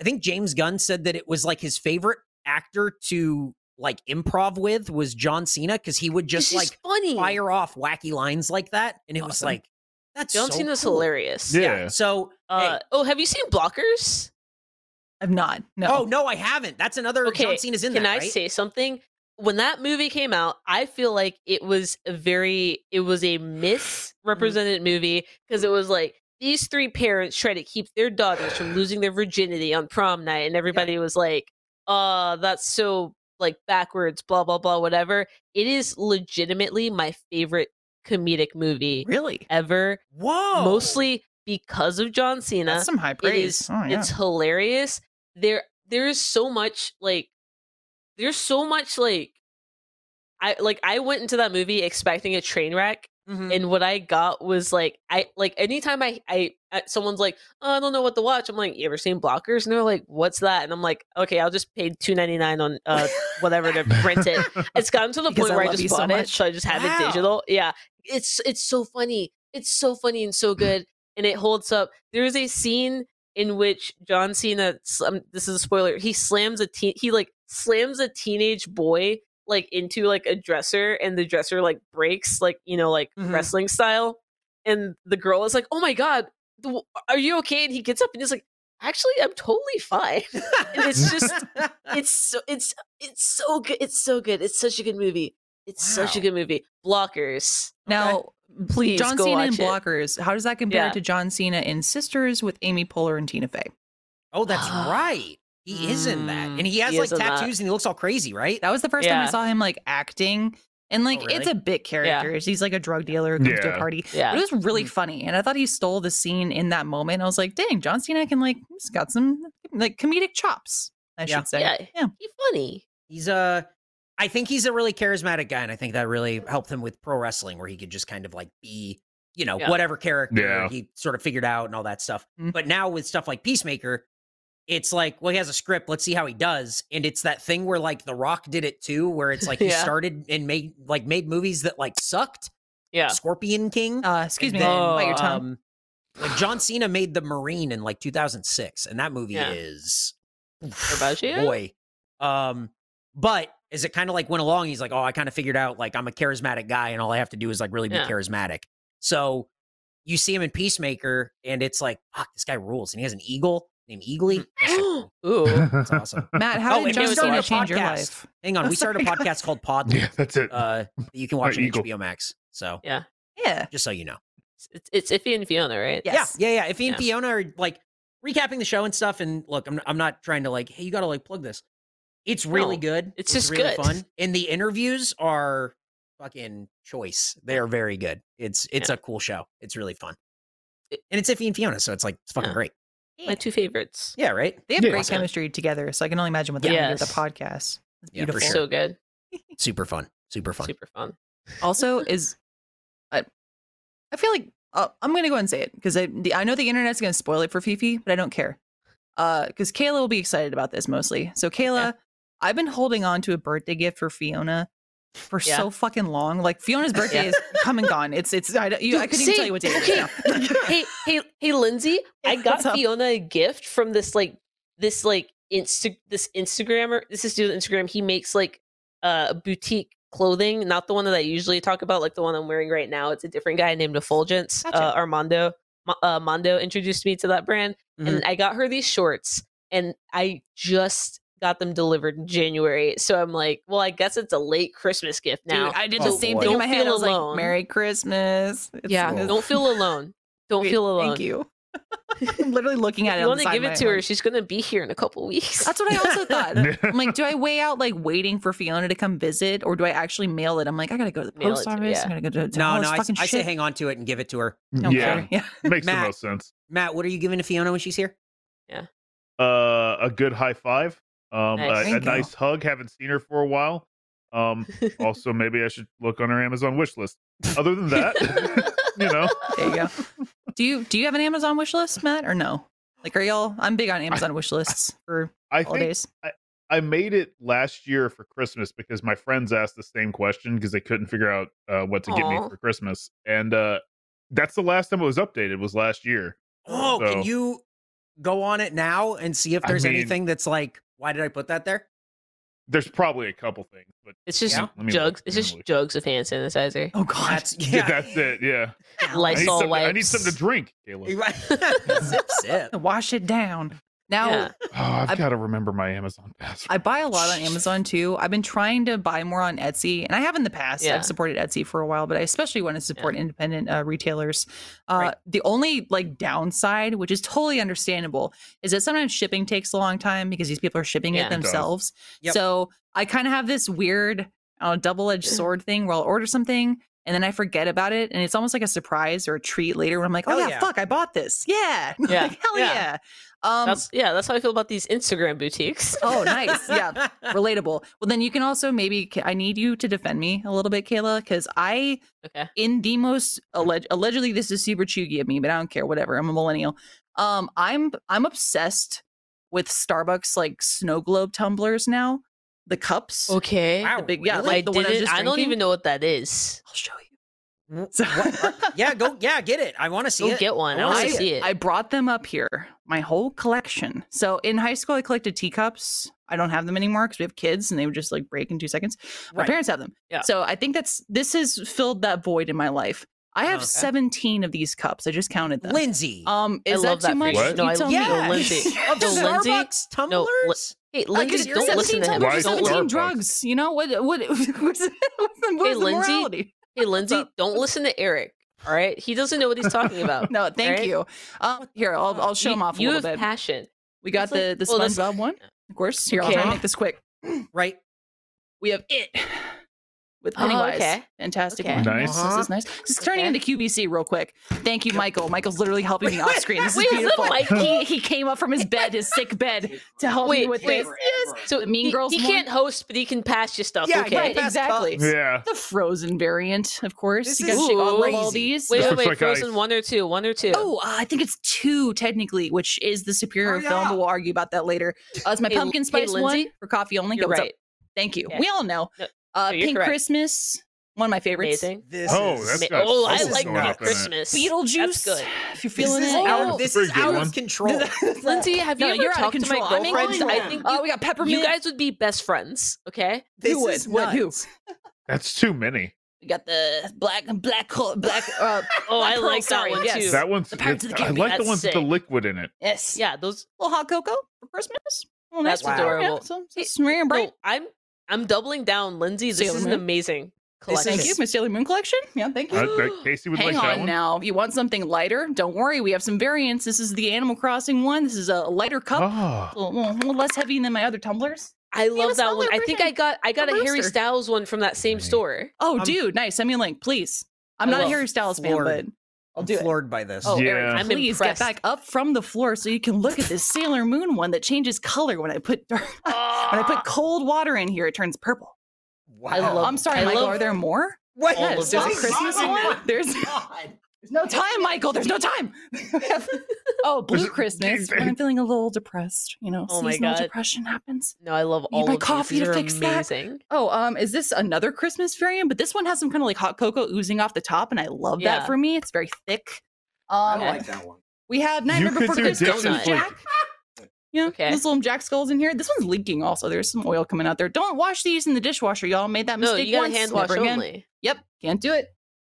S2: I think James Gunn said that it was like his favorite actor to like improv with was John Cena cuz he would
S5: 'Cause
S2: just
S5: he's
S2: like
S5: funny.
S2: fire off wacky lines like that and it was
S3: Awesome.
S2: like that's
S5: John
S2: so
S5: Cena's
S2: cool.
S5: hilarious.
S4: Yeah.
S2: So
S5: Uh, Oh, have you seen Blockers?
S3: I'm not.
S2: Oh
S3: No.
S2: no, I haven't. That's another
S5: Okay,
S2: John Cena's in
S5: Can
S2: that,
S5: I
S2: right?
S5: say something? When that movie came out, I feel like it was a very it was a
S2: Mm-hmm.
S5: misrepresented movie because it was like these three parents try to keep their daughters from losing their virginity on prom night, and everybody was like, "Uh, that's so like backwards, blah blah blah, whatever." It is legitimately my favorite comedic movie
S3: really?
S5: ever,
S2: Whoa.
S5: mostly because of John Cena
S3: That's some high
S5: it
S3: praise.
S5: is
S3: oh, yeah.
S5: it's hilarious there there is so much like there's so much like i like i went into that movie expecting a train wreck
S3: Mm.
S2: Mhm.
S5: and what i got was like i like anytime i i I- someone's like oh, i don't know what to watch i'm like you ever seen blockers and they're like what's that and i'm like okay i'll just pay 2.99 on uh whatever to rent it it's gotten to the
S3: Because
S5: point
S3: I
S5: where I
S3: love
S5: just
S3: you so
S5: bought it,
S3: much.
S5: so I just have it
S2: Wow.
S5: digital. Yeah, it's it's so funny. It's so funny and
S3: Mm.
S5: so good, and it holds up. There is a scene in which John Cena. Um, this is a spoiler. He slams a teen. He like slams a teenage boy like into like a dresser, and the dresser like breaks, like you know, like
S3: Mm-hmm.
S2: Mhm.
S5: wrestling style. And the girl is like, "Oh my god, the, are you okay?" And he gets up and he's like, actually I'm totally fine. And it's just it's so it's it's so good. It's so good. It's such a good movie. It's such a
S2: Wow.
S5: good movie. Blockers.
S3: Now,
S5: Please
S3: John
S5: go
S3: Cena
S5: watch
S3: in
S5: it.
S3: Blockers. How does that compare
S5: Yeah.
S3: to John Cena in Sisters with Amy Poehler and Tina Fey?
S2: oh, that's right. He is in that,
S3: Mm,
S2: and he has
S5: he
S2: like
S5: is in that.
S2: tattoos, and he looks all crazy, right?
S3: That was the first time I
S5: Yeah. Oh,
S3: saw him like acting. And like it's
S2: really?
S3: a bit character. He's like a drug dealer who comes to a
S4: Yeah.
S3: party. But
S5: Yeah.
S3: it was really
S2: Mm.
S3: funny. And I thought he stole the scene in that moment. I was like, dang, John Cena can like he's got some like comedic chops, I
S2: Yeah.
S3: should say.
S5: Yeah.
S3: yeah.
S5: He's funny.
S2: He's a. I think he's a really charismatic guy, and I think that really helped him with pro wrestling, where he could just kind of like be, you know,
S5: Yeah. Mm-hmm.
S2: whatever character
S4: Yeah.
S2: he sort of figured out and all that stuff.
S3: Mhm.
S2: But now with stuff like Peacemaker, it's like, well, he has a script. Let's see how he does. And it's that thing where like The Rock did it too, where it's like he
S5: Yeah.
S2: started and made like made movies that like sucked.
S5: Yeah.
S2: Scorpion King.
S3: Uh, excuse me,
S2: And then,
S3: bite your tongue.
S2: um, like John Cena made The Marine in like 2006, and that movie
S5: Yeah.
S2: is
S5: about you?
S2: boy. Um, but as it kind of like went along, he's like, "Oh, I kind of figured out like I'm a charismatic guy, and all I have to do is like really be
S5: Yeah.
S2: charismatic." So you see him in Peacemaker, and it's like, "Fuck, this guy rules!" And he has an eagle named Eagly. That's so cool.
S5: Ooh.
S2: That's awesome.
S3: Matt,
S2: Oh,
S3: how did
S2: and
S3: John
S5: it was
S3: Cena
S5: a
S3: change your
S2: podcast.
S3: life?
S2: Hang on, we started a
S3: Sorry,
S2: podcast called Pod,
S4: yeah, that's it.
S2: uh, that you can watch on
S4: Eagle.
S2: HBO Max. So
S3: Yeah.
S2: just so you know.
S5: It's, it's Iffy and Fiona, right?
S3: Yeah. Yes.
S2: Yeah, yeah, yeah. If he and
S5: Yeah.
S2: Fiona are like recapping the show and stuff, and look, I'm I'm not trying to like, hey, you got to like plug this. It's really
S5: No,
S2: good.
S5: it's just
S2: really
S5: good.
S2: fun, and the interviews are fucking choice. They are very good. It's it's a cool show. It's really fun,
S5: It-
S2: and it's Iffy and Fiona, so it's like it's fucking
S5: Yeah.
S2: great.
S5: My two favorites.
S2: Yeah, right.
S3: They have
S4: Yeah.
S3: great
S2: Awesome.
S3: chemistry together, so I can only imagine what they do with the
S5: Yes.
S3: podcast. It's
S2: Yeah, for
S3: beautiful.
S2: sure.
S5: So good.
S2: Super fun. Super fun.
S5: Super fun.
S3: also is I, I feel like uh, I'm gonna go ahead and say it because I the, I know the internet's gonna spoil it for Fifi, but I don't care. Uh, because Kayla will be excited about this mostly. So Kayla, I've been holding on to a birthday gift for Fiona for
S5: Yeah.
S3: so fucking long. Like Fiona's birthday is come and gone. It's it's I, don't- you, I
S5: Dude,
S3: couldn't even tell you what day it is.
S5: same.
S3: now.
S5: hey, hey, hey, Lindsay, I got
S3: What's up?
S5: Fiona a gift from this like this like insta this Instagrammer. This is dude on Instagram. He makes like uh boutique clothing, not the one that I usually talk about, like the one I'm wearing right now. It's a different guy named Effulgence. Uh,
S3: Gotcha.
S5: Armando Mo- uh, Mondo introduced me to that brand,
S2: Mhm.
S3: Mm-hmm.
S5: and I got her these shorts, and I just got them delivered in January. So I'm like, well, I guess it's a late Christmas gift now.
S3: Dude, I did
S2: Oh,
S3: the same
S2: boy.
S3: thing in my
S5: Don't feel
S3: head. I was
S5: alone.
S3: like, "Merry Christmas." It's-
S5: yeah,
S3: it's-
S5: don't feel alone. Don't
S3: Wait,
S5: feel alone.
S3: Thank you. I'm literally looking at it.
S5: you
S3: on
S5: want
S3: the
S5: to
S3: side
S5: give
S3: of
S5: it
S3: my-
S5: to her? She's gonna be here in a couple weeks.
S3: That's what I also thought. I'm like, do I weigh out like waiting for Fiona to come visit, or do I actually mail it? I'm like, I gotta go to the
S5: Mail
S3: post
S5: it to-
S3: office.
S5: yeah.
S3: I'm gonna go to, to all
S2: No, no,
S3: this
S2: I, s-
S3: fucking
S2: I
S3: shit.
S2: say hang on to it and give it to her.
S3: Don't
S4: yeah,
S3: care. yeah.
S4: makes
S2: Matt.
S4: the most sense.
S2: Matt, what are you giving to Fiona when she's here?
S4: Uh, a good high five. Um,
S5: Nice.
S4: a, a
S3: Thank you.
S4: nice hug. Haven't seen her for a while. Um, also maybe I should look on her Amazon wish list. Other than that, you know,
S3: There you go. do you do you have an Amazon wish list, Matt, or no? Like, are y'all? I'm big on Amazon wish lists for
S4: I think
S3: holidays.
S4: I made it last year for Christmas because my friends asked the same question because they couldn't figure out uh, what to get me
S5: Aw.
S4: for Christmas, and uh, that's the last time it was updated was last year.
S2: Oh, can
S4: So-
S2: you go on it now and see if
S4: I
S2: there's
S4: mean-
S2: anything that's like, why did I put that there?
S4: There's probably a couple things, but
S5: It's just
S2: Yeah.
S4: Let me
S5: jugs.
S4: look.
S5: It's
S4: Let me
S5: just
S4: look.
S5: jugs of hand sanitizer.
S3: Oh God,
S2: That's
S4: yeah,
S2: yeah.
S4: that's it. Yeah, I need,
S5: Lysol
S4: something,
S5: wipes.
S4: I need something to drink, Caleb.
S2: Right. sip, sip.
S3: wash it down. Now
S5: Yeah.
S4: Oh, I've
S3: I-
S4: got to remember my Amazon password.
S3: I buy a lot on Amazon too. I've been trying to buy more on Etsy, and I have in the past.
S5: Yeah.
S3: I've supported Etsy for a while, but I especially want to support independent uh, retailers. Uh,
S2: Right.
S3: The only like downside, which is totally understandable, is that sometimes shipping takes a long time because these people are shipping
S5: Yeah.
S3: it
S5: It does.
S3: themselves.
S2: Yep.
S3: So I kind of have this weird uh, double-edged
S5: Mm.
S3: sword thing where I'll order something. And then I forget about it, and it's almost like a surprise or a treat later. Where I'm like, "Oh
S2: Hell
S3: yeah,
S2: yeah.
S3: fuck, I bought this! Yeah,
S5: Yeah.
S3: Like, hell
S5: Yeah.
S3: yeah!" Um,
S5: That's yeah. That's how I feel about these Instagram boutiques.
S3: oh, nice, yeah relatable. Well, then you can also maybe K- I need you to defend me a little bit, Kayla, because I,
S5: Okay.
S3: in the most alleg- allegedly, this is super chuggy of me, but I don't care. Whatever, I'm a millennial. Um, I'm I'm obsessed with Starbucks like snow globe tumblers now. The cups.
S5: Okay.
S2: Wow,
S3: big- yeah,
S2: Oh, really?
S5: I
S3: like the one I was
S5: didn't.
S3: just
S5: I don't
S3: drinking?
S5: even know what that is.
S3: I'll show you.
S2: Wh-
S3: So-
S2: what- uh, yeah, go. Yeah, get it. I want to see
S5: Go
S2: it.
S5: get one.
S2: I
S5: I want
S2: wanna see
S5: to
S2: it.
S5: see it.
S3: I brought them up here, my whole collection. So in high school, I collected teacups. I don't have them anymore because we have kids and they would just like break in two seconds. My
S2: Right.
S3: parents have them.
S5: Yeah.
S3: So I think that's this has filled that void in my life. I have
S2: Okay.
S3: 17 of these cups. I just counted them.
S2: Lindsay.
S3: Um,
S5: I
S3: is that
S5: love that
S3: too
S5: for
S3: much?
S4: you.
S3: You
S5: No, I
S3: tell
S5: love
S3: me.
S5: the
S2: Yeah.
S5: Lindsay.
S2: of the
S5: No, Lindsay-
S2: Starbucks
S5: no,
S2: tumblers?
S5: Li- Hey, Lindsay,
S2: you're
S5: don't
S2: 17
S5: listen to him.
S4: Why is
S5: Don't
S4: it
S5: listen.
S4: Starbucks?
S3: drugs. You know what? What? What's, what's the,
S5: Hey, Lindsay.
S3: morality?
S5: Hey, Lindsay, don't listen to Eric. All right, he doesn't know what he's talking about.
S3: No, thank
S5: Right?
S3: you. Um, here, I'll, I'll show
S5: You-
S3: them off a
S5: you
S3: little
S5: have
S3: bit.
S5: passion.
S3: we got
S5: It's like-
S3: the the
S5: well, that's-
S3: SpongeBob one, of course. Here, I'll try and
S5: Okay.
S3: make this quick.
S2: right?
S3: We have it with
S5: Oh,
S3: Pennywise.
S5: okay.
S3: Fantastic.
S5: Okay.
S3: one.
S4: Nice.
S3: This
S2: Uh-huh.
S3: is nice. This is turning
S5: Okay.
S3: into QVC real quick. Thank you, Michael. Michael's literally helping me
S2: Wait,
S3: off screen. This is
S5: wait, is that
S3: beautiful.
S5: Michael?
S3: he, he came up from his bed, his sick bed, to help me
S5: Wait,
S3: with
S5: wait.
S3: this.
S5: So
S3: The Mean
S5: he,
S3: Girls
S5: He
S3: one?
S5: can't host, but he can pass you stuff.
S2: Yeah,
S5: okay.
S2: right.
S3: Right, exactly.
S4: Yeah.
S3: The frozen variant, of course.
S2: This
S3: you
S2: is
S3: gotta take all, love all
S2: crazy.
S3: these.
S5: Wait,
S4: This
S5: wait,
S4: looks
S5: wait.
S4: like
S5: Frozen
S4: ice.
S5: one or two? One or two?
S3: Oh, uh, I think it's two technically, which is the superior
S2: Hurry
S3: film,
S2: up.
S3: but we'll argue about that later. Uh, it's my
S5: Hey, L-
S3: pumpkin
S5: hey,
S3: spice one
S5: Lindsay,
S3: for coffee only.
S5: You're
S3: Go, what's up?
S5: right.
S3: Thank you.
S5: Yeah.
S3: We all know.
S5: No,
S3: Uh,
S5: no, you're
S3: Pink
S5: correct.
S3: Christmas, one of my favorites.
S5: Amazing.
S2: This
S4: Oh,
S2: is,
S4: that's
S5: Ma-
S4: got
S5: oh, I
S2: something
S5: like
S2: going on
S5: Pink
S2: in it.
S5: Christmas.
S3: Beetlejuice.
S5: That's good.
S3: If you're
S2: This
S3: feeling
S2: is
S3: it,
S5: out
S2: out
S5: of-
S2: of, this
S4: Pretty
S2: is
S4: good
S2: out
S4: one.
S2: of control.
S5: Lindsay, have
S3: No,
S5: you ever
S3: you're out of
S5: talked to my
S3: control. I'm
S5: girlfriends?
S2: angry
S5: I
S2: now.
S5: think
S3: Oh,
S5: you,
S3: we got peppermint.
S5: you guys would be best friends. Okay.
S2: This
S3: Who would?
S2: is
S3: What? Who?
S2: nuts.
S4: That's too many.
S3: we got the black, black, co- black. Uh,
S5: Oh,
S3: Black
S5: I
S3: Pearl,
S5: like
S3: sorry,
S5: that one
S3: yes.
S5: too.
S4: That one's.
S3: The Pirates of the
S4: I
S3: Caribbean,
S4: like the
S5: that's
S4: ones with the
S5: sick.
S4: liquid in it.
S3: yes.
S5: yeah, those.
S3: little hot cocoa for Christmas. Well,
S5: That's adorable.
S3: so, so smear and bright.
S5: No, I'm I'm doubling down, Lindsay. This
S3: Sailor
S5: is an
S3: Moon.
S5: amazing
S2: This
S5: collection.
S3: Thank you, my Sailor Moon collection. Yeah, thank you.
S4: I, that Casey would
S3: Hang
S4: like that
S3: on
S4: one.
S3: now. You want something lighter? Don't worry. We have some variants. This is the Animal Crossing one. This is a lighter cup.
S4: Ah.
S3: A little, little- little less heavy than my other tumblers.
S5: I
S3: was
S5: love that one.
S3: smaller
S5: I think
S3: version.
S5: I got I got
S3: A
S5: a Harry
S3: rooster.
S5: Styles one from that same
S1: Right.
S5: store.
S3: Oh,
S2: I'm-
S3: dude, nice. Send me a link, please. I'm
S5: I
S3: not a
S5: will.
S3: Harry Styles fan,
S2: Floored.
S3: but I'll
S2: I'm
S3: do it.
S2: floored by this.
S3: Oh,
S4: Yeah.
S3: Eric,
S5: I'm
S3: please
S5: impressed.
S3: get back up from the floor so you can look at this Sailor Moon one that changes color when I put dark, when I put cold water in here. It turns purple.
S2: wow.
S5: Ah. I love-
S3: I'm sorry,
S5: I
S3: Michael.
S5: love-
S3: are there more?
S2: What?
S5: all
S3: Yes,
S5: of
S3: there's a
S5: those.
S3: Christmas
S2: Oh my
S3: one. There's
S2: God.
S3: There's no time, Michael. There's no time. oh, blue
S4: There's-
S3: Christmas. When I'm feeling a little depressed, you know,
S5: Oh my
S3: seasonal
S5: God.
S3: depression happens.
S5: No, I love
S3: Need
S5: all
S3: my
S5: of these.
S3: coffee
S5: These
S3: to
S5: are
S3: fix that.
S5: amazing.
S3: Oh, um, is this another Christmas variant? But this one has some kind of like hot cocoa oozing off the top, and I love
S5: Yeah.
S3: that for me. It's very thick.
S2: I
S3: Um,
S2: like that one.
S3: we have
S4: You
S3: Nightmare
S4: could
S3: Before
S4: do
S3: Christmas.
S5: dishes
S3: with
S5: like-
S3: Jack. Yeah,
S5: Okay.
S3: those little Jack skulls in here. This one's leaking also. There's some oil coming out there. Don't wash these in the dishwasher, y'all. Made that
S5: No,
S3: mistake
S5: you gotta
S3: once.
S5: hand wash
S3: never again.
S5: only.
S3: Yep, can't do it.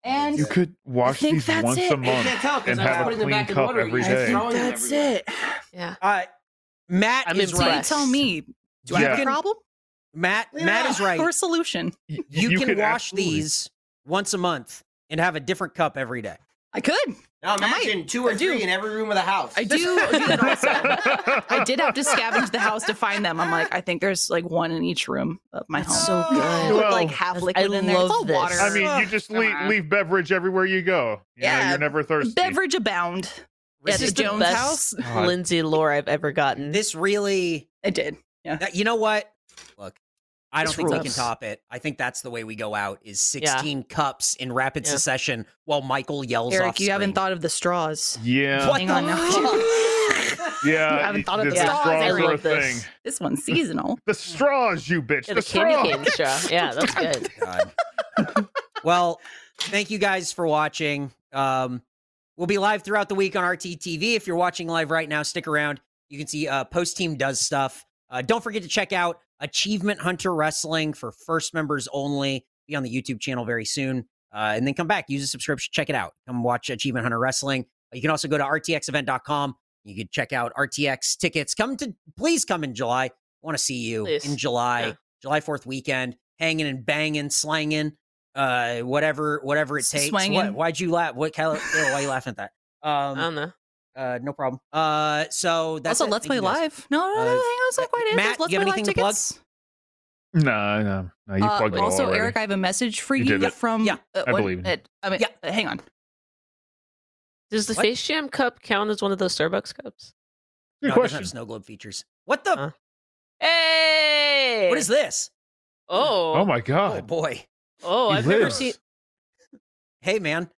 S3: And
S4: You could wash
S3: think
S4: these
S3: that's
S4: once
S3: it.
S4: a month.
S6: tell 'cause
S4: and
S6: I'm
S4: have a
S6: putting them
S4: clean
S6: back in
S4: cup
S6: water
S4: every
S6: again.
S4: day.
S6: Just throwing them
S3: that's
S6: everywhere.
S3: it.
S5: Yeah.
S2: Uh, Matt
S5: I'm
S2: is
S3: So you
S2: right.
S5: impressed.
S3: tell me, do I
S4: Yeah.
S3: have a
S2: Can-
S3: problem?
S2: Matt, Matt is right.
S3: Or a solution?
S4: Y-
S2: You, can,
S4: could
S2: wash
S4: absolutely-
S2: these once a month and have a different cup every day.
S3: I could.
S6: Now
S3: I might.
S6: imagine two or
S3: I do.
S6: three in every room of the house.
S3: I do do that also. I did have to scavenge the house to find them. I'm like, I think there's like one in each room of my
S5: That's
S3: home.
S5: so
S3: With,
S5: good.
S3: Oh, like
S4: Well,
S3: half
S5: I
S3: liquid in there. It's
S5: love
S3: all
S5: this.
S3: water.
S4: I mean, you just
S3: Come
S4: leave,
S3: on.
S4: leave beverage everywhere you go. You know,
S3: Yeah,
S4: you're never thirsty.
S3: Beverage abound.
S5: This
S3: the
S5: is the
S3: Jones
S5: best
S3: house?
S4: God.
S5: Lindsay lore I've ever gotten.
S2: This really,
S3: I did.
S2: that- you know what? Look, I don't
S5: This
S2: think we can
S5: rules.
S2: top it. I think that's the way we go out is
S5: Yeah.
S2: 16 cups in rapid
S5: Yeah.
S2: succession while Michael yells
S3: Eric,
S2: off
S3: you haven't
S2: screen.
S3: thought of the straws.
S4: Yeah.
S2: What
S3: Hang
S2: the
S3: on now.
S2: fuck?
S4: Yeah.
S3: You haven't
S4: y-
S3: thought of
S4: the,
S3: the
S4: the
S3: straws. I
S4: straws are a
S5: love this.
S4: thing.
S3: This one's seasonal.
S4: The straws, you bitch.
S5: Yeah,
S4: the
S5: the candy
S4: straws.
S5: cane straw. Yeah, that's good.
S2: God. well, thank you guys for watching. Um, we'll be live throughout the week on RTTV. If you're watching live right now, stick around. You can see uh, Post Team does stuff. Uh, don't forget to check out Achievement Hunter Wrestling for first members only. Be on the YouTube channel very soon. Uh, and then come back, use a subscription, check it out. Come watch Achievement Hunter Wrestling. Uh, You can also go to rtxevent.com. You can check out RTX tickets. Come to, please come in July. I want to see you
S5: Please.
S2: in July,
S5: Yeah.
S2: July 4th weekend, hanging and banging, slanging, uh, whatever, whatever it
S3: S-
S2: takes. What,
S3: swanging.
S2: why'd you laugh? What, Kyle, Kyle, why are you laughing at that?
S5: I
S2: Um,
S5: don't know.
S2: uh, no problem. Uh, so that's
S3: also,
S2: it. Thank
S3: Let's Play
S2: you guys.
S3: Live. No, no, no,
S2: Uh,
S3: hang on. It's not quite it.
S2: Matt,
S3: There's Let's
S2: you have
S3: Play Live
S2: anything to plug?
S3: tickets.
S4: No, no, no. You
S3: Uh,
S4: plugged it all
S3: also,
S4: already.
S3: Eric, I have a message for
S4: You
S3: you,
S4: did it.
S3: from.
S2: Yeah,
S3: uh,
S4: I
S3: one-
S4: believe you.
S3: uh, I mean,
S2: Yeah.
S3: uh, hang on.
S5: Does the
S2: What?
S5: Space Jam cup count as one of those Starbucks cups?
S4: Good
S2: No, it doesn't
S4: question.
S2: have snow globe features. What the?
S3: Uh,
S5: Huh? Hey!
S2: What is this?
S5: Oh.
S4: Oh my
S2: Oh
S4: god.
S2: boy.
S5: Oh,
S4: He
S5: I've never
S4: lives.
S5: seen.
S2: Hey man.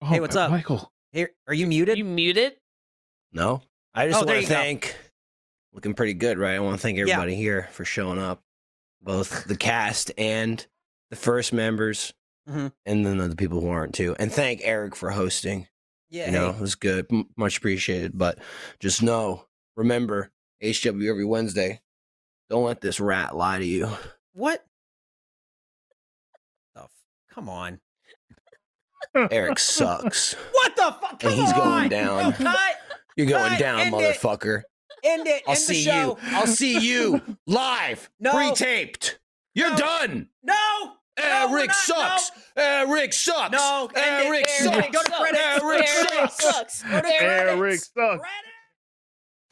S4: Oh,
S2: Hey, what's
S4: Mi-
S2: up?
S4: Michael?
S2: Here, are you muted?
S5: You muted?
S6: No, I
S2: Oh,
S6: just
S2: there
S6: want
S2: you
S6: to
S2: go.
S6: thank. Looking pretty good, right? I want to thank
S2: Yeah.
S6: everybody here for showing up, both the cast and the first members,
S2: Mhm.
S6: and then the people who aren't too. And thank Eric for hosting.
S2: yeah.
S6: you know,
S2: hey.
S6: it was good, M- much appreciated. But just know, remember, HW every Wednesday. Don't let this rat lie to you.
S2: What? The f- Come on.
S6: Eric sucks.
S2: What the fuck?
S6: And he's
S2: Come
S6: going
S2: on.
S6: down.
S2: No, cut.
S6: You're going
S2: Cut,
S6: down,
S2: end it.
S6: motherfucker.
S2: End it.
S6: I'll
S2: End the
S6: see
S2: show.
S6: you. I'll see you live,
S2: No.
S6: pre-taped. You're
S2: No.
S6: done.
S2: No. No, we're
S6: Eric
S2: not-
S6: sucks. Eric sucks.
S2: No, end it,
S6: Eric
S2: Eric.
S6: sucks.
S2: Go to credits.
S6: Eric
S5: Eric
S6: sucks.
S5: sucks.
S2: Go to
S4: Eric
S2: credits.
S4: sucks.
S2: Credits.